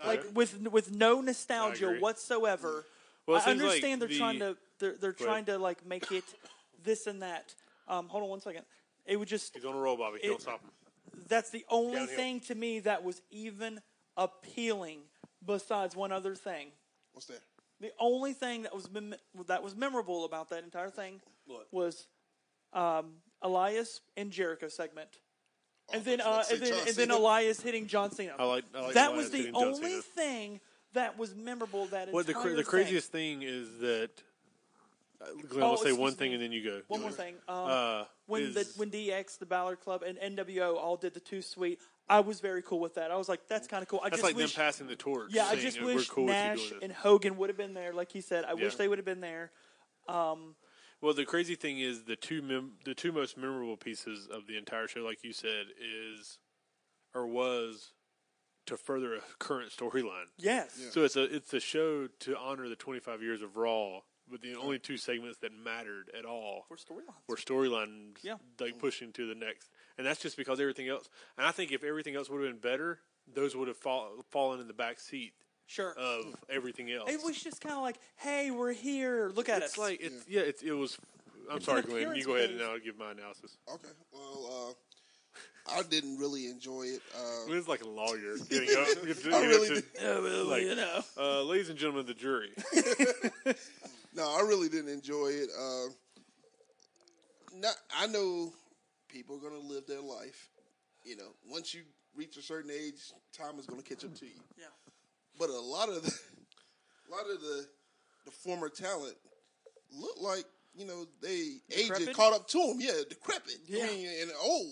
Speaker 4: like
Speaker 6: Okay.
Speaker 4: with with no
Speaker 6: I
Speaker 4: nostalgia
Speaker 6: agree.
Speaker 4: whatsoever.
Speaker 6: Well, it
Speaker 4: I
Speaker 6: seems like
Speaker 4: understand they're
Speaker 6: the-
Speaker 4: trying to they're, they're
Speaker 6: ahead.
Speaker 4: trying to like make it this and that. Um, hold on one second. It would just
Speaker 6: He's on a roll, Bobby.
Speaker 4: It-
Speaker 6: Don't stop him.
Speaker 4: that's the only
Speaker 6: Downhill.
Speaker 4: thing to me that was even appealing besides one other thing.
Speaker 7: What's that?
Speaker 4: The only thing that was mem- that was memorable about that entire thing
Speaker 3: What?
Speaker 4: was um, Elias and Jericho segment,
Speaker 6: Oh,
Speaker 4: and then
Speaker 7: I was about
Speaker 4: uh, and
Speaker 7: to say
Speaker 4: then,
Speaker 7: John
Speaker 4: and then
Speaker 7: Cena.
Speaker 4: Elias hitting John Cena.
Speaker 6: I like- I like
Speaker 4: that
Speaker 6: Elias
Speaker 4: was the
Speaker 6: hitting John
Speaker 4: only
Speaker 6: Cena.
Speaker 4: thing that was memorable. That
Speaker 6: What the
Speaker 4: entire
Speaker 6: cra- the
Speaker 4: thing.
Speaker 6: craziest thing is that uh, Glenn,
Speaker 4: Oh,
Speaker 6: I'll say
Speaker 4: excuse
Speaker 6: one
Speaker 4: me.
Speaker 6: thing and then you go.
Speaker 4: One
Speaker 6: You
Speaker 4: more
Speaker 6: go.
Speaker 4: thing. Um,
Speaker 6: Uh,
Speaker 4: when
Speaker 6: is,
Speaker 4: the when DX, the Balor Club, and NWO all did the two sweet, I was very cool with that. I was like, that's kind of cool. I
Speaker 6: that's
Speaker 4: just
Speaker 6: like
Speaker 4: wish,
Speaker 6: them passing the torch.
Speaker 4: Yeah, I
Speaker 6: saying,
Speaker 4: just
Speaker 6: "We're
Speaker 4: wish
Speaker 6: cool with you doing
Speaker 4: Nash
Speaker 6: this."
Speaker 4: and Hogan would have been there. Like he said, I wish
Speaker 6: Yeah.
Speaker 4: they would have been there.
Speaker 6: Well, the crazy thing is the two mem- the two most memorable pieces of the entire show, like you said, is or was to further a current storyline.
Speaker 4: Yes.
Speaker 6: So it's a it's a show to honor the 25 years of Raw, but the only two segments that mattered at all
Speaker 4: For storylines.
Speaker 6: were storylines
Speaker 4: Yeah.
Speaker 6: like pushing to the next, and that's just because everything else. And I think if everything else would have been better, those would have fall, fallen in the back seat
Speaker 4: Sure.
Speaker 6: of everything else.
Speaker 4: it was just kind of like, hey, we're here. Look at
Speaker 6: it's
Speaker 4: us.
Speaker 6: like it's yeah, it's, it was.
Speaker 4: It's
Speaker 6: I'm
Speaker 4: an
Speaker 6: sorry, Glenn. You
Speaker 4: appearance
Speaker 6: go ahead
Speaker 4: based-
Speaker 6: and I'll give my analysis.
Speaker 7: Okay. Well, uh, I didn't really enjoy it. Uh,
Speaker 6: Glenn's like a lawyer. Getting up,
Speaker 7: I really did.
Speaker 4: Yeah, Oh, well,
Speaker 6: like-
Speaker 4: you know.
Speaker 6: uh, ladies and gentlemen of the jury.
Speaker 7: No, I really didn't enjoy it. Uh, not, I know people are going to live their life. You know, once you reach a certain age, time is going to catch up to you.
Speaker 4: Yeah.
Speaker 7: But a lot of the, a lot of the, the former talent look like you know they aged
Speaker 4: Decrepit?
Speaker 7: and caught up to them. Yeah, decrepit.
Speaker 4: Yeah.
Speaker 7: I mean, and old.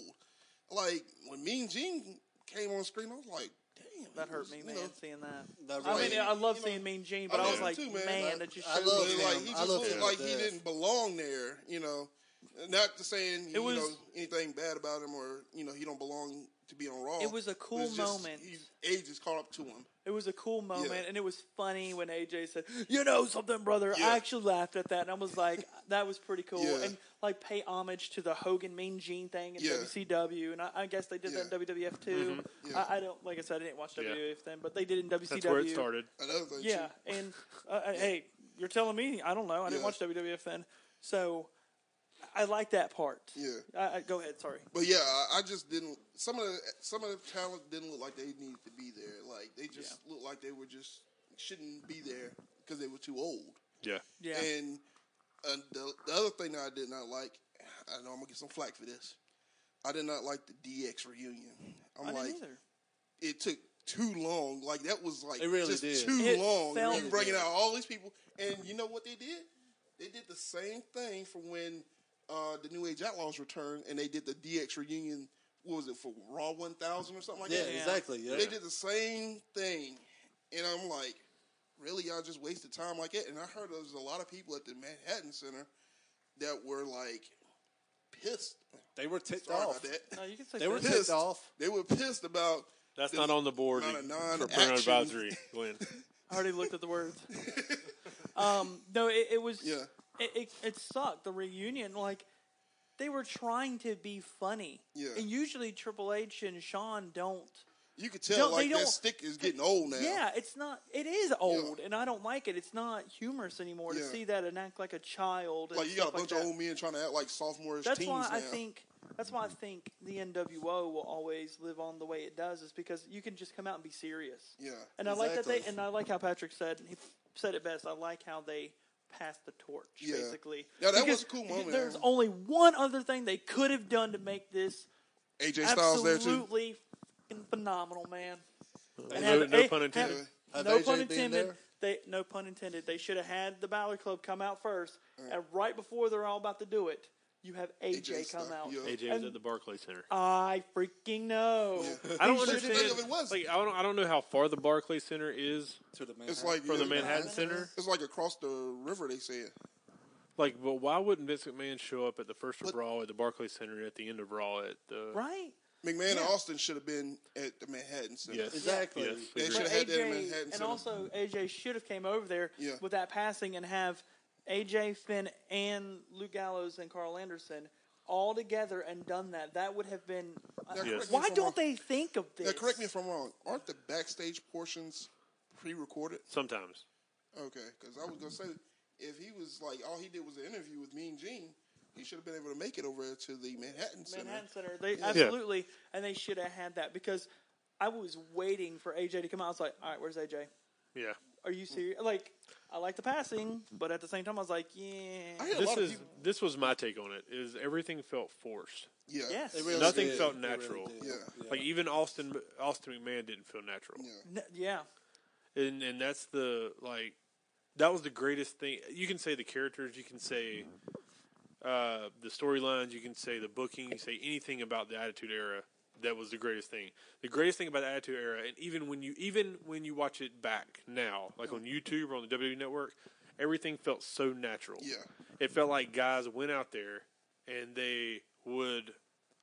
Speaker 7: Like when Mean Gene came on screen, I was like, damn,
Speaker 4: That
Speaker 7: he
Speaker 4: hurt
Speaker 7: was,
Speaker 4: me,
Speaker 7: you
Speaker 4: man,
Speaker 7: know,
Speaker 4: seeing that.
Speaker 3: That
Speaker 4: I
Speaker 7: Right.
Speaker 4: mean,
Speaker 3: really-
Speaker 4: I love
Speaker 7: You know,
Speaker 4: seeing Mean Gene,
Speaker 7: I
Speaker 4: but I,
Speaker 7: love
Speaker 4: was
Speaker 7: him
Speaker 4: like,
Speaker 7: too,
Speaker 4: man,
Speaker 7: man. Like,
Speaker 4: that just
Speaker 3: I
Speaker 4: showed
Speaker 3: love
Speaker 7: But,
Speaker 4: me.
Speaker 3: him.
Speaker 7: like he
Speaker 3: I
Speaker 7: just
Speaker 3: love
Speaker 7: looked
Speaker 3: him
Speaker 7: like
Speaker 3: to
Speaker 7: he
Speaker 3: death.
Speaker 7: didn't belong there, you know. Not to saying you
Speaker 4: was-
Speaker 7: know anything bad about him or you know he don't belong to be on Raw.
Speaker 4: It was a
Speaker 7: but
Speaker 4: cool
Speaker 7: it's just
Speaker 4: moment.
Speaker 7: He, age is caught up to him.
Speaker 4: It was a cool moment, and it was funny when AJ said, "You know something, brother." I actually laughed at that, and I was like, "That was pretty cool."
Speaker 7: Yeah.
Speaker 4: And like pay homage to the Hogan Mean Gene thing in
Speaker 7: Yeah.
Speaker 4: WCW, and I, I guess they did that
Speaker 7: Yeah.
Speaker 4: in WWF too.
Speaker 7: Yeah.
Speaker 4: I, I don't like I said I didn't watch
Speaker 6: Yeah.
Speaker 4: WWF then, but they did in WCW.
Speaker 6: That's where it started.
Speaker 7: Another thing,
Speaker 4: Yeah,
Speaker 7: too,
Speaker 4: and uh, uh, hey, you're telling me I don't know. I didn't
Speaker 7: Yeah.
Speaker 4: watch WWF then, so I like that part.
Speaker 7: Yeah.
Speaker 4: I, I, go ahead. Sorry.
Speaker 7: but yeah, I, I just didn't. Some of the some of the talent didn't look like they needed to be there. Like they just looked like they were just shouldn't be there because they were too old.
Speaker 6: Yeah.
Speaker 4: Yeah.
Speaker 7: And uh, the, the other thing that I did not like, I know I'm gonna get some flack for this. I did not like the DX reunion. I'm
Speaker 4: I
Speaker 7: like,
Speaker 4: didn't either.
Speaker 7: it took too long. Like that was like
Speaker 3: It really
Speaker 7: just
Speaker 3: did.
Speaker 7: too
Speaker 4: It
Speaker 7: long.
Speaker 4: felt-
Speaker 7: You bringing out all these people, and you know what they did? They did the same thing from when uh, the New Age Outlaws returned, and they did the DX reunion. What was it for Raw 1000 or something like
Speaker 3: yeah,
Speaker 7: that?
Speaker 3: exactly. Yeah.
Speaker 7: They did the same thing, and I'm like, really, y'all just wasted time like it. And I heard there's a lot of people at the Manhattan Center that were like pissed.
Speaker 3: They were ticked
Speaker 7: Sorry
Speaker 3: off.
Speaker 7: about that.
Speaker 4: No, you can say
Speaker 3: They were
Speaker 4: that.
Speaker 3: ticked
Speaker 7: Pissed.
Speaker 3: off.
Speaker 7: They were pissed about
Speaker 6: That's
Speaker 7: the-
Speaker 6: not on the board
Speaker 7: not a
Speaker 6: for
Speaker 7: non-action.
Speaker 6: parental advisory, Glenn.
Speaker 4: I already looked at the words. um, no, it, it was.
Speaker 7: Yeah.
Speaker 4: It, it it sucked. The reunion, like they were trying to be funny.
Speaker 7: Yeah.
Speaker 4: And usually Triple H and Sean don't.
Speaker 7: You could tell
Speaker 4: Don't- they
Speaker 7: like that
Speaker 4: don't-
Speaker 7: stick is getting old now.
Speaker 4: Yeah, it's not. It is old, and I don't like it. It's not humorous anymore to
Speaker 7: Yeah.
Speaker 4: see that and act like a child. And
Speaker 7: Like you got a
Speaker 4: stuff like
Speaker 7: bunch
Speaker 4: that.
Speaker 7: of old men trying to act like sophomores.
Speaker 4: That's
Speaker 7: teens
Speaker 4: why
Speaker 7: now.
Speaker 4: I think. That's why I think the NWO will always live on the way it does, is because you can just come out and be serious.
Speaker 7: Yeah.
Speaker 4: And I like that they.
Speaker 3: Exactly.
Speaker 4: And I like how Patrick said he said it best. I like how they passed the torch,
Speaker 7: Yeah.
Speaker 4: basically.
Speaker 7: Yeah, that
Speaker 4: Because
Speaker 7: was a cool moment.
Speaker 4: There's only one other thing they could have done to make this
Speaker 7: AJ Styles there too.
Speaker 4: absolutely fucking phenomenal, man. And
Speaker 6: no-
Speaker 4: have-
Speaker 6: no
Speaker 4: eh,
Speaker 6: pun
Speaker 4: have-
Speaker 6: intended.
Speaker 3: Have
Speaker 4: no
Speaker 3: AJ
Speaker 4: pun
Speaker 3: been
Speaker 4: intended.
Speaker 3: there?
Speaker 4: They no pun intended. They should have had the Balor Club come out first, and right before they're all about to do it, you have AJ,
Speaker 7: AJ
Speaker 4: come
Speaker 7: stuff,
Speaker 4: out.
Speaker 7: yeah.
Speaker 6: AJ was at the Barclay Center.
Speaker 4: I freaking know.
Speaker 6: I don't
Speaker 7: But you
Speaker 6: understand.
Speaker 7: think of it was-
Speaker 6: Like, I don't. I don't know how far the Barclay Center is
Speaker 3: To the Manhattan.
Speaker 7: It's like
Speaker 6: from the
Speaker 7: yeah,
Speaker 6: Manhattan Center.
Speaker 7: It's like across the river. They said.
Speaker 6: Like, but why wouldn't Vince McMahon show up at the first of Raw at the Barclay Center at the end of Raw at the
Speaker 4: Right?
Speaker 7: McMahon and Austin should have been at the Manhattan Center.
Speaker 6: Yes.
Speaker 3: Exactly.
Speaker 6: Yes.
Speaker 7: They
Speaker 6: agree.
Speaker 7: should have
Speaker 4: But
Speaker 7: had that in
Speaker 4: AJ
Speaker 7: Manhattan
Speaker 4: and
Speaker 7: Center.
Speaker 4: also AJ should have came over there
Speaker 7: Yeah.
Speaker 4: with that passing and have AJ Finn and Luke Gallows and Carl Anderson all together and done that. That would have been.
Speaker 7: Now, correct me
Speaker 4: Why
Speaker 7: if I'm wrong.
Speaker 4: don't they think of this?
Speaker 7: Now, correct me if I'm wrong. Aren't the backstage portions pre-recorded?
Speaker 6: Sometimes.
Speaker 7: Okay, because I was gonna say if he was like all he did was an interview with Mean Gene, he should have been able to make it over to the Manhattan Center.
Speaker 4: Manhattan Center. They absolutely, and they should have had that because I was waiting for AJ to come out. I was like, all right, where's AJ?
Speaker 6: Yeah.
Speaker 4: Are you serious? Like, I like the passing, but at the same time, I was like, yeah,
Speaker 7: I hear a
Speaker 6: This
Speaker 7: lot of
Speaker 6: is
Speaker 7: people-
Speaker 6: this was my take on it. Is everything felt forced?
Speaker 7: yeah,
Speaker 4: yes,
Speaker 3: It really
Speaker 6: Nothing
Speaker 3: did.
Speaker 6: felt
Speaker 3: It really
Speaker 6: natural.
Speaker 3: did.
Speaker 7: yeah,
Speaker 6: Like even Austin Austin McMahon didn't feel natural.
Speaker 7: yeah.
Speaker 4: N- yeah.
Speaker 6: and and that's the like that was the greatest thing you can say the characters you can say uh, the storylines you can say the booking you can say anything about the attitude era that was the greatest thing the greatest thing about the attitude era and even when you even when you watch it back now like on youtube or on the wwe network everything felt so natural
Speaker 7: Yeah.
Speaker 6: it felt like guys went out there and they would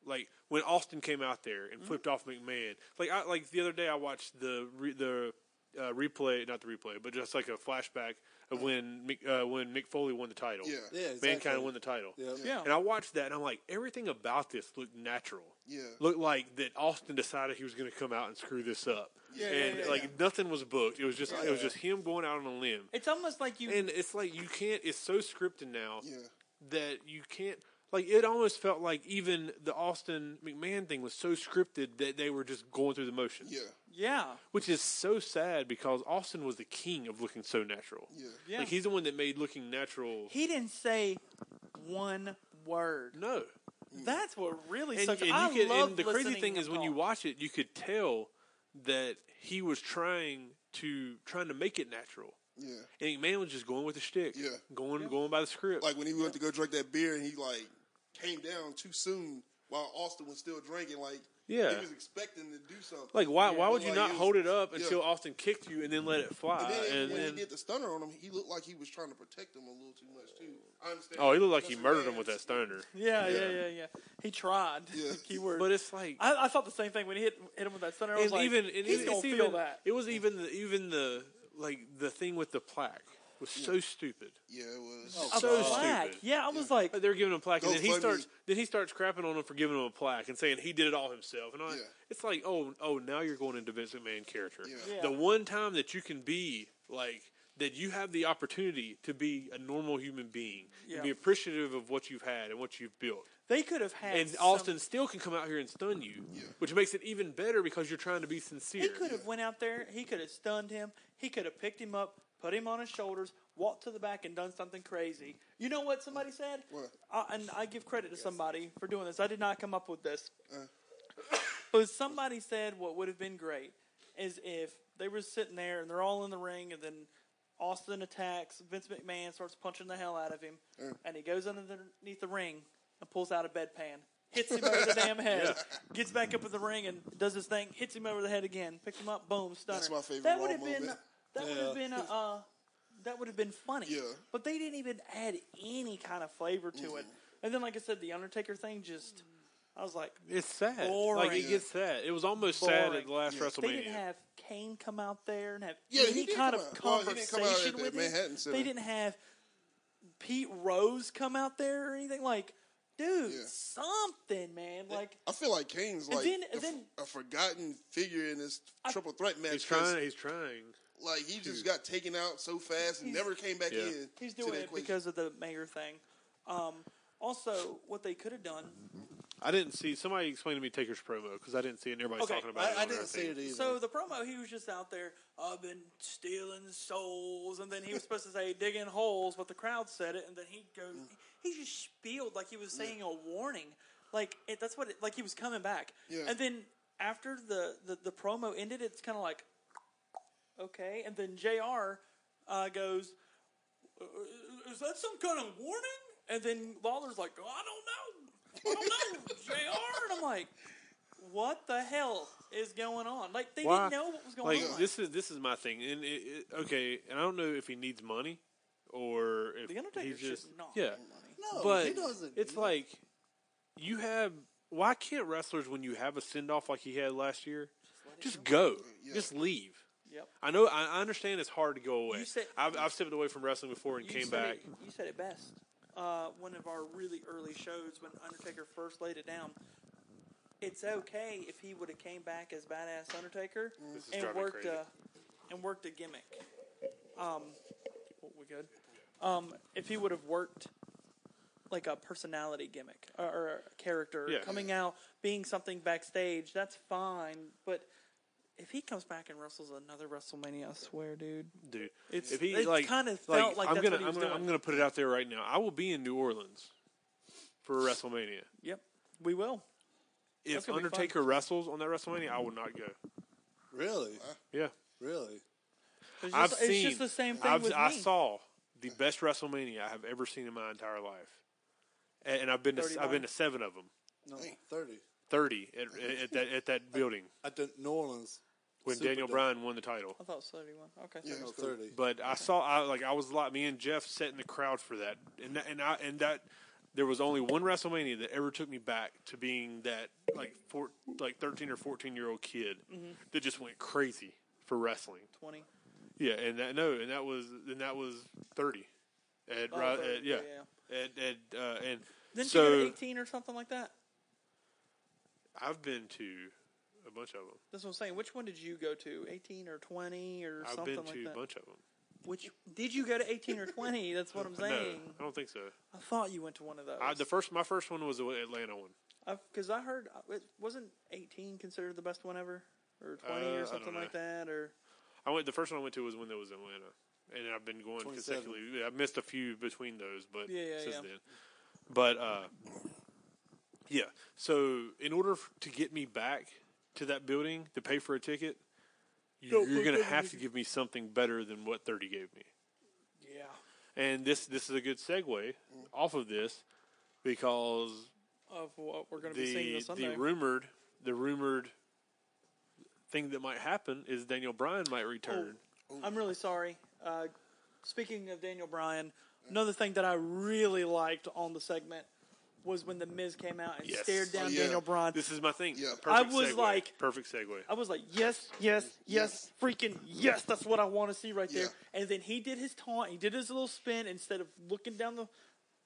Speaker 6: like when Austin came out there and flipped off McMahon. Like I like the other day I watched the re, the uh, replay, not the replay, but just like a flashback of when Mick- uh, when Mick Foley won the title.
Speaker 7: Yeah.
Speaker 3: Yeah, exactly.
Speaker 6: Mankind won the title.
Speaker 3: Yep.
Speaker 4: Yeah.
Speaker 6: And I watched that and I'm like everything about this looked natural.
Speaker 7: Yeah.
Speaker 6: Looked like that Austin decided he was going to come out and screw this up.
Speaker 7: Yeah,
Speaker 6: and
Speaker 7: yeah, yeah,
Speaker 6: like
Speaker 7: yeah.
Speaker 6: nothing was booked. It was just it was just him going out on a limb.
Speaker 4: It's almost like you.
Speaker 6: And it's like you can't. It's so scripted now
Speaker 7: Yeah.
Speaker 6: that you can't. Like it almost felt like even the Austin McMahon thing was so scripted that they were just going through the motions.
Speaker 7: Yeah,
Speaker 4: yeah,
Speaker 6: Which is so sad because Austin was the king of looking so natural.
Speaker 7: yeah,
Speaker 4: yeah.
Speaker 6: Like he's the one that made looking natural.
Speaker 4: He didn't say one word.
Speaker 6: no.
Speaker 4: That's what really
Speaker 6: Mm. And,
Speaker 4: sucks.
Speaker 6: and
Speaker 4: I
Speaker 6: you could,
Speaker 4: love
Speaker 6: and the crazy
Speaker 4: listening
Speaker 6: thing
Speaker 4: to
Speaker 6: is when
Speaker 4: talk.
Speaker 6: you watch it, you could tell that he was trying to trying to make it natural.
Speaker 7: yeah.
Speaker 6: And McMahon was just going with the shtick.
Speaker 7: Yeah.
Speaker 6: Going going by the script.
Speaker 7: Like when he went to go drink that beer and he like came down too soon while Austin was still drinking. Like
Speaker 6: Yeah.
Speaker 7: he was expecting to do something.
Speaker 6: Like why? why
Speaker 7: But,
Speaker 6: would you
Speaker 7: like,
Speaker 6: not
Speaker 7: it was-
Speaker 6: hold it up
Speaker 7: yeah.
Speaker 6: until Austin kicked you and then let it fly?
Speaker 7: And then
Speaker 6: uh, And
Speaker 7: when
Speaker 6: then,
Speaker 7: he did the stunner on him, he looked like he was trying to protect him a little too much too. I understand.
Speaker 6: oh, he looked like he
Speaker 7: That's
Speaker 6: murdered him
Speaker 7: bad.
Speaker 6: with that stoner.
Speaker 4: yeah, yeah, yeah, yeah, He tried. Keyword.
Speaker 6: But it's like,
Speaker 4: I, I thought the same thing when he hit hit him with that center. I was
Speaker 6: and
Speaker 4: like,
Speaker 6: even and
Speaker 4: he's
Speaker 6: it's
Speaker 4: gonna feel
Speaker 6: even-
Speaker 4: that.
Speaker 6: It was even the even the like the thing with the plaque was so stupid.
Speaker 7: Yeah, it was.
Speaker 6: Oh, so
Speaker 4: Black.
Speaker 6: stupid.
Speaker 4: Yeah, I was like,
Speaker 6: Like, They're giving him a plaque, and then he
Speaker 7: GoFundMe.
Speaker 6: starts. Then he starts crapping on him for giving him a plaque and saying he did it all himself. And I,
Speaker 7: Yeah.
Speaker 6: it's like, oh, oh, now you're going into Vince McMahon character.
Speaker 7: Yeah.
Speaker 4: Yeah.
Speaker 6: The one time that you can be like that, you have the opportunity to be a normal human being,
Speaker 4: Yeah.
Speaker 6: and be appreciative of what you've had and what you've built.
Speaker 4: they could have had.
Speaker 6: And
Speaker 4: some-
Speaker 6: Austin still can come out here and stun you, which makes it even better because you're trying to be sincere.
Speaker 4: He could have went out there. He could have stunned him. He could have picked him up, put him on his shoulders, walked to the back, and done something crazy. You know what somebody said?
Speaker 7: What?
Speaker 4: I, and I give credit to somebody for doing this. I did not come up with this.
Speaker 6: Uh.
Speaker 4: but somebody said what would have been great is if they were sitting there and they're all in the ring, and then Austin attacks Vince McMahon, starts punching the hell out of him,
Speaker 7: Mm.
Speaker 4: and he goes underneath the ring and pulls out a bedpan. Hits him over the damn head, gets back up in the ring and does his thing, hits him over the head again, picks him up, boom, stunner.
Speaker 7: That's my favorite
Speaker 4: That
Speaker 7: Raw
Speaker 4: would have been
Speaker 7: moment.
Speaker 4: that would have been a, uh, that would have been funny.
Speaker 7: Yeah.
Speaker 4: But they didn't even add any kind of flavor to it. And then, like I said, the Undertaker thing just, I was like,
Speaker 6: It's sad.
Speaker 4: Boring.
Speaker 6: Like it gets sad. It was almost sad
Speaker 4: Boring.
Speaker 6: at the last WrestleMania.
Speaker 4: they didn't have Kane come out there and have
Speaker 7: Yeah, he
Speaker 4: any
Speaker 7: did
Speaker 4: kind
Speaker 7: come
Speaker 4: of
Speaker 7: out. Well, he didn't
Speaker 4: conversation
Speaker 7: come out at the
Speaker 4: with him.
Speaker 7: Manhattan Center.
Speaker 4: They didn't have Pete Rose come out there or anything like, dude,
Speaker 7: Yeah.
Speaker 4: something, man. Like,
Speaker 7: I feel like Kane's
Speaker 4: And
Speaker 7: like
Speaker 4: then-
Speaker 7: a, f-
Speaker 4: then-
Speaker 7: a forgotten figure in this triple threat match.
Speaker 6: he's
Speaker 7: 'cause,
Speaker 6: trying. He's trying.
Speaker 7: Like he just got taken out so fast and
Speaker 4: He's-
Speaker 7: never came back
Speaker 6: Yeah.
Speaker 7: in.
Speaker 4: He's
Speaker 7: to
Speaker 4: doing
Speaker 7: that
Speaker 4: it
Speaker 7: equation.
Speaker 4: because of the mayor thing. Um, also, what they could have done
Speaker 6: I didn't see. Somebody explained to me Taker's promo because I didn't see it. And everybody's
Speaker 4: Okay,
Speaker 6: talking about it.
Speaker 3: I, I
Speaker 6: on
Speaker 3: didn't
Speaker 6: our
Speaker 3: see
Speaker 6: thing.
Speaker 3: it either.
Speaker 4: So the promo, he was just out there, I've been stealing souls, and then he was supposed to say digging holes, but the crowd said it, and then he goes, he just spieled like he was saying a warning, like it, that's what, it, like he was coming back,
Speaker 7: Yeah.
Speaker 4: and then after the the, the promo ended, it's kind of like, okay, and then Jr. Uh, goes, "Uh, is that some kind of warning? And then Lawler's like, oh, I don't know, I don't know, Jr. And I'm like. What the hell is going on? Like they
Speaker 6: Why?
Speaker 4: didn't know what was going
Speaker 6: Like
Speaker 4: on.
Speaker 6: this is this is my thing. And it, it, okay, and I don't know if he needs money or if
Speaker 4: the Undertaker
Speaker 6: he's just
Speaker 4: should not
Speaker 6: yeah.
Speaker 4: have money.
Speaker 3: no,
Speaker 6: but
Speaker 3: he doesn't.
Speaker 6: it's like you have why can't wrestlers when you have a send off like he had last year, just go,
Speaker 7: Yeah.
Speaker 6: just leave.
Speaker 4: Yep.
Speaker 6: I know. I I understand it's hard to go away.
Speaker 4: You said-
Speaker 6: I've, I've stepped away from wrestling before and
Speaker 4: You
Speaker 6: came
Speaker 4: said
Speaker 6: back.
Speaker 4: It, you said it best. Uh, one of our really early shows when Undertaker first laid it down. It's okay if he would have came back as badass Undertaker
Speaker 6: is
Speaker 4: and
Speaker 6: driving me
Speaker 4: worked
Speaker 6: crazy.
Speaker 4: a and worked a gimmick. Um, oh, we good? Um, if he would have worked like a personality gimmick or, or a character
Speaker 6: Yeah.
Speaker 4: coming out being something backstage, that's fine. But if he comes back and wrestles another WrestleMania, I swear, dude.
Speaker 6: dude.
Speaker 4: It's-
Speaker 6: if he
Speaker 4: it
Speaker 6: like
Speaker 4: kinda felt like
Speaker 6: I'm
Speaker 4: that's
Speaker 6: gonna
Speaker 4: what he
Speaker 6: I'm
Speaker 4: was
Speaker 6: gonna
Speaker 4: doing.
Speaker 6: I'm gonna put it out there right now. I will be in New Orleans for WrestleMania.
Speaker 4: Yep, we will. That's
Speaker 6: If
Speaker 4: gonna be fun.
Speaker 6: Undertaker wrestles on that WrestleMania, I will not go.
Speaker 3: Really?
Speaker 6: Yeah,
Speaker 3: Really?
Speaker 4: It's
Speaker 6: I've
Speaker 4: just,
Speaker 6: seen.
Speaker 4: It's just the same thing
Speaker 6: I've,
Speaker 4: with
Speaker 6: I
Speaker 4: me.
Speaker 6: saw the best WrestleMania I have ever seen in my entire life, and, and I've been to, I've
Speaker 4: 39?
Speaker 6: been to seven of them,
Speaker 3: No, 30.
Speaker 6: thirty at, at, at that at that building
Speaker 3: At the New Orleans.
Speaker 6: when
Speaker 3: Superdome.
Speaker 6: Daniel Bryan won the title.
Speaker 4: I thought it was 31. Okay.
Speaker 7: Yeah.
Speaker 3: No,
Speaker 7: That's cool.
Speaker 3: 30.
Speaker 6: But I saw, I like, I was like, me and Jeff sat in the crowd for that, and that, and I and that there was only one WrestleMania that ever took me back to being that like four, like thirteen or fourteen year old kid
Speaker 4: Mm-hmm.
Speaker 6: that just went crazy for wrestling.
Speaker 4: 20.
Speaker 6: Yeah, and that no, and that was and that was thirty. At,
Speaker 4: Oh,
Speaker 6: Ri-
Speaker 4: 30,
Speaker 6: at- yeah,
Speaker 4: yeah.
Speaker 6: At, at, uh, and
Speaker 4: Then
Speaker 6: so
Speaker 4: you go to 18 or something like that?
Speaker 6: I've been to a bunch of them.
Speaker 4: That's what I'm saying. Which one did you go to? 18 or 20 or
Speaker 6: I've
Speaker 4: something
Speaker 6: been
Speaker 4: like
Speaker 6: to
Speaker 4: that?
Speaker 6: a bunch of them.
Speaker 4: Which did you go to 18 or 20? That's what I'm saying.
Speaker 6: No, I don't think so.
Speaker 4: I thought you went to one of those.
Speaker 6: I, the first, my first one was the Atlanta one.
Speaker 4: Because I heard uh, it wasn't 18 considered the best one ever, or 20
Speaker 6: Uh, I
Speaker 4: or
Speaker 6: don't
Speaker 4: something like
Speaker 6: know.
Speaker 4: that, or
Speaker 6: I went. The first one I went to was when there was Atlanta, and I've been going
Speaker 3: 27.
Speaker 6: consecutively. I missed a few between those, but
Speaker 4: Yeah, yeah,
Speaker 6: since
Speaker 4: yeah.
Speaker 6: then, but uh, yeah. So in order f- to get me back to that building to pay for a ticket, you, you're going to have to give me something better than what thirty gave me.
Speaker 4: yeah.
Speaker 6: And this this is a good segue off of this because
Speaker 4: Of what we're going to be seeing
Speaker 6: the
Speaker 4: this Sunday.
Speaker 6: the rumored the rumored thing that might happen is Daniel Bryan might
Speaker 4: Oh,
Speaker 6: return.
Speaker 4: I'm really sorry. Uh, speaking of Daniel Bryan, another thing that I really liked on the segment was when the Miz came out and
Speaker 6: Yes.
Speaker 4: stared down
Speaker 7: Oh, yeah.
Speaker 4: Daniel Bryan.
Speaker 6: This is my thing.
Speaker 7: Yeah.
Speaker 6: Perfect
Speaker 4: I was
Speaker 6: segue.
Speaker 4: like-
Speaker 6: perfect segue.
Speaker 4: I was like, yes, yes, yes, freaking yes. That's what I want to see right there.
Speaker 7: Yeah.
Speaker 4: And then he did his taunt. He did his little spin. Instead of looking down the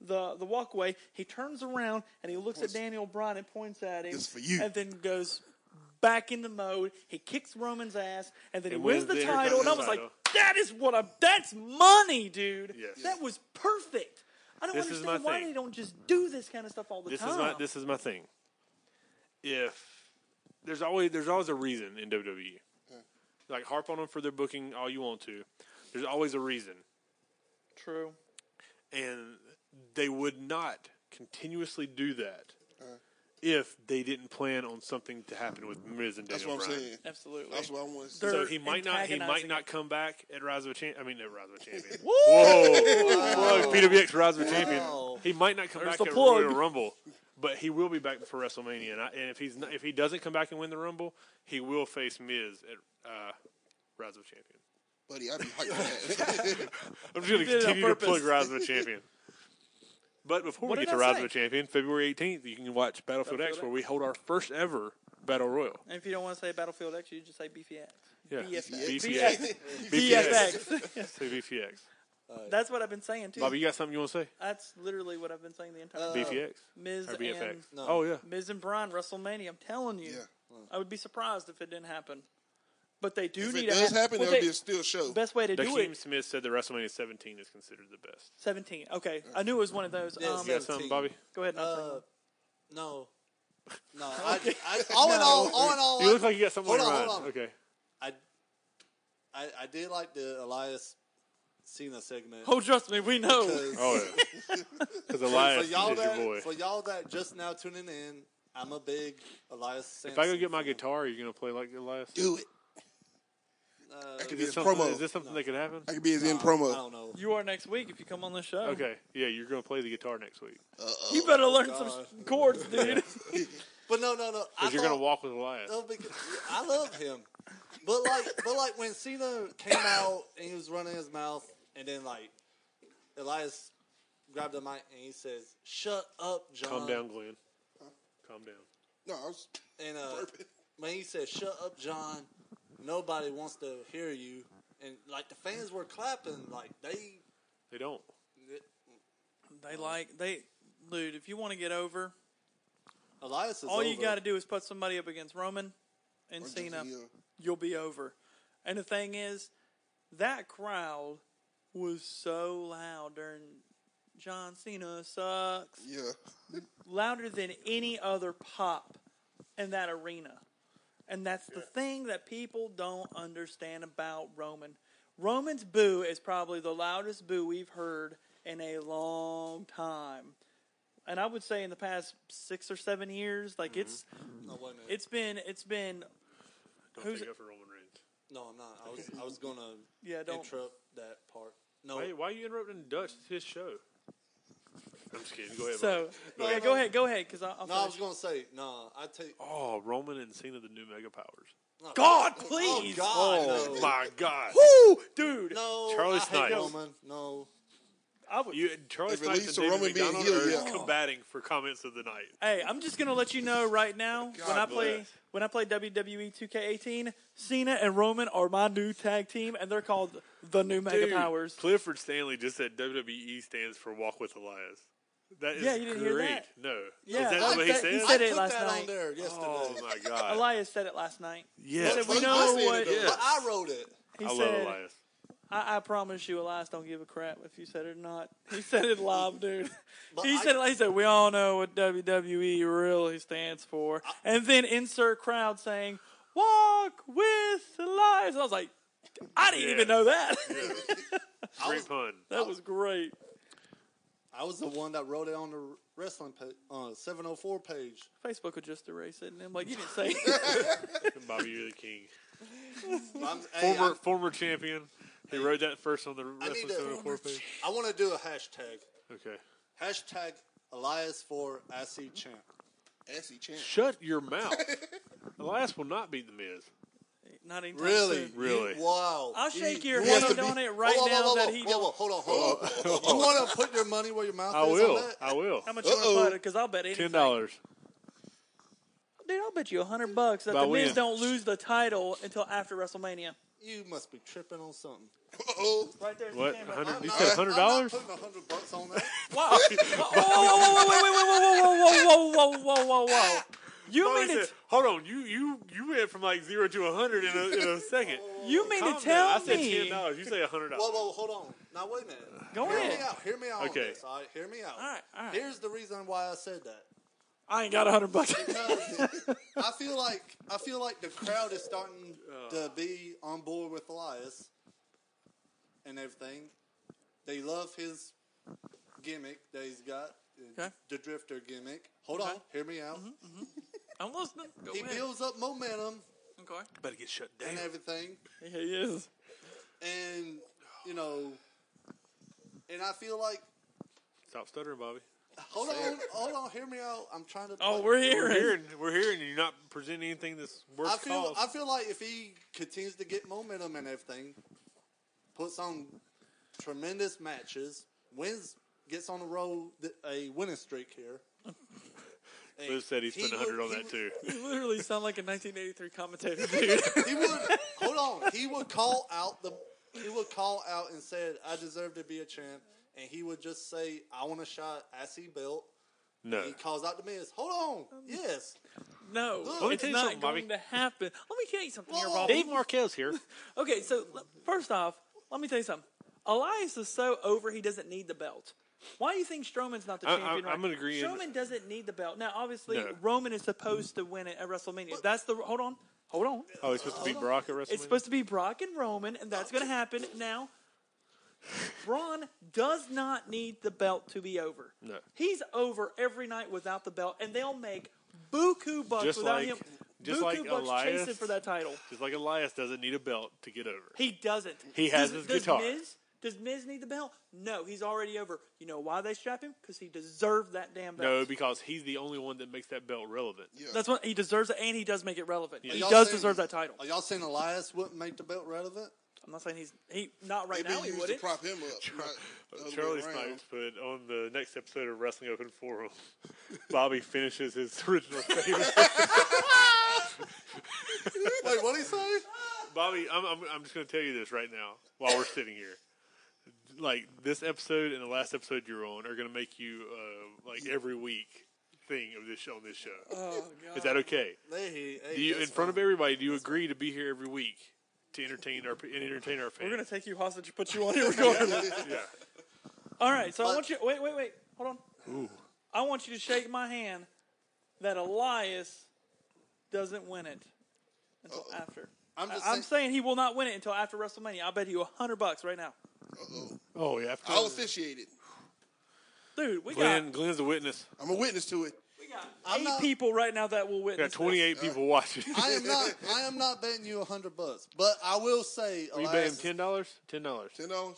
Speaker 4: the, the walkway, he turns around and he looks at Daniel Bryan and points at him.
Speaker 7: This for you.
Speaker 4: And then goes back into mode. He kicks Roman's ass and then he
Speaker 6: And
Speaker 4: wins
Speaker 6: wins
Speaker 4: the,
Speaker 6: the
Speaker 4: title. And I was like,
Speaker 6: Intercontinental
Speaker 4: that is what I'm. That's money, dude.
Speaker 6: Yes.
Speaker 4: That was perfect. I don't
Speaker 6: This is
Speaker 4: understand
Speaker 6: my
Speaker 4: why
Speaker 6: thing.
Speaker 4: they don't just do this kind of stuff all the
Speaker 6: This
Speaker 4: time.
Speaker 6: is my this is my thing. If there's always there's always a reason in WWE. Like harp on them for their booking all you want to. There's always a reason,
Speaker 4: True.
Speaker 6: and they would not continuously do that
Speaker 7: Uh-huh.
Speaker 6: if they didn't plan on something to happen with Miz and
Speaker 7: That's
Speaker 6: Daniel
Speaker 7: what I'm
Speaker 6: Bryan.
Speaker 7: saying.
Speaker 4: Absolutely.
Speaker 7: That's what I want to see.
Speaker 4: They're-
Speaker 6: So he might not. He might
Speaker 4: antagonizing
Speaker 6: not
Speaker 4: it.
Speaker 6: come back at Rise of a Champion. I mean, at Rise of a Champion. Whoa! Plug PWX Rise of a Champion. He might not come
Speaker 4: There's
Speaker 6: back
Speaker 4: the
Speaker 6: at
Speaker 4: plug.
Speaker 6: Royal Rumble, but he will be back for WrestleMania. And, I, and if he's not, if he doesn't come back and win the Rumble, he will face Miz at uh, Rise of a Champion.
Speaker 7: Buddy, I'd be hyped for that.
Speaker 6: I'm just going
Speaker 4: did it
Speaker 6: to
Speaker 4: on
Speaker 6: continue to plug
Speaker 4: purpose.
Speaker 6: Rise of a Champion. But before
Speaker 4: What
Speaker 6: we
Speaker 4: did
Speaker 6: get to
Speaker 4: I
Speaker 6: Rise
Speaker 4: say?
Speaker 6: of a Champion, February 18th, you can watch Battlefield,
Speaker 4: Battlefield
Speaker 6: X, where
Speaker 4: X.
Speaker 6: we hold our first ever Battle Royal.
Speaker 4: And if you don't want to say Battlefield X, you just say BFX.
Speaker 6: Yeah.
Speaker 4: BFX.
Speaker 6: BFX.
Speaker 4: BFX.
Speaker 6: Say BFX.
Speaker 4: That's what I've been saying too.
Speaker 6: Bobby, you got something you want to say?
Speaker 4: That's literally what I've been saying the
Speaker 7: Uh,
Speaker 4: entire time.
Speaker 6: BFX.
Speaker 4: Miz
Speaker 6: Or BFX.
Speaker 4: and
Speaker 3: No.
Speaker 6: Oh yeah.
Speaker 4: Miz and Brian WrestleMania. I'm telling you,
Speaker 7: Yeah.
Speaker 4: I would be surprised if it didn't happen. But they do
Speaker 7: if
Speaker 4: need.
Speaker 7: it does
Speaker 4: to ha-
Speaker 7: happen,
Speaker 4: well,
Speaker 7: that'll
Speaker 4: they-
Speaker 7: be a still show.
Speaker 4: best way to do
Speaker 6: Dakeem
Speaker 4: it.
Speaker 6: Smith said that WrestleMania 17 is considered the best.
Speaker 4: Seventeen. Okay, I knew it was one of those.
Speaker 3: Yes.
Speaker 4: Um,
Speaker 6: You got
Speaker 3: 17.
Speaker 6: something, Bobby?
Speaker 4: Go ahead. And I'll say
Speaker 3: Uh,
Speaker 4: one.
Speaker 3: no. No. I, I, all in all, all in all.
Speaker 6: You
Speaker 3: Oh, I-
Speaker 6: look like you got something
Speaker 3: hold
Speaker 6: on your
Speaker 3: on,
Speaker 6: mind.
Speaker 3: hold on.
Speaker 6: Okay.
Speaker 3: I, I, I did like the Elias Cena segment.
Speaker 4: oh, trust me, we know.
Speaker 3: 'cause
Speaker 6: Oh yeah. Because
Speaker 3: for
Speaker 6: Elias is
Speaker 3: y'all
Speaker 6: your
Speaker 3: that
Speaker 6: boy.
Speaker 3: for y'all that just now tuning in, I'm a big Elias.
Speaker 6: If I go
Speaker 3: Sampson
Speaker 6: get my
Speaker 3: fan.
Speaker 6: guitar, are you gonna play like Elias?
Speaker 7: Do it.
Speaker 3: Uh,
Speaker 7: could
Speaker 6: Is
Speaker 7: be
Speaker 6: this
Speaker 7: his
Speaker 6: something,
Speaker 7: promo.
Speaker 6: is this something that could happen?
Speaker 7: I could be his in
Speaker 3: I
Speaker 7: promo.
Speaker 3: don't know.
Speaker 4: You are next week if you come on the show.
Speaker 6: Okay. Yeah, you're gonna play the guitar next week.
Speaker 4: You better
Speaker 7: Oh,
Speaker 4: learn some
Speaker 3: God.
Speaker 4: s- chords, dude.
Speaker 3: But no, no, no. I
Speaker 6: Because you're
Speaker 3: thought-
Speaker 6: gonna
Speaker 3: Oh,
Speaker 6: walk with Elias.
Speaker 3: No, because I love him. But like, but like when Cena came out and he was running his mouth, and then like Elias grabbed the mic and he says, "Shut up, John."
Speaker 6: Calm down, Glenn. Calm down.
Speaker 7: No, I was
Speaker 3: And uh,
Speaker 7: burping.
Speaker 3: when he said, "Shut up, John," nobody wants to hear you. And like the fans were clapping, like they.
Speaker 6: They don't.
Speaker 4: They like they, dude. If you want to get over,
Speaker 3: Elias is
Speaker 4: all you
Speaker 3: over.
Speaker 4: got to do is put somebody up against Roman and
Speaker 7: Or just
Speaker 4: Cena.
Speaker 7: heel.
Speaker 4: You'll be over. And the thing is, that crowd was so loud during John Cena sucks.
Speaker 7: Yeah.
Speaker 4: louder than any other pop in that arena. And that's the thing that people don't understand about Roman. Roman's boo is probably the loudest boo we've heard in a long time. And I would say in the past 6 or 7 years like
Speaker 7: Mm-hmm.
Speaker 4: it's
Speaker 3: No, wait a minute.
Speaker 4: it's been it's been
Speaker 6: Don't
Speaker 4: Who's
Speaker 6: take
Speaker 4: it-
Speaker 6: up for Roman Reigns.
Speaker 3: no, I'm not. I was I was gonna
Speaker 4: Yeah, don't.
Speaker 3: interrupt that part. No,
Speaker 6: Why, why are you interrupting Dutch? It's his show. I'm just kidding. Go ahead.
Speaker 4: so
Speaker 6: Mike.
Speaker 4: yeah, go ahead, go ahead cuz I'll,
Speaker 3: no, I was
Speaker 4: finish.
Speaker 3: gonna say no. I take
Speaker 6: Oh, Roman and Cena, the new mega powers.
Speaker 3: no.
Speaker 4: God,
Speaker 3: Oh
Speaker 4: please.
Speaker 3: God,
Speaker 6: Oh my God!
Speaker 4: Woo, dude.
Speaker 3: no, no.
Speaker 6: Charlie
Speaker 3: I hate
Speaker 6: Snipes.
Speaker 3: Roman. No,
Speaker 4: I would,
Speaker 6: You Charlie
Speaker 7: If it leads
Speaker 6: Snipes and
Speaker 7: to
Speaker 6: David
Speaker 7: Roman being
Speaker 6: McDonald
Speaker 7: healed,
Speaker 6: are
Speaker 7: yeah.
Speaker 6: combating for comments of the night.
Speaker 4: Hey, I'm just gonna let you know right now when I play
Speaker 6: bless.
Speaker 4: when I play E WWE 2K18, Cena and Roman are my new tag team, and they're called the New Mega
Speaker 6: Dude,
Speaker 4: Powers.
Speaker 6: Clifford Stanley just said WWE stands for Walk with Elias. That is
Speaker 4: Yeah, you didn't
Speaker 6: great.
Speaker 4: hear that?
Speaker 6: No,
Speaker 4: Yeah,
Speaker 6: is that
Speaker 4: I-
Speaker 6: what he
Speaker 4: that-
Speaker 6: said?
Speaker 4: he said
Speaker 3: I
Speaker 4: it
Speaker 3: put
Speaker 4: last
Speaker 3: that
Speaker 4: night.
Speaker 3: on there yesterday.
Speaker 6: oh my God!
Speaker 4: Elias said it last night.
Speaker 6: yes.
Speaker 4: said we know
Speaker 7: I said it,
Speaker 4: what-
Speaker 7: though.
Speaker 6: Yeah.
Speaker 3: But I wrote it.
Speaker 4: He
Speaker 6: I love
Speaker 4: said,
Speaker 6: Elias.
Speaker 4: I, I promise you, Elias don't give a crap if you said it or not." He said it live, dude.
Speaker 3: But
Speaker 4: he
Speaker 3: I-
Speaker 4: said, it, "He said we all know what WWE really stands for," and then insert crowd saying, "Walk with Elias." I was like, "I didn't
Speaker 6: Yeah.
Speaker 4: even know that."
Speaker 6: Great pun.
Speaker 4: that was great.
Speaker 3: I was the one that wrote it on the wrestling uh, page, on 704 page.
Speaker 4: Facebook would just erase it, and I'm like, you didn't say.
Speaker 6: Bobby, you're the king.
Speaker 3: I'm, hey,
Speaker 6: Former former champion. He rode that first on the
Speaker 3: I, I need
Speaker 6: wrestling
Speaker 3: to.
Speaker 6: 704 page.
Speaker 3: I want to do a hashtag.
Speaker 6: Okay.
Speaker 3: Hashtag Elias for I see champ.
Speaker 7: Assy champ.
Speaker 6: Shut your mouth. Elias will not beat the Miz.
Speaker 4: Not anytime
Speaker 3: Really,
Speaker 4: soon.
Speaker 6: Really?
Speaker 3: You- wow.
Speaker 4: I'll shake your
Speaker 3: you want
Speaker 4: hand
Speaker 3: to
Speaker 4: on
Speaker 3: be-
Speaker 4: it right
Speaker 3: whoa, whoa,
Speaker 4: now
Speaker 3: whoa,
Speaker 4: that
Speaker 3: whoa,
Speaker 4: he
Speaker 3: whoa, whoa, hold on, hold on. you want to put your money where your mouth
Speaker 6: I
Speaker 3: is
Speaker 6: will.
Speaker 3: on that?
Speaker 6: I will.
Speaker 4: How much you want
Speaker 7: Uh-oh.
Speaker 4: to put it? Because I'll bet anything.
Speaker 6: Ten dollars.
Speaker 4: dude. I'll bet you a hundred bucks that
Speaker 6: By
Speaker 4: the Miz
Speaker 6: when?
Speaker 4: don't lose the title until after WrestleMania.
Speaker 3: You must be tripping on something.
Speaker 7: Oh,
Speaker 4: Right there.
Speaker 6: What? Hundred?
Speaker 3: I'm
Speaker 6: You said
Speaker 3: not-
Speaker 6: hundred
Speaker 3: I'm not
Speaker 6: dollars?
Speaker 3: putting a hundred bucks on that.
Speaker 4: Wow. whoa, whoa, whoa, whoa, wait, wait, wait, whoa, whoa, whoa, whoa, whoa, whoa, whoa, whoa. You
Speaker 6: Bobby
Speaker 4: mean to
Speaker 6: said, Hold on. You you you went from like zero to a hundred in a in a second.
Speaker 3: Oh.
Speaker 4: you mean
Speaker 6: Calm
Speaker 4: to
Speaker 6: down.
Speaker 4: tell
Speaker 6: I said ten
Speaker 4: me? All
Speaker 6: dollars. You say a hundred
Speaker 3: Whoa,
Speaker 6: dollars.
Speaker 3: whoa, hold on. Now wait a minute.
Speaker 4: Go
Speaker 3: hear
Speaker 4: ahead.
Speaker 3: me out. Hear me out.
Speaker 6: Okay.
Speaker 3: On this, all right? Hear me out.
Speaker 4: right, all right.
Speaker 3: Here's the reason why I said that.
Speaker 4: I ain't got a hundred bucks.
Speaker 3: I feel like I feel like the crowd is starting to be on board with Elias and everything. They love his gimmick that he's got, uh,
Speaker 4: Okay.
Speaker 3: the drifter gimmick. Hold on, hear me out.
Speaker 4: I'm listening. Go
Speaker 3: He
Speaker 4: ahead.
Speaker 3: builds up momentum
Speaker 4: Okay.
Speaker 6: Better get shut
Speaker 3: and everything,
Speaker 4: Yeah, he is.
Speaker 3: and you know, and I feel like
Speaker 6: Stop stuttering, Bobby.
Speaker 3: hold on, hold on, hear me out. I'm trying to.
Speaker 4: Oh, we're
Speaker 6: We're
Speaker 4: hearing.
Speaker 6: hearing. We're hearing. You're not presenting anything that's worth
Speaker 3: I feel
Speaker 6: cause.
Speaker 3: I feel like if he continues to get momentum and everything, puts on tremendous matches, wins, gets on the road th- a winning streak here. and
Speaker 6: Liz said he spent
Speaker 3: would-
Speaker 6: a hundred on
Speaker 3: he
Speaker 6: that too.
Speaker 4: You literally sound like a 1983 commentator, dude.
Speaker 3: would- He would hold on. He would call out the. He would call out and said, "I deserve to be a champ," and he would just say, "I want a shot." I see belt.
Speaker 6: No.
Speaker 3: He calls out to me. Hold on. Yes.
Speaker 4: No,
Speaker 3: Let me
Speaker 4: it's
Speaker 6: tell you
Speaker 4: not
Speaker 6: something, Bobby.
Speaker 4: going to happen. Let me tell you something here,
Speaker 3: Whoa.
Speaker 4: Bob.
Speaker 6: Dave Marquez here.
Speaker 4: Okay, so l- first off, let me tell you something. Elias is so over, he doesn't need the belt. Why do you think Strowman's not the
Speaker 6: I- I-
Speaker 4: champion? right
Speaker 6: I'm
Speaker 4: now?
Speaker 6: gonna agree in-
Speaker 4: Strowman doesn't need the belt. Now, obviously,
Speaker 6: No.
Speaker 4: Roman is supposed to win it at WrestleMania. That's the hold on, hold on.
Speaker 6: Oh, he's supposed to beat Brock at WrestleMania.
Speaker 4: It's supposed to be Brock and Roman, and that's going to happen now. Braun does not need the belt to be over.
Speaker 6: No.
Speaker 4: He's over every night without the belt, and they'll make buku bucks
Speaker 6: Just
Speaker 4: without
Speaker 6: like-
Speaker 4: him.
Speaker 6: just
Speaker 4: buku
Speaker 6: like
Speaker 4: bucks
Speaker 6: Elias.
Speaker 4: chasing for that title.
Speaker 6: Just like Elias doesn't need a belt to get over.
Speaker 4: He doesn't.
Speaker 6: He has his guitar.
Speaker 4: Miz, does Miz need the belt? No, he's already over. You know why they strap him? Because he deserved that damn
Speaker 6: No,
Speaker 4: belt.
Speaker 6: because he's the only one that makes that belt relevant.
Speaker 7: yeah.
Speaker 4: That's what he deserves it, and he does make it relevant. He
Speaker 3: Y'all
Speaker 4: does
Speaker 3: saying-
Speaker 4: deserve that title.
Speaker 3: Are y'all saying Elias wouldn't make the belt relevant?
Speaker 4: I'm not saying he's he not right
Speaker 7: They've
Speaker 4: now.
Speaker 7: been
Speaker 4: He
Speaker 7: used
Speaker 4: wouldn't.
Speaker 7: to prop him up. not the other way
Speaker 6: Charlie
Speaker 7: around.
Speaker 6: Snipes put on the next episode of Wrestling Open Forum, Bobby finishes his original statement.
Speaker 3: Wait, what did he say?
Speaker 6: Bobby, I'm, I'm, I'm just going to tell you this right now while we're sitting here. Like, this episode and the last episode you're on are going to make you, uh, like, every week thing of this show, on this show.
Speaker 4: Oh, God.
Speaker 6: Is that okay?
Speaker 3: Hey, hey,
Speaker 6: Do you, in
Speaker 3: that's
Speaker 6: front of
Speaker 3: fine.
Speaker 6: everybody, do you agree to be here every week to entertain our and entertain our fans?
Speaker 4: We're gonna take you hostage and put you on here regardless.
Speaker 6: yeah.
Speaker 4: All right, so I want you. Wait, wait, wait. Hold on. I want you to shake my hand that Elias doesn't win it until after.
Speaker 3: I'm just
Speaker 4: I'm
Speaker 3: saying-
Speaker 4: saying he will not win it until after WrestleMania. I'll bet you a hundred bucks right now,
Speaker 7: Uh-oh.
Speaker 6: Oh yeah. After
Speaker 7: I'll officiate it.
Speaker 4: dude. We
Speaker 6: Glenn,
Speaker 4: got
Speaker 6: Glenn's a witness.
Speaker 7: I'm a witness to it.
Speaker 4: we got
Speaker 3: I'm
Speaker 4: eight
Speaker 3: not-
Speaker 4: people right now that will
Speaker 6: We got
Speaker 4: witness. this.
Speaker 6: 28 people watching.
Speaker 3: I am not. I am not betting you a hundred bucks, but I will say,
Speaker 6: Will you bet him
Speaker 3: Elias,
Speaker 6: ten dollars? Ten dollars.
Speaker 7: Ten dollars.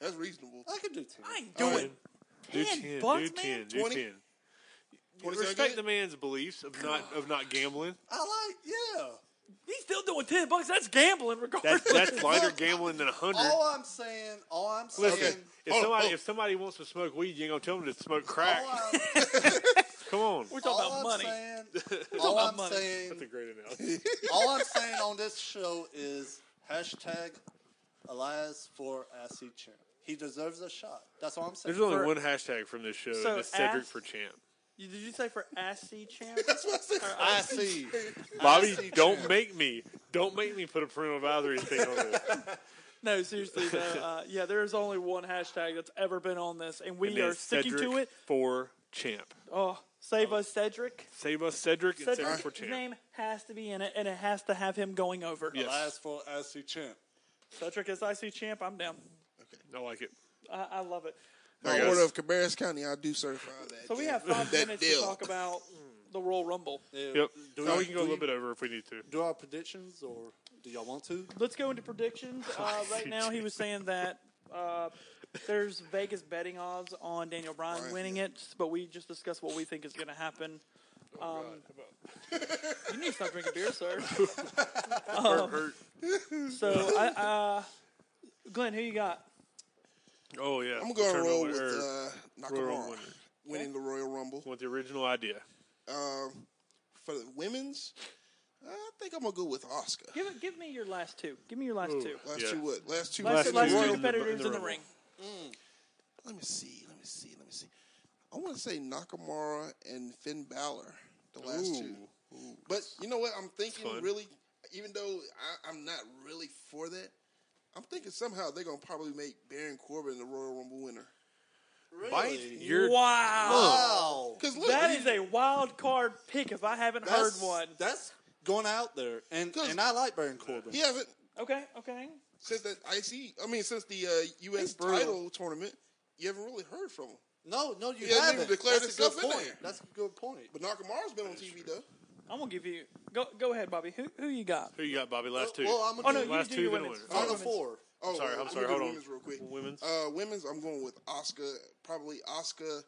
Speaker 7: That's reasonable.
Speaker 3: I could do two.
Speaker 4: I ain't doing
Speaker 6: Do
Speaker 4: 10
Speaker 6: ten.
Speaker 4: bucks,
Speaker 6: do
Speaker 4: man?
Speaker 6: ten. Do
Speaker 7: 20?
Speaker 6: ten.
Speaker 7: Twenty
Speaker 6: Respect the
Speaker 7: seconds.
Speaker 6: man's beliefs of not of not gambling.
Speaker 3: I like, yeah.
Speaker 4: He's still doing ten bucks. That's gambling, regardless.
Speaker 6: That's that's lighter gambling than a hundred.
Speaker 3: All I'm saying, all I'm saying,
Speaker 6: Listen, if
Speaker 7: Hold
Speaker 6: somebody
Speaker 7: on, hold on.
Speaker 6: if somebody wants to smoke weed, you ain't gonna tell them to smoke
Speaker 3: all
Speaker 6: crack.
Speaker 3: I'm,
Speaker 6: Come on.
Speaker 4: We're talking
Speaker 3: all
Speaker 4: about
Speaker 3: I'm
Speaker 4: money.
Speaker 3: saying, all
Speaker 4: about
Speaker 3: I'm
Speaker 4: money.
Speaker 3: saying,
Speaker 6: That's a great analogy.
Speaker 3: all I'm saying on this show is hashtag Elias for IC champ. He deserves a shot. That's all I'm saying.
Speaker 6: There's only
Speaker 4: For-
Speaker 6: one hashtag from this show,
Speaker 4: So
Speaker 6: and it's Cedric
Speaker 4: ask-
Speaker 6: for champ.
Speaker 4: You- Did you say for SC champ?
Speaker 3: I see.
Speaker 6: Bobby,
Speaker 3: see
Speaker 6: don't
Speaker 3: champ.
Speaker 6: make me, don't make me put a parental advisory thing on this.
Speaker 4: No, seriously though. Uh, yeah, there is only one hashtag that's ever been on this, and we
Speaker 6: And
Speaker 4: are
Speaker 6: it's
Speaker 4: sticking
Speaker 6: Cedric
Speaker 4: to it.
Speaker 6: for champ.
Speaker 4: Oh, save us, Cedric.
Speaker 6: Save us, Cedric, and Cedric for
Speaker 4: Cedric's
Speaker 6: champ.
Speaker 4: name has to be in it, and it has to have him going over.
Speaker 6: Yes.
Speaker 3: Elias for IC champ.
Speaker 4: Cedric as IC champ, I'm down.
Speaker 6: I like it.
Speaker 4: I, I love it.
Speaker 7: By
Speaker 6: guys.
Speaker 7: order of Cabarrus County, I do certify that.
Speaker 4: So we
Speaker 7: yeah.
Speaker 4: have five
Speaker 7: That
Speaker 4: minutes
Speaker 7: deal.
Speaker 4: to talk about the Royal Rumble.
Speaker 6: Yep.
Speaker 3: Do
Speaker 6: No,
Speaker 3: I-
Speaker 6: we can go a
Speaker 3: do
Speaker 6: little
Speaker 3: you-
Speaker 6: bit over if we need to.
Speaker 3: Do our predictions, or do y'all want to?
Speaker 4: Let's go into predictions. Uh, right now, he was saying that uh, there's Vegas betting odds on Daniel Bryan
Speaker 7: Bryan,
Speaker 4: winning it, but we just discussed what we think is going to happen. Um, you need to stop drinking beer, sir. Um,
Speaker 6: Hurt, hurt.
Speaker 4: So, I, uh, Glenn, who you got?
Speaker 6: Oh yeah.
Speaker 7: I'm going to
Speaker 6: Eternal
Speaker 7: roll
Speaker 6: winner,
Speaker 7: with
Speaker 6: or
Speaker 7: uh,
Speaker 6: Royal
Speaker 7: Nakamura
Speaker 6: winner.
Speaker 7: winning the Royal Rumble.
Speaker 6: With the original idea.
Speaker 7: Um, for the women's, uh, I think I'm gonna go with Oscar.
Speaker 4: Give it, give me your last two. Give me your last two.
Speaker 7: Last
Speaker 6: Yeah.
Speaker 7: two what? Last two.
Speaker 4: Last,
Speaker 6: two.
Speaker 4: two, last
Speaker 6: Royal
Speaker 4: two
Speaker 6: in
Speaker 4: is
Speaker 6: the-
Speaker 4: better
Speaker 6: in the
Speaker 4: dudes in the
Speaker 6: Rumble.
Speaker 4: ring.
Speaker 7: Let me see. Let me see. Let me see. I want to say Nakamura and Finn Balor, the last two. But you know what? I'm thinking
Speaker 6: fun.
Speaker 7: really, even though I, I'm not really for that, I'm thinking somehow they're gonna probably make Baron Corbin the Royal Rumble winner.
Speaker 6: Bite your
Speaker 4: wow.
Speaker 3: Wow.
Speaker 7: Because look,
Speaker 4: That
Speaker 7: he-
Speaker 4: is a wild card pick if I haven't heard
Speaker 3: That's-
Speaker 4: one.
Speaker 3: That's going out there, and
Speaker 7: 'Cause-
Speaker 3: and I like Baron Corbin.
Speaker 7: he hasn't
Speaker 4: Okay, okay.
Speaker 7: since that IC. I mean, since the uh, U.S.
Speaker 3: He's brutal.
Speaker 7: title tournament, you haven't really heard from him.
Speaker 3: No, no, you
Speaker 7: He hasn't
Speaker 3: haven't.
Speaker 7: even declared
Speaker 3: That's a good
Speaker 7: himself in
Speaker 3: point.
Speaker 7: there.
Speaker 3: That's a good point.
Speaker 7: But Nakamura's been on TV though.
Speaker 4: I'm gonna give you. Go go ahead, Bobby. Who who you got?
Speaker 6: Who you got,
Speaker 7: Uh,
Speaker 6: Bobby? Last two.
Speaker 3: Well, I'm
Speaker 4: Oh
Speaker 3: gonna
Speaker 4: no,
Speaker 3: do
Speaker 6: Last
Speaker 4: you
Speaker 6: two,
Speaker 4: do your
Speaker 6: then
Speaker 4: women's.
Speaker 6: winner.
Speaker 3: final
Speaker 4: Women's.
Speaker 3: four.
Speaker 7: Oh,
Speaker 6: Sorry, I'm
Speaker 7: let me
Speaker 6: sorry,
Speaker 7: do
Speaker 6: hold on.
Speaker 7: women's real quick.
Speaker 6: Women's.
Speaker 7: Uh, women's. I'm going with Oscar. Probably Oscar.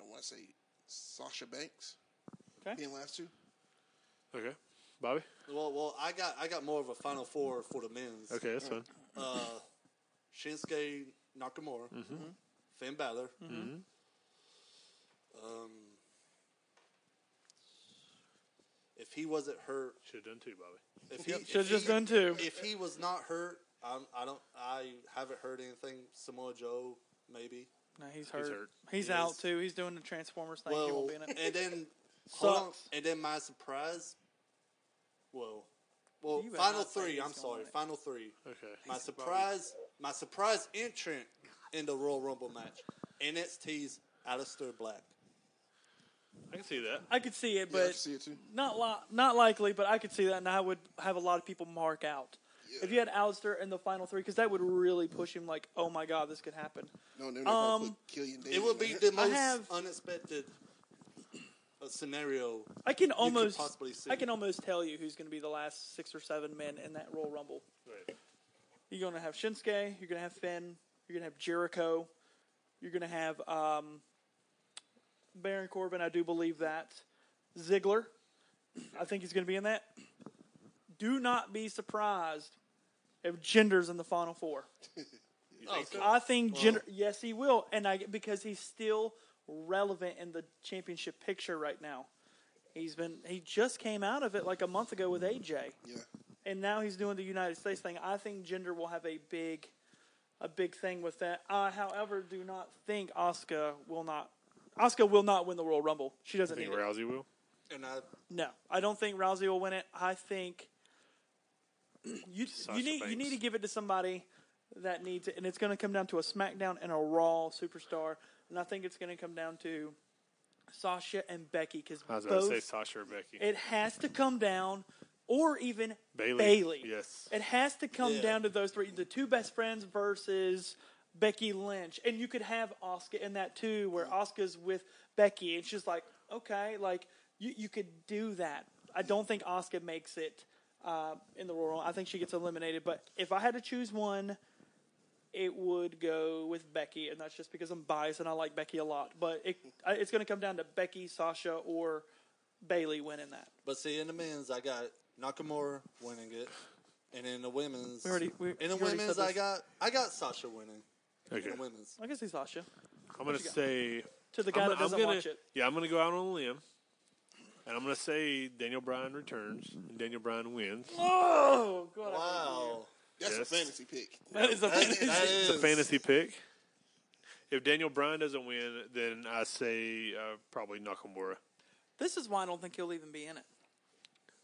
Speaker 7: I want to say Sasha Banks.
Speaker 4: Okay.
Speaker 7: Being last two.
Speaker 6: Okay. Bobby.
Speaker 3: Well, well, I got I got more of a final four for the men's.
Speaker 6: Okay, that's fine.
Speaker 3: Uh, Shinsuke Nakamura, Finn Balor. Um, if he wasn't hurt,
Speaker 6: Should have done two, Bobby.
Speaker 3: if he
Speaker 4: Should have
Speaker 3: if
Speaker 4: just
Speaker 3: he-
Speaker 4: done two.
Speaker 3: If he was not hurt, I'm, I don't. I haven't heard anything. Samoa Joe, maybe.
Speaker 4: No, he's hurt. He's,
Speaker 6: hurt.
Speaker 3: He
Speaker 4: out
Speaker 3: is.
Speaker 4: too. He's doing the Transformers thing. he
Speaker 3: Well,
Speaker 4: won't be in it.
Speaker 3: and then hold on,
Speaker 4: Sucks.
Speaker 3: and then my surprise. Well, well,
Speaker 4: You better
Speaker 3: final
Speaker 4: not say
Speaker 3: three.
Speaker 4: he's
Speaker 3: I'm
Speaker 4: gonna
Speaker 3: sorry,
Speaker 4: win it.
Speaker 3: final three.
Speaker 6: Okay.
Speaker 3: My surprise, my surprise entrant in the Royal Rumble match, NXT's Aleister Black.
Speaker 6: I can see that.
Speaker 4: I could see it,
Speaker 7: Yeah,
Speaker 4: but
Speaker 7: I can see it too.
Speaker 4: not li- not likely. But I could see that, and I would have a lot of people mark out. If you had Alistair in the final three, because that would really push him. Like, oh my god, this could happen.
Speaker 7: No, no, no.
Speaker 4: Um,
Speaker 7: put Killian Davis.
Speaker 3: It would
Speaker 7: in
Speaker 3: be
Speaker 7: there.
Speaker 3: the most
Speaker 4: have-
Speaker 3: unexpected uh, scenario.
Speaker 4: I can almost,
Speaker 3: possibly see.
Speaker 4: I can almost tell you who's going to be the last six or seven men in that Royal Rumble.
Speaker 6: Right.
Speaker 4: You're going to have Shinsuke. You're going to have Finn. You're going to have Jericho. You're going to have um, Baron Corbin. I do believe that Ziggler. I think he's going to be in that. Do not be surprised if gender's in the final four.
Speaker 3: Oh,
Speaker 4: I think gender. Yes, he will, and I because he's still relevant in the championship picture right now. He's been he just came out of it like a month ago with AJ,
Speaker 7: Yeah.
Speaker 4: and now he's doing the United States thing. I think gender will have a big, a big thing with that. I, however, do not think Oscar will not. Oscar will not win the Royal Rumble. She
Speaker 6: I
Speaker 4: doesn't need
Speaker 6: think
Speaker 4: it.
Speaker 6: Rousey will.
Speaker 3: And I,
Speaker 4: No, I don't think Rousey will win it. I think you you need you
Speaker 6: Banks.
Speaker 4: need to give it to somebody that needs it, and it's going to come down to a SmackDown and a Raw superstar, and I think it's going to come down to Sasha and Becky because
Speaker 6: I was about to say
Speaker 4: both
Speaker 6: Sasha or Becky.
Speaker 4: it has to come down, or even
Speaker 6: Bailey.
Speaker 4: Bailey.
Speaker 6: Yes.
Speaker 4: it has to come
Speaker 3: Yeah.
Speaker 4: down to those three, the two best friends versus. Becky Lynch, and you could have Oscar in that too, where Oscar's with Becky, and she's like, okay, like you, you could do that. I don't think Oscar makes it uh, in the Royal. Rumble. I think she gets eliminated. But if I had to choose one, it would go with Becky, and that's just because I'm biased and I like Becky a lot. But it I- it's going to come down to Becky, Sasha, or Bailey winning that.
Speaker 3: but see, in the men's, I got Nakamura winning it, and in the women's,
Speaker 4: We already- we-
Speaker 3: in the
Speaker 4: you already
Speaker 3: women's,
Speaker 4: said
Speaker 3: I
Speaker 4: this.
Speaker 3: got I got Sasha winning.
Speaker 6: Okay.
Speaker 3: In the women's,
Speaker 4: I can see Sasha
Speaker 6: I'm gonna say
Speaker 4: to the guy
Speaker 6: I'm,
Speaker 4: that
Speaker 6: I'm
Speaker 4: doesn't
Speaker 6: gonna,
Speaker 4: watch it.
Speaker 6: Yeah, I'm gonna go out on a limb, and I'm gonna say Daniel Bryan returns and Daniel Bryan wins.
Speaker 4: Oh God!
Speaker 3: wow,
Speaker 7: That's
Speaker 6: Yes.
Speaker 7: a fantasy pick.
Speaker 4: That is a
Speaker 3: that
Speaker 4: fantasy.
Speaker 3: is
Speaker 6: It's a fantasy pick. If Daniel Bryan doesn't win, then I say uh, probably Nakamura.
Speaker 4: This is why I don't think he'll even be in it.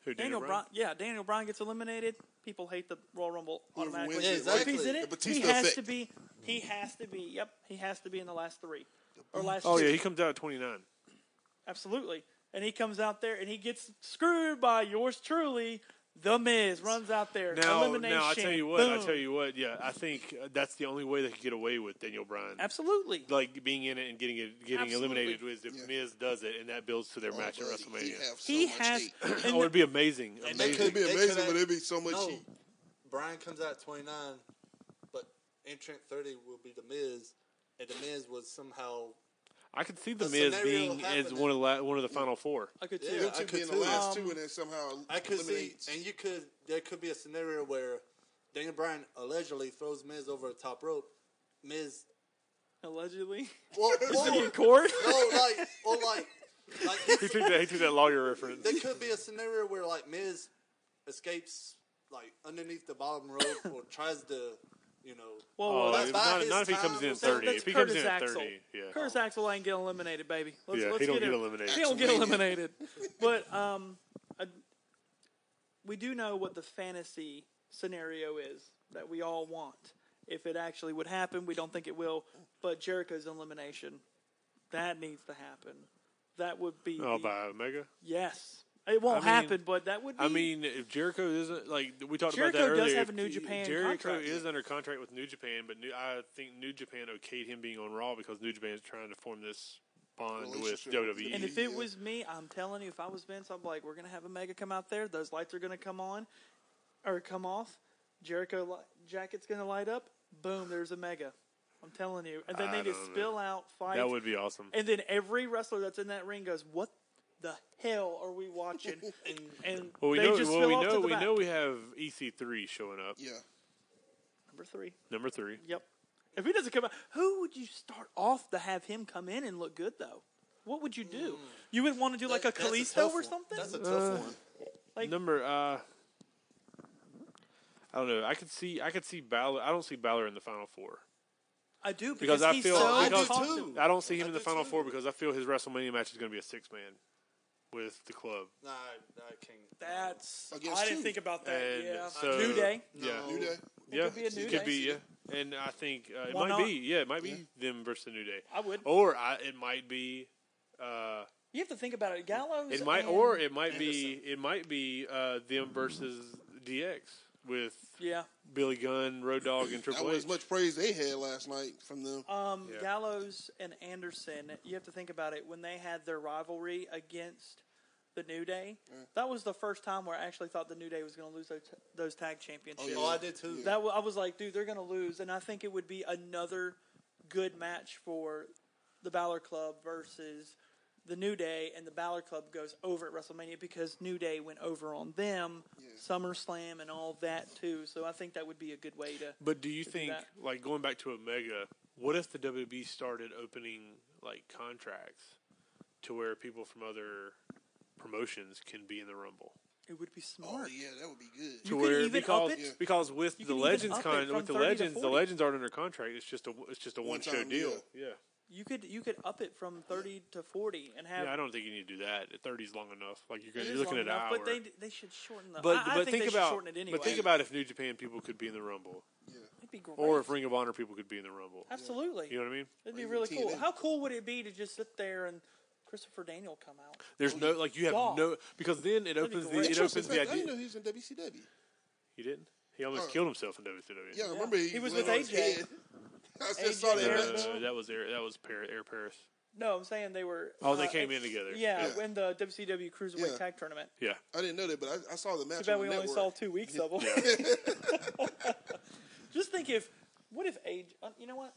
Speaker 6: Who
Speaker 4: Daniel Bryan, yeah, Daniel Bryan gets eliminated. People hate the Royal Rumble
Speaker 7: Whoever
Speaker 4: automatically.
Speaker 7: wins
Speaker 3: Yeah,
Speaker 7: it,
Speaker 3: exactly.
Speaker 4: If he's in
Speaker 7: The
Speaker 4: it, he
Speaker 7: Batista
Speaker 4: has
Speaker 7: effect.
Speaker 4: to be. He has to be. Yep, he has to be in the last three or last.
Speaker 6: Oh
Speaker 4: two.
Speaker 6: yeah, he comes out at 29.
Speaker 4: absolutely. And he comes out there and he gets screwed by yours truly. The Miz runs out there.
Speaker 6: Now,
Speaker 4: elimination.
Speaker 6: now I tell you what, I
Speaker 4: boom.
Speaker 6: tell you what. Yeah, I think uh, that's the only way they could get away with Daniel Bryan.
Speaker 4: Absolutely.
Speaker 6: Like being in it and getting it, getting
Speaker 4: Absolutely.
Speaker 6: eliminated is if
Speaker 7: Yeah.
Speaker 6: Miz does it, and that builds to their match at
Speaker 7: buddy, he'd
Speaker 6: WrestleMania.
Speaker 7: have so
Speaker 4: He
Speaker 7: much
Speaker 4: has.
Speaker 7: heat.
Speaker 4: and
Speaker 6: Oh, it'd be amazing.
Speaker 3: And
Speaker 6: amazing.
Speaker 3: they
Speaker 7: It'd be
Speaker 3: They
Speaker 7: amazing,
Speaker 3: could've-
Speaker 7: but it'd be so much
Speaker 3: No,
Speaker 7: heat.
Speaker 3: Brian comes out at 29, but entrant 30 will be The Miz, and The Miz was somehow.
Speaker 6: I could see the
Speaker 3: A
Speaker 6: Miz
Speaker 3: scenario
Speaker 6: being as
Speaker 3: happening.
Speaker 6: one of the la- one of the final four.
Speaker 4: I could
Speaker 3: Yeah,
Speaker 4: too.
Speaker 7: Them
Speaker 3: I
Speaker 7: two
Speaker 3: could
Speaker 7: being the
Speaker 3: too.
Speaker 7: last two, and then somehow
Speaker 3: I could see,
Speaker 7: eliminates.
Speaker 3: and you could. There could be a scenario where Daniel Bryan allegedly throws Miz over the top rope. Miz,
Speaker 4: Allegedly.
Speaker 3: well,
Speaker 4: In court.
Speaker 3: no, like, or like, like
Speaker 6: He took that, he took that lawyer reference.
Speaker 3: there could be a scenario where like Miz escapes like underneath the bottom rope or tries to, you know,
Speaker 4: Whoa,
Speaker 6: Oh,
Speaker 4: whoa,
Speaker 3: That's
Speaker 6: not,
Speaker 3: by
Speaker 6: not,
Speaker 3: his
Speaker 6: if he comes
Speaker 3: time
Speaker 6: in
Speaker 3: or
Speaker 6: at
Speaker 3: something.
Speaker 6: thirty.
Speaker 4: That's
Speaker 6: if he
Speaker 4: Curtis
Speaker 6: comes in at
Speaker 4: Axel.
Speaker 6: thirty, yeah. Oh.
Speaker 4: Curtis Axel ain't get eliminated, baby. Let's,
Speaker 6: Yeah, he
Speaker 4: let's
Speaker 6: don't
Speaker 4: get,
Speaker 6: get
Speaker 4: it.
Speaker 6: eliminated.
Speaker 4: He don't get
Speaker 7: Axel.
Speaker 4: eliminated. but um, I, we do know what the fantasy scenario is that we all want. If it actually would happen, we don't think it will. But Jericho's elimination, that needs to happen. That would be
Speaker 6: Oh,
Speaker 4: the-
Speaker 6: by Omega.
Speaker 4: yes. It won't
Speaker 6: I mean-
Speaker 4: happen, but that would be.
Speaker 6: I mean, if Jericho isn't like we talked
Speaker 4: Jericho
Speaker 6: about that
Speaker 4: does
Speaker 6: earlier.
Speaker 4: have a New
Speaker 6: if-
Speaker 4: Japan
Speaker 6: Jericho
Speaker 4: contract.
Speaker 6: is under contract with New Japan, but New, I think New Japan okayed him being on Raw because New Japan is trying to form this bond with E.
Speaker 7: Relationship.
Speaker 6: WWE.
Speaker 4: And if it
Speaker 7: Yeah.
Speaker 4: was me, I'm telling you, if I was Vince, I'm like, we're gonna have Omega come out there. Those lights are gonna come on, or come off. Jericho li- jacket's gonna light up. Boom, there's Omega. I'm telling you. And then
Speaker 6: I
Speaker 4: they just
Speaker 6: don't know.
Speaker 4: spill out, fight,
Speaker 6: that would be awesome.
Speaker 4: and then every wrestler that's in that ring goes, "What the hell are we watching?" and and
Speaker 6: well, we
Speaker 4: they
Speaker 6: know.
Speaker 4: just
Speaker 6: Well,
Speaker 4: spill
Speaker 6: we
Speaker 4: off
Speaker 6: know.
Speaker 4: to the
Speaker 6: We
Speaker 4: back.
Speaker 6: know we have EC3 showing up.
Speaker 7: yeah.
Speaker 4: Number three.
Speaker 6: Number three.
Speaker 4: Yep. If he doesn't come out, who would you start off to have him come in and look good though? What would you do?
Speaker 6: Mm.
Speaker 4: You would want to do like a
Speaker 3: that- that's
Speaker 4: Kalisto
Speaker 3: tough
Speaker 4: or
Speaker 3: one.
Speaker 4: something?
Speaker 3: That's a tough one.
Speaker 4: Like-
Speaker 6: number uh I don't know. I could see I could see Balor I don't see Balor in the final 4.
Speaker 4: I do
Speaker 6: Because,
Speaker 4: because,
Speaker 6: I
Speaker 4: he's
Speaker 6: feel
Speaker 4: so
Speaker 3: I do
Speaker 6: because,
Speaker 4: constant.
Speaker 3: too.
Speaker 6: I don't see him in the
Speaker 3: do
Speaker 6: final
Speaker 3: too.
Speaker 6: 4 because I feel his WrestleMania match is going to be a six man with the club.
Speaker 3: Nah, I, I can't.
Speaker 4: That's
Speaker 7: Against
Speaker 4: I didn't
Speaker 7: who?
Speaker 4: think about that.
Speaker 6: And
Speaker 4: yeah,
Speaker 6: so
Speaker 4: New Day.
Speaker 6: Yeah.
Speaker 7: New Day.
Speaker 6: Yeah,
Speaker 4: could be a New
Speaker 6: It could
Speaker 4: Day.
Speaker 6: be, yeah. And I think uh, it
Speaker 4: Why
Speaker 6: might
Speaker 4: not?
Speaker 6: be, yeah, it might be them versus the New Day.
Speaker 4: I would.
Speaker 6: Or I, it might be, uh,
Speaker 4: You have to think about it. Gallows.
Speaker 6: it might,
Speaker 4: and-
Speaker 6: or it might be, it might be uh, them versus DX with
Speaker 4: yeah,
Speaker 6: Billy Gunn, Road Dogg, and
Speaker 7: That
Speaker 6: Triple
Speaker 7: was
Speaker 6: H.
Speaker 7: as much praise they had last night from them.
Speaker 4: um,
Speaker 6: Yeah.
Speaker 4: Gallows and Anderson. You have to think about it when they had their rivalry against the New Day. That was the first time where I actually thought the New Day was going to lose those, those tag championships.
Speaker 3: Oh, I did too.
Speaker 4: That w- I was like, dude, they're going to lose, and I think it would be another good match for the Balor Club versus the New Day and the Balor Club goes over at WrestleMania because New Day went over on them, SummerSlam, and all that too. So I think that would be a good way to.
Speaker 6: But do you
Speaker 4: do
Speaker 6: think,
Speaker 4: that.
Speaker 6: like going back to Omega, what if the WWE started opening like contracts to where people from other promotions can be in the Rumble?
Speaker 4: It would be
Speaker 7: Oh
Speaker 4: smart.
Speaker 7: yeah, that would be good.
Speaker 6: To
Speaker 4: could
Speaker 6: where
Speaker 4: even
Speaker 6: because
Speaker 4: up it.
Speaker 6: because with
Speaker 4: You
Speaker 6: the
Speaker 4: could even
Speaker 6: legends
Speaker 4: up it
Speaker 6: con
Speaker 4: from
Speaker 6: with the
Speaker 4: 30 to
Speaker 6: legends the
Speaker 4: 40.
Speaker 6: legends aren't under contract. It's just a it's just a one, show
Speaker 7: time
Speaker 6: deal.
Speaker 7: deal.
Speaker 6: Yeah.
Speaker 4: You could you could up it from thirty to forty and have.
Speaker 6: yeah, I don't think you need to do that. Thirty is long enough. Like you're
Speaker 4: it
Speaker 6: gonna,
Speaker 4: is
Speaker 6: you're looking
Speaker 4: long
Speaker 6: at an
Speaker 4: enough,
Speaker 6: hour.
Speaker 4: but they they should shorten the.
Speaker 6: but,
Speaker 4: I, I
Speaker 6: but
Speaker 4: think, they should
Speaker 6: about
Speaker 4: shorten it anyway.
Speaker 6: but think about if New Japan people could be in the Rumble,
Speaker 4: It'd be great.
Speaker 6: or if Ring of Honor people could be in the Rumble.
Speaker 4: Absolutely.
Speaker 6: You know what I mean?
Speaker 4: It'd be
Speaker 7: Or even
Speaker 4: really cool.
Speaker 7: TNA.
Speaker 4: How cool would it be to just sit there and Christopher Daniel come out?
Speaker 6: There's no like you have
Speaker 4: God.
Speaker 6: no because then it
Speaker 4: be
Speaker 6: opens the
Speaker 4: great.
Speaker 6: it opens the
Speaker 7: I didn't know
Speaker 6: idea.
Speaker 7: he was in WCW.
Speaker 6: He didn't. He almost
Speaker 7: Uh,
Speaker 6: killed himself in E. WCW.
Speaker 7: Yeah, I remember he,
Speaker 4: He was
Speaker 7: went
Speaker 4: with
Speaker 7: on his
Speaker 4: AJ.
Speaker 7: head. I said, saw
Speaker 6: No, no,
Speaker 7: that.
Speaker 4: Eric
Speaker 6: no, no,
Speaker 4: Bell?
Speaker 6: that was Air. That was Air, Air Paris.
Speaker 4: No, I'm saying they were.
Speaker 6: Oh, they
Speaker 4: uh,
Speaker 6: came
Speaker 4: ex-
Speaker 6: in together.
Speaker 4: Yeah,
Speaker 7: Yeah.
Speaker 4: in the WCW Cruiserweight
Speaker 7: Yeah.
Speaker 4: Tag Tournament.
Speaker 6: Yeah.
Speaker 7: I didn't know that, but I, I saw the match.
Speaker 4: Too bad
Speaker 7: on
Speaker 4: we
Speaker 7: the
Speaker 4: only
Speaker 7: network.
Speaker 4: saw two weeks of them. Just think if what if age? Uh, you know what?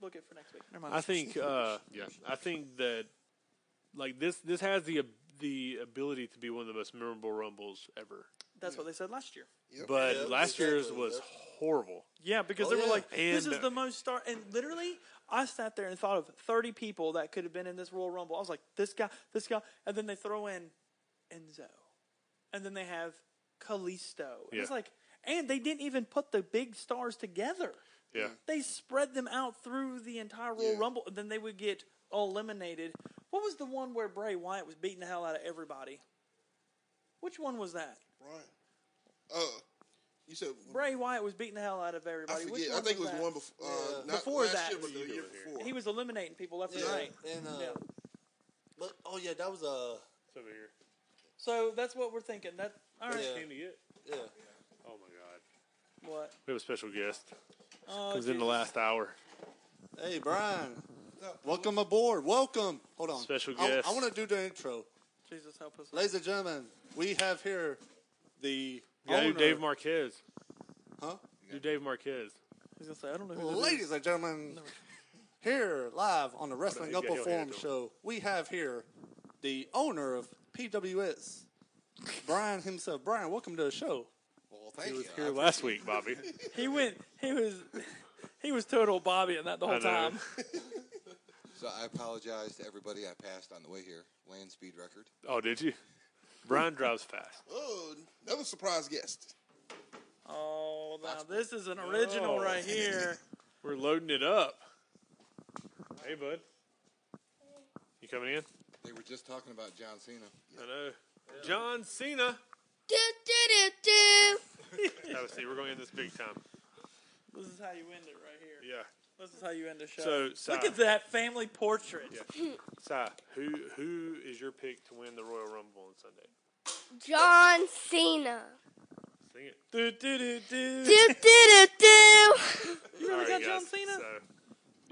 Speaker 4: Book it for next week. Never mind.
Speaker 6: I think. Uh, yeah. I think that like this this has the ab- the ability to be one of the most memorable rumbles ever.
Speaker 4: That's what they said last year.
Speaker 7: Yep.
Speaker 6: But
Speaker 3: Yeah,
Speaker 6: last year's
Speaker 3: exactly.
Speaker 6: was horrible.
Speaker 4: Yeah, because
Speaker 3: Oh,
Speaker 4: they were
Speaker 3: yeah.
Speaker 4: like, "This
Speaker 6: And-
Speaker 4: is the most star." And literally, I sat there and thought of thirty people that could have been in this Royal Rumble. I was like, "This guy, this guy," and then they throw in Enzo, and then they have Kalisto. And It's
Speaker 6: Yeah.
Speaker 4: like, and they didn't even put the big stars together.
Speaker 6: Yeah.
Speaker 3: Mm.
Speaker 4: They spread them out through the entire Royal
Speaker 7: Yeah.
Speaker 4: Rumble, and then they would get eliminated. What was the one where Bray Wyatt was beating the hell out of everybody? Which one was that?
Speaker 7: Brian. Uh, you said
Speaker 4: Bray Wyatt was beating the hell out of
Speaker 7: I
Speaker 4: everybody. Which
Speaker 7: forget. I
Speaker 4: one
Speaker 7: think it was
Speaker 4: that?
Speaker 7: one before. Uh, not
Speaker 4: Before
Speaker 7: last
Speaker 4: that.
Speaker 7: year, but the
Speaker 6: You
Speaker 7: year
Speaker 6: were here.
Speaker 7: before.
Speaker 4: He was eliminating people left
Speaker 3: Yeah,
Speaker 4: and right.
Speaker 3: and uh,
Speaker 4: Yeah.
Speaker 3: but oh yeah, that was uh,
Speaker 6: It's over here.
Speaker 4: So that's what we're thinking. That all right.
Speaker 3: Yeah.
Speaker 6: Came to get.
Speaker 3: yeah.
Speaker 6: Oh my god.
Speaker 4: What?
Speaker 6: We have a special guest.
Speaker 4: Oh,
Speaker 6: It was in the
Speaker 4: Jesus.
Speaker 6: last hour.
Speaker 3: Hey Brian, welcome aboard. Welcome. Hold on.
Speaker 6: Special
Speaker 3: I-
Speaker 6: guest.
Speaker 3: I, want to do the intro,
Speaker 4: Jesus help us.
Speaker 3: ladies and gentlemen. We have here the
Speaker 6: Yeah,
Speaker 3: owner,
Speaker 6: dude, Dave Marquez.
Speaker 3: huh?
Speaker 6: Do Dave Marquez.
Speaker 4: He's gonna say I don't know. Who that is.
Speaker 3: Ladies and gentlemen, here live on the Wrestling
Speaker 6: Hold on,
Speaker 3: Upper
Speaker 6: he's got- he'll
Speaker 3: Forum
Speaker 6: hand it to
Speaker 3: show, we have here the owner of PWS, Brian himself. Brian, welcome to the show.
Speaker 8: Well, thank
Speaker 6: He was
Speaker 8: you.
Speaker 6: here
Speaker 8: I-
Speaker 6: last week, Bobby.
Speaker 4: He went. He was. He was total Bobby in that the whole
Speaker 6: I know.
Speaker 4: time.
Speaker 8: so I apologize to everybody I passed on the way here. Land speed record.
Speaker 6: Oh, did you? Brian drives fast.
Speaker 7: Oh, another surprise guest.
Speaker 4: Oh, now this is an original
Speaker 6: Oh.
Speaker 4: right here.
Speaker 6: We're loading it up. Hey, bud. You coming in?
Speaker 8: They were just talking about John Cena.
Speaker 6: I know. John Cena.
Speaker 9: do do do do.
Speaker 6: Have a seat. We're going in this big time.
Speaker 4: This is how you end it right here.
Speaker 6: Yeah.
Speaker 4: This is how you end the show.
Speaker 6: So,
Speaker 4: Look
Speaker 6: Si.
Speaker 4: at that family portrait.
Speaker 6: Si, who who is your pick to win the Royal Rumble on Sunday?
Speaker 9: John Cena.
Speaker 6: Sing it.
Speaker 4: Do, do, do, do.
Speaker 9: do do do do.
Speaker 4: You really
Speaker 6: All right,
Speaker 4: got John
Speaker 6: guys,
Speaker 4: Cena?
Speaker 6: so-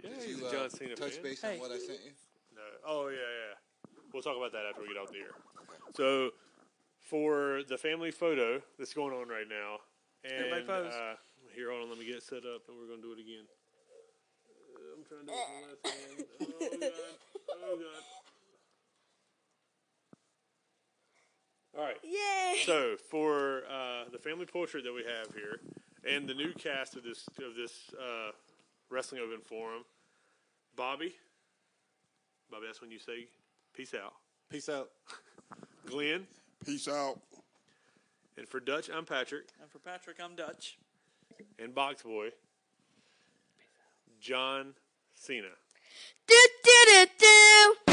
Speaker 6: yeah,
Speaker 8: Did
Speaker 6: he's
Speaker 8: you,
Speaker 6: a
Speaker 8: uh,
Speaker 6: John Cena
Speaker 8: touch
Speaker 6: fan.
Speaker 8: base
Speaker 4: Hey.
Speaker 8: on what I sent you?
Speaker 6: No. Oh yeah, yeah. We'll talk about that after we get off the air. So for the family photo that's going on right now, and
Speaker 4: Everybody pose.
Speaker 6: Uh, here, hold on. Let me get set up, and we're gonna do it again. Uh, I'm trying to do it with my left hand. Oh god. Oh god. All right.
Speaker 9: Yay.
Speaker 6: So for uh, the family portrait that we have here, and the new cast of this of this uh, wrestling open forum, Bobby, Bobby, that's when you say peace out.
Speaker 3: Peace out.
Speaker 6: Glenn,
Speaker 7: Peace out.
Speaker 6: and for Dutch, I'm Patrick,
Speaker 4: And for Patrick, I'm Dutch.
Speaker 6: and Box Boy, John Cena.
Speaker 9: Do do do do.